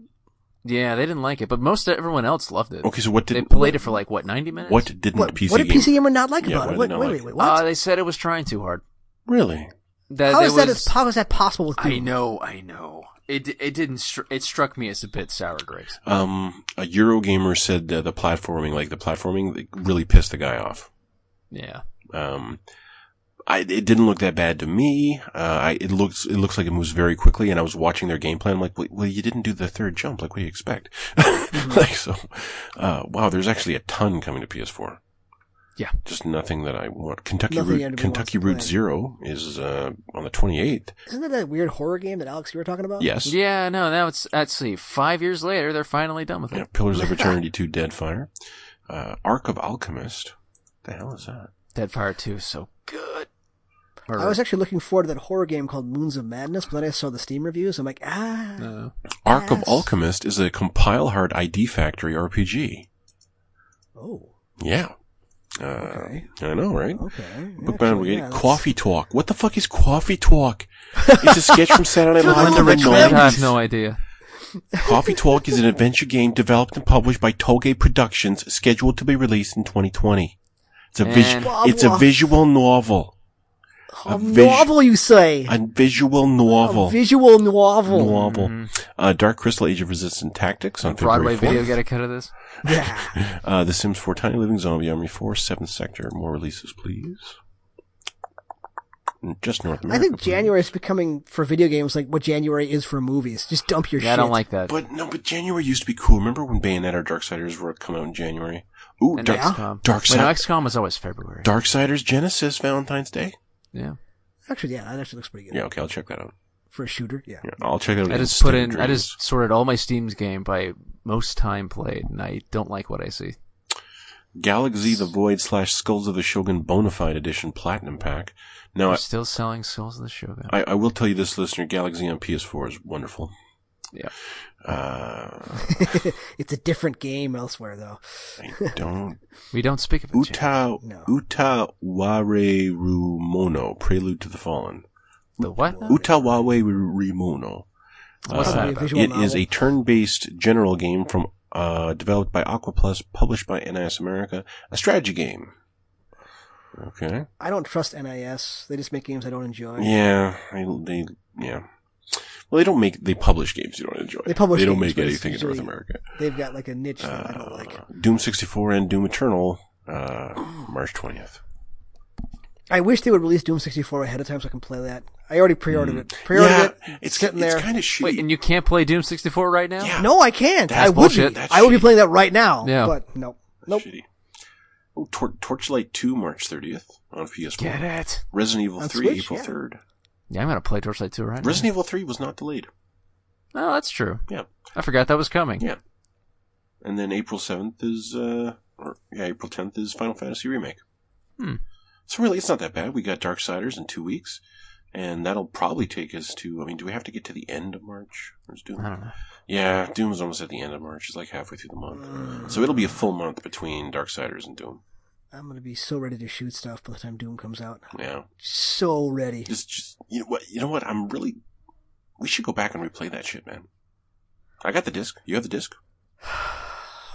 S3: Yeah, they didn't like it, but most everyone else loved it.
S1: Okay, so what
S3: they
S1: did
S3: played it for like what ninety minutes.
S1: what didn't
S2: What,
S1: PC,
S2: what did
S1: game-
S2: PC Gamer not like
S1: Yeah,
S2: about it?
S1: what
S2: Wait,
S1: did they not
S2: wait, wait,
S1: like?
S2: wait, what?
S3: Uh, they said it was trying too hard.
S1: really?
S3: That
S2: how
S3: it
S2: is that as,
S3: was-
S2: how is that possible with Doom?
S3: I know, I know. It d- it didn't. Str- it struck me as a bit sour grapes.
S1: Um, a Eurogamer said uh, the platforming, like the platforming, like, really pissed the guy off.
S3: Yeah,
S1: Um, I it didn't look that bad to me. Uh, I it looks it looks like it moves very quickly, and I was watching their game plan. I'm like, well, well, you didn't do the third jump. Like, what do you expect?
S2: Mm-hmm.
S1: like, so, uh, wow, there's actually a ton coming to PS4.
S3: yeah.
S1: just nothing that I want. Kentucky
S2: Nothing
S1: Route
S2: anybody
S1: Kentucky
S2: wants to
S1: Route
S2: play.
S1: Zero is uh, on the twenty eighth.
S2: Isn't that that weird horror game that Alex you were talking about?
S1: Yes.
S3: Yeah, no, now it's, let's see, five years later, they're finally done with
S1: Yeah,
S3: it.
S1: Pillars of Eternity two Deadfire, uh, Arc of Alchemist. The hell is that?
S3: Deadfire 2 is so good. Or-
S2: I was actually looking forward to that horror game called Moons of Madness, but then I saw the Steam reviews. I'm like, ah,
S3: no.
S1: Arc of
S2: Yes.
S1: Alchemist is a compile hard ID Factory RPG.
S2: oh,
S1: Yeah. Uh,
S2: Okay.
S1: I know, right?
S2: okay.
S1: Bookbound
S2: Actually,
S1: Brigade.
S2: yeah, that's-
S1: Coffee Talk. What the fuck is Coffee Talk? It's a sketch from Saturday
S2: Good
S1: Night
S2: one,
S1: Live.
S2: Rich
S1: in the
S2: Rabbit.
S3: I
S1: 90s.
S3: have no idea.
S1: Coffee Talk is an adventure game developed and published by Toge Productions, scheduled to be released in 2020. It's a
S3: And-
S1: visual. It's a visual novel.
S2: A,
S1: a vis-
S2: novel, you say?
S1: A visual
S2: A
S1: novel.
S2: visual novel.
S1: Novel.
S2: Mm-hmm.
S1: Uh, Dark Crystal: Age of Resistance Tactics on
S3: Broadway
S1: February
S3: video
S1: 4th.
S3: get a cut of this?
S2: Yeah.
S1: Uh, the Sims 4: Tiny Living Zombie Army 4, Seventh Sector. More releases, please. Just North
S2: I
S1: America.
S2: think
S1: please.
S2: January is becoming for video games like what January is for movies. Just dump your
S3: Yeah,
S2: shit.
S3: I don't like that.
S1: But no, but January used to be cool. Remember when Bayonetta or Darksiders were coming out in January? Ooh,
S3: and
S1: Dark,
S3: XCOM.
S1: Darksiders.
S3: Wait, no, XCOM is always February.
S1: Darksiders Genesis Valentine's Day.
S3: yeah.
S2: Actually, yeah, that actually looks pretty good
S1: Yeah, okay, I'll check that out.
S2: for a shooter. Yeah.
S1: Yeah, I'll check that out.
S3: I just
S1: Instead
S3: put
S1: of
S3: in, I
S1: dreams.
S3: just sorted all my Steam's game by most time played, and I don't like what I see.
S1: Galaxy the Void slash Skulls of the Shogun Bonafide Edition Platinum Pack. Now,
S3: They're
S1: I,
S3: still selling Souls of the Shogun.
S1: I, I will tell you this, listener. Galaxy on PS4 is wonderful.
S3: yeah.
S1: Uh,
S2: it's a different game elsewhere, though.
S1: I don't.
S3: We don't speak of it. Jim.
S1: Uta
S2: No.
S1: Uta Ware Rumono Prelude to the Fallen.
S3: The what? now?
S1: Uta Ware Rumono.
S3: What's
S1: Uh,
S3: that
S1: it
S3: about?
S1: is
S2: Visual novel.
S1: a turn-based general game from uh, developed by AquaPlus, published by NIS America, a strategy game. Okay.
S2: I don't trust NIS. They just make games I don't enjoy.
S1: Yeah, I, they yeah. Well, they don't make they publish games you don't enjoy.
S2: They publish
S1: They don't make
S2: games, but it's
S1: anything in North
S2: usually-
S1: America.
S2: They've got like a niche that I don't
S1: Uh,
S2: like.
S1: Doom sixty four and Doom Eternal, uh, March twentieth.
S2: I wish they would release Doom 64 ahead of time so I can play that. I already pre-ordered it. Pre-ordered
S1: Hmm. yeah,
S2: it.
S1: it's
S2: sitting
S1: it's
S2: there.
S1: kind of shitty.
S3: Wait, and you can't play Doom 64 right now?
S1: yeah,
S2: no, I can't.
S1: That's
S2: I would
S1: bullshit.
S2: be.
S1: That's
S2: I would be
S1: shitty.
S2: playing that right now.
S3: Yeah.
S2: But no. Nope.
S1: shitty. Oh, Tor- Torchlight two March thirtieth on PS four.
S3: Get it.
S1: Resident Evil
S2: On
S1: three
S2: Switch,
S1: April
S2: yeah.
S1: third.
S3: Yeah, I'm gonna play Torchlight 2 right
S1: Resident Evil three was not delayed.
S3: now. No, that's true.
S1: Yeah,
S3: I forgot that was coming.
S1: yeah. And then April seventh is uh, or yeah, April tenth is Final Fantasy remake.
S3: Hmm.
S1: So really, it's not that bad. We got Darksiders in two weeks, and that'll probably take us to. I mean, do we have to get to the end of March? Or is Doom?
S3: I don't know.
S1: Yeah, Doom's almost at the end of March. It's like halfway through the month,
S3: Mm.
S1: so it'll be a full month between Darksiders and Doom.
S2: I'm gonna be so ready to shoot stuff by the time Doom comes out.
S1: Yeah,
S2: So ready.
S1: it's just you know what? You know what? I'm really. We should go back and replay that shit, man. I got the disc. You have the disc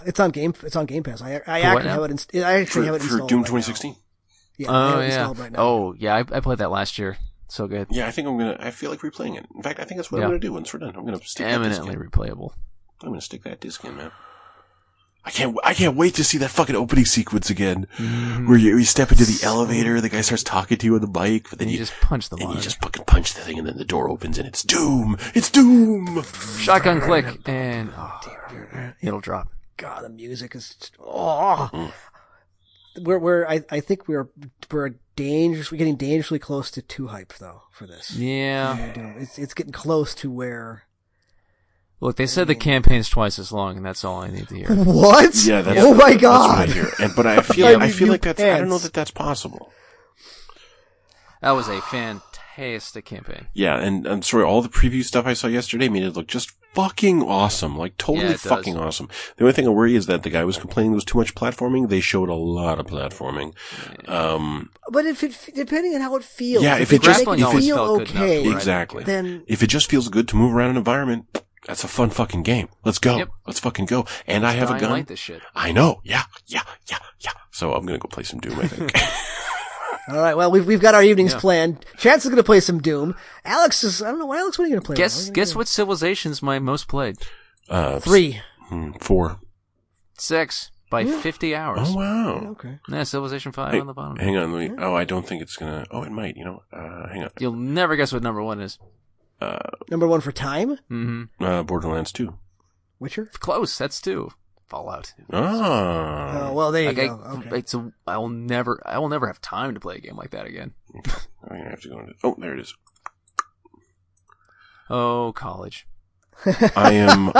S2: It's on game. It's on Game Pass. I, I
S3: For what
S2: actually
S3: now?
S2: have it. Inst- I actually
S1: for,
S2: have it
S1: for
S2: installed
S1: Doom
S2: right now.
S1: 2016.
S2: Yeah, I have
S3: Oh
S2: it
S3: yeah.
S2: installed right now.
S3: Oh yeah. I, I played that last year. So good.
S1: Yeah, I think I'm gonna. I feel like replaying it. In fact, I think that's what
S3: Yeah.
S1: I'm gonna do once we're done. I'm gonna stick that disc
S3: Eminently
S1: in.
S3: replayable.
S1: I'm gonna stick that disc in, man. I can't. I can't wait to see that fucking opening sequence again,
S3: Mm-hmm.
S1: where you, you step into the elevator, the guy starts talking to you on the bike, but then
S3: And
S1: you,
S3: you just punch the
S1: then you
S3: monitor.
S1: just fucking punch the thing, and then the door opens, and it's doom. It's doom.
S3: Shotgun click and oh, it'll drop.
S2: God, the music is just, oh. We're we're I, I think we're we're dangerous. We're getting dangerously close to two hype though for this.
S3: Yeah.
S2: We're doing- It's it's getting close to where
S3: Look, they said the campaign's twice as long, and that's all I need to hear.
S2: what?
S1: Yeah, that's,
S2: oh my
S1: that's
S2: god!
S1: right here. And, but I feel,
S2: Yeah.
S1: I feel
S2: You
S1: like that's. I don't know
S2: pants.
S1: that that's possible.
S3: That was a fantastic campaign.
S1: Yeah, and I'm sorry, all the preview stuff I saw yesterday made it look just fucking awesome. Like totally
S3: Yeah, it does.
S1: fucking awesome. The only thing I worry is that the guy was complaining there was too much platforming. They showed a lot of platforming. Um,
S2: But if it depending on how it feels,
S1: Yeah, if
S2: it
S1: it just-
S2: makes
S1: Grappling
S2: me
S1: always
S2: feel
S3: felt good enough
S2: okay,
S3: to Right.
S1: exactly.
S2: then
S1: If it just feels good to move around an environment, that's a fun fucking game. Let's go.
S3: Yep.
S1: Let's fucking go. And I have a
S3: Dying
S1: gun.
S3: Light this shit.
S1: I know. Yeah, yeah, yeah, yeah. So I'm gonna go play some Doom. I think.
S2: all right. Well, we've we've got our evenings
S3: Yeah.
S2: planned. Chance is going to play some Doom. Alex is I don't know what Alex. What are you going to play?
S3: Guess
S2: What are you
S3: guess what civilization's my most played?
S1: uh,
S2: gonna- Three.
S1: hmm, four.
S3: Six by fifty hours.
S1: Oh wow.
S2: Okay.
S3: Yeah, Civilization Five
S1: Hey,
S3: on the bottom.
S1: Hang on. Let me, oh, I don't think it's gonna. Oh, it might. You know. Uh, hang on.
S3: You'll never guess what number one is.
S2: Number one for time.
S3: Mm-hmm.
S1: Uh, Borderlands two.
S2: Witcher.
S3: Close. That's two. Fallout.
S1: Ah.
S2: Oh well, there you
S3: Like, I,
S2: go. Okay.
S3: it's a, I will never. I will never have time to play a game like that again.
S1: I'm gonna have to go into. Oh, there it is.
S3: Oh, college.
S1: I am.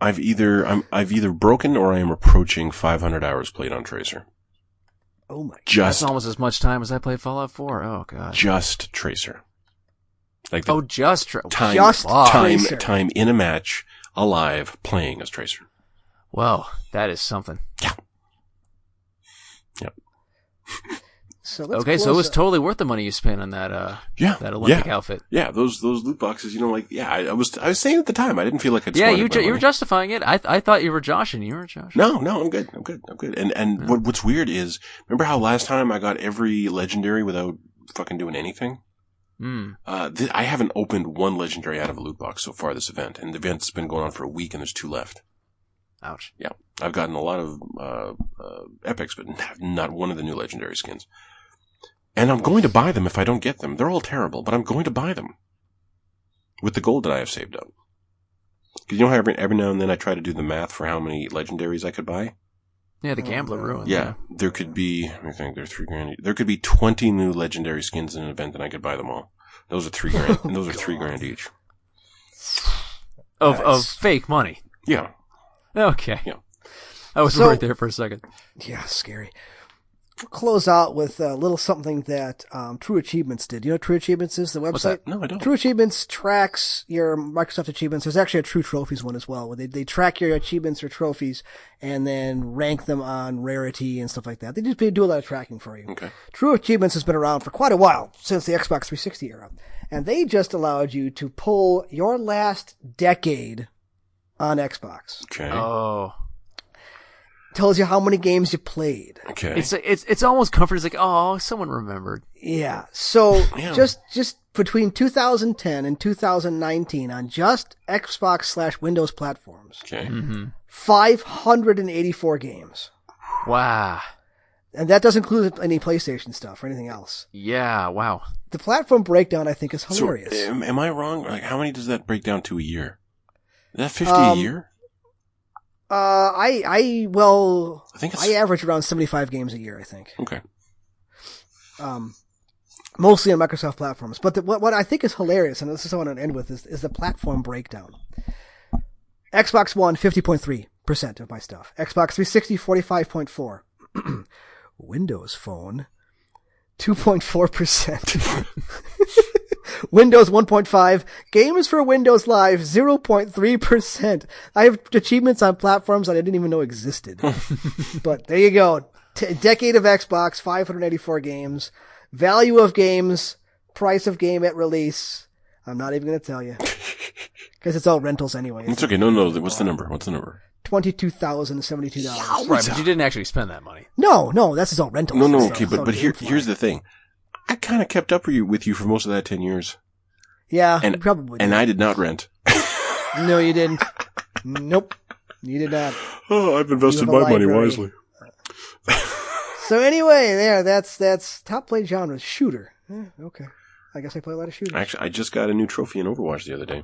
S1: I've either I'm I've either broken or I am approaching 500 hours played on Tracer.
S2: oh my.
S3: That's
S1: Just
S3: almost as much time as I played Fallout Four. Oh God.
S1: just Tracer. Like the
S3: oh, just tra-
S1: time
S2: just
S3: fuck.
S1: time
S2: Tracer.
S1: time in a match alive playing as Tracer.
S3: Whoa, that is something.
S2: So let's
S3: okay, so it
S2: close
S3: was
S2: up.
S3: totally worth the money you spent on that. Uh,
S1: Yeah.
S3: that Olympic
S1: yeah.
S3: outfit.
S1: Yeah, those those loot boxes, you know, like yeah, I, I was I was saying at the time I didn't feel like I'd
S3: yeah,
S1: squandered
S3: you
S1: my
S3: ju- you were
S1: money.
S3: justifying it. I th- I thought you were joshing. You were joshing.
S1: No, no, I'm good. I'm good. I'm good. And and what what's weird is remember how last time I got every legendary without fucking doing anything?
S3: Mm.
S1: Uh, th- I haven't opened one legendary out of a loot box so far this event, and the event's been going on for a week, and there's two left.
S3: Ouch.
S1: Yeah, I've gotten a lot of uh, uh, epics, but not, not one of the new legendary skins. And I'm going to buy them if I don't get them. They're all terrible, but I'm going to buy them with the gold that I have saved up. 'Cause you know how every, every now and then I try to do the math for how many legendaries I could buy.
S3: Yeah,
S2: Oh,
S3: the gambler ruined.
S1: Yeah, there could be. I think they're three grand. e, There could be twenty new legendary skins in an event, and I could buy them all. Those are three grand.
S2: Oh,
S1: and those are three grand each.
S3: Of of
S2: That's-
S3: fake money.
S1: Yeah.
S3: Okay.
S1: Yeah.
S3: I was
S2: So-
S3: right there for a second.
S2: Yeah, scary. We'll close out with a little something that um, True Achievements did. You know what True Achievements is? The website?
S3: What's that?
S1: No, I don't.
S2: True Achievements tracks your Microsoft achievements. There's actually a True Trophies one as well, where they, they track your achievements or trophies and then rank them on rarity and stuff like that. They just they do a lot of tracking for you.
S1: Okay.
S2: True Achievements has been around for quite a while, since the Xbox 360 era. And they just allowed you to pull your last decade on Xbox.
S1: Okay.
S3: Oh,
S2: Tells you how many games you played.
S1: okay.
S3: it's it's it's almost comforting. It's like oh, someone remembered.
S2: Yeah. So
S1: Yeah.
S2: just just between 2010 and 2019 on just Xbox slash Windows platforms,
S1: okay.
S3: Mm-hmm.
S2: 584 games,
S3: Wow.
S2: and that doesn't include any PlayStation stuff or anything else.
S3: Yeah. Wow.
S2: The platform breakdown, I think, is
S1: So, eh,
S2: hilarious.
S1: am, am I wrong? Like, how many does that break down to a year? Is that fifty
S2: Um,
S1: a year?
S2: uh, I I well,
S1: I think it's-
S2: I average around 75 games a year. I think.
S1: Okay.
S2: um, mostly on Microsoft platforms. But the, what, what I think is hilarious, and this is what I want to end with, is, is the platform breakdown. Xbox One, 50.3% of my stuff. Xbox 360, 45.4. Windows Phone, 2.4%. Windows 1.5, Games for Windows Live, 0.3%. I have achievements on platforms that I didn't even know existed. But there you go. T- decade of Xbox, 584 games. Value of games, price of game at release. I'm not even going to tell you. Because it's all rentals anyway.
S1: It's okay. No, no. What's the number? What's the number?
S2: $22,072.
S3: Right, but you didn't actually spend that money.
S2: No, no, that's his own rental.
S1: No, no,
S2: It's not-
S1: okay,
S2: it's
S1: but
S2: not
S1: but here
S2: game
S1: here's
S2: fly.
S1: the thing. I kind of kept up with you- with you for most of that ten years,
S2: Yeah,
S1: and
S2: you Uh, probably.
S1: and I did not rent.
S2: did. No, you didn't. nope. You did not.
S1: Oh, I've
S2: invested You have a my money library. wisely. So anyway, there, that's, that's top played genre, shooter. Eh, okay. I guess I play a lot of shooters.
S1: Actually, I just got a new trophy in Overwatch the other day.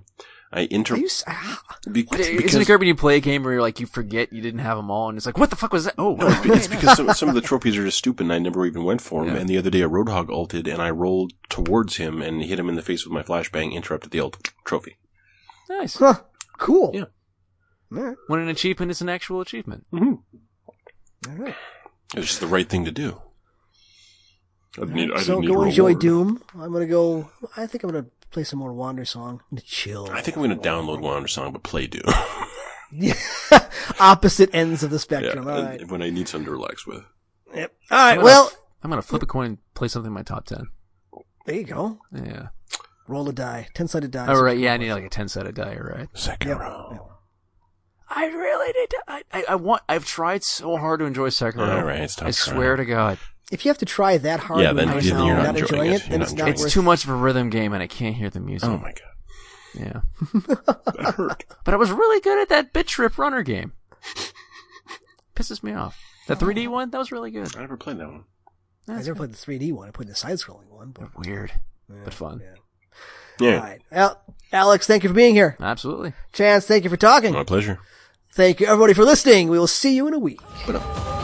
S1: I inter
S2: Are you, s- ah,
S1: be-
S3: What,
S1: because
S3: isn't it great when you play a game where you're like you forget you didn't have them all, and it's like what the fuck was that? Oh,
S1: no,
S3: wow.
S1: it's be- it's because some, some of the trophies are just stupid, and I never even went for them.
S3: Yeah.
S1: And the other day, a Roadhog ulted, and I rolled towards him and hit him in the face with my flashbang, interrupted the ult trophy.
S3: nice.
S2: huh, cool.
S1: Yeah.
S2: All right,
S3: When an achievement is an actual achievement.
S1: Mm-hmm.
S2: all right.
S1: It was just the right thing to do. I didn't need, I didn't
S2: so
S1: need
S2: go
S1: a
S2: enjoy
S1: reward.
S2: Doom. I'm gonna go. I think I'm gonna play some more Wander Song to chill.
S1: I think I'm going to download Wander Song, but play Doom.
S2: Opposite ends of the
S1: yeah,
S2: spectrum. All right.
S1: when I need something to relax with.
S2: Yep. All right.
S3: I'm gonna-
S2: Well,
S3: I'm gonna flip a coin and play something in my top ten.
S2: there you go.
S3: Yeah.
S2: Roll a die. Ten sided die.
S3: All Oh, right. Yeah, I need like a ten sided die. All right.
S1: Second
S2: Yep.
S1: round.
S3: I really need to. I, I, I want. I've tried so hard to enjoy Sekiro.
S1: All right, stop
S3: I swear to God,
S2: If you have to try that hard,
S1: Yeah,
S2: to
S1: then
S2: enjoy
S3: you're
S2: something
S3: not
S2: without
S1: enjoying it. You're
S2: then
S1: not
S2: it's not
S1: enjoying it.
S3: it's
S2: worth.
S3: too much of a rhythm game, and I can't hear the music.
S1: Oh my god,
S3: Yeah.
S1: that hurt.
S3: But I was really good at that bitch rip runner game. Pisses me off. The 3D one that was really good.
S1: I never played that one.
S2: Oh. I
S3: That's
S2: never played the 3D one. I played the side scrolling one. But,
S3: weird,
S2: yeah,
S3: but fun.
S2: yeah.
S1: Yeah,
S2: All right. Al- Alex, thank you for being here.
S3: Absolutely.
S1: Uh-huh.
S2: Chance, thank you for talking.
S1: my pleasure.
S2: Thank you, everybody, for listening. We will see you in a week.
S1: But, uh,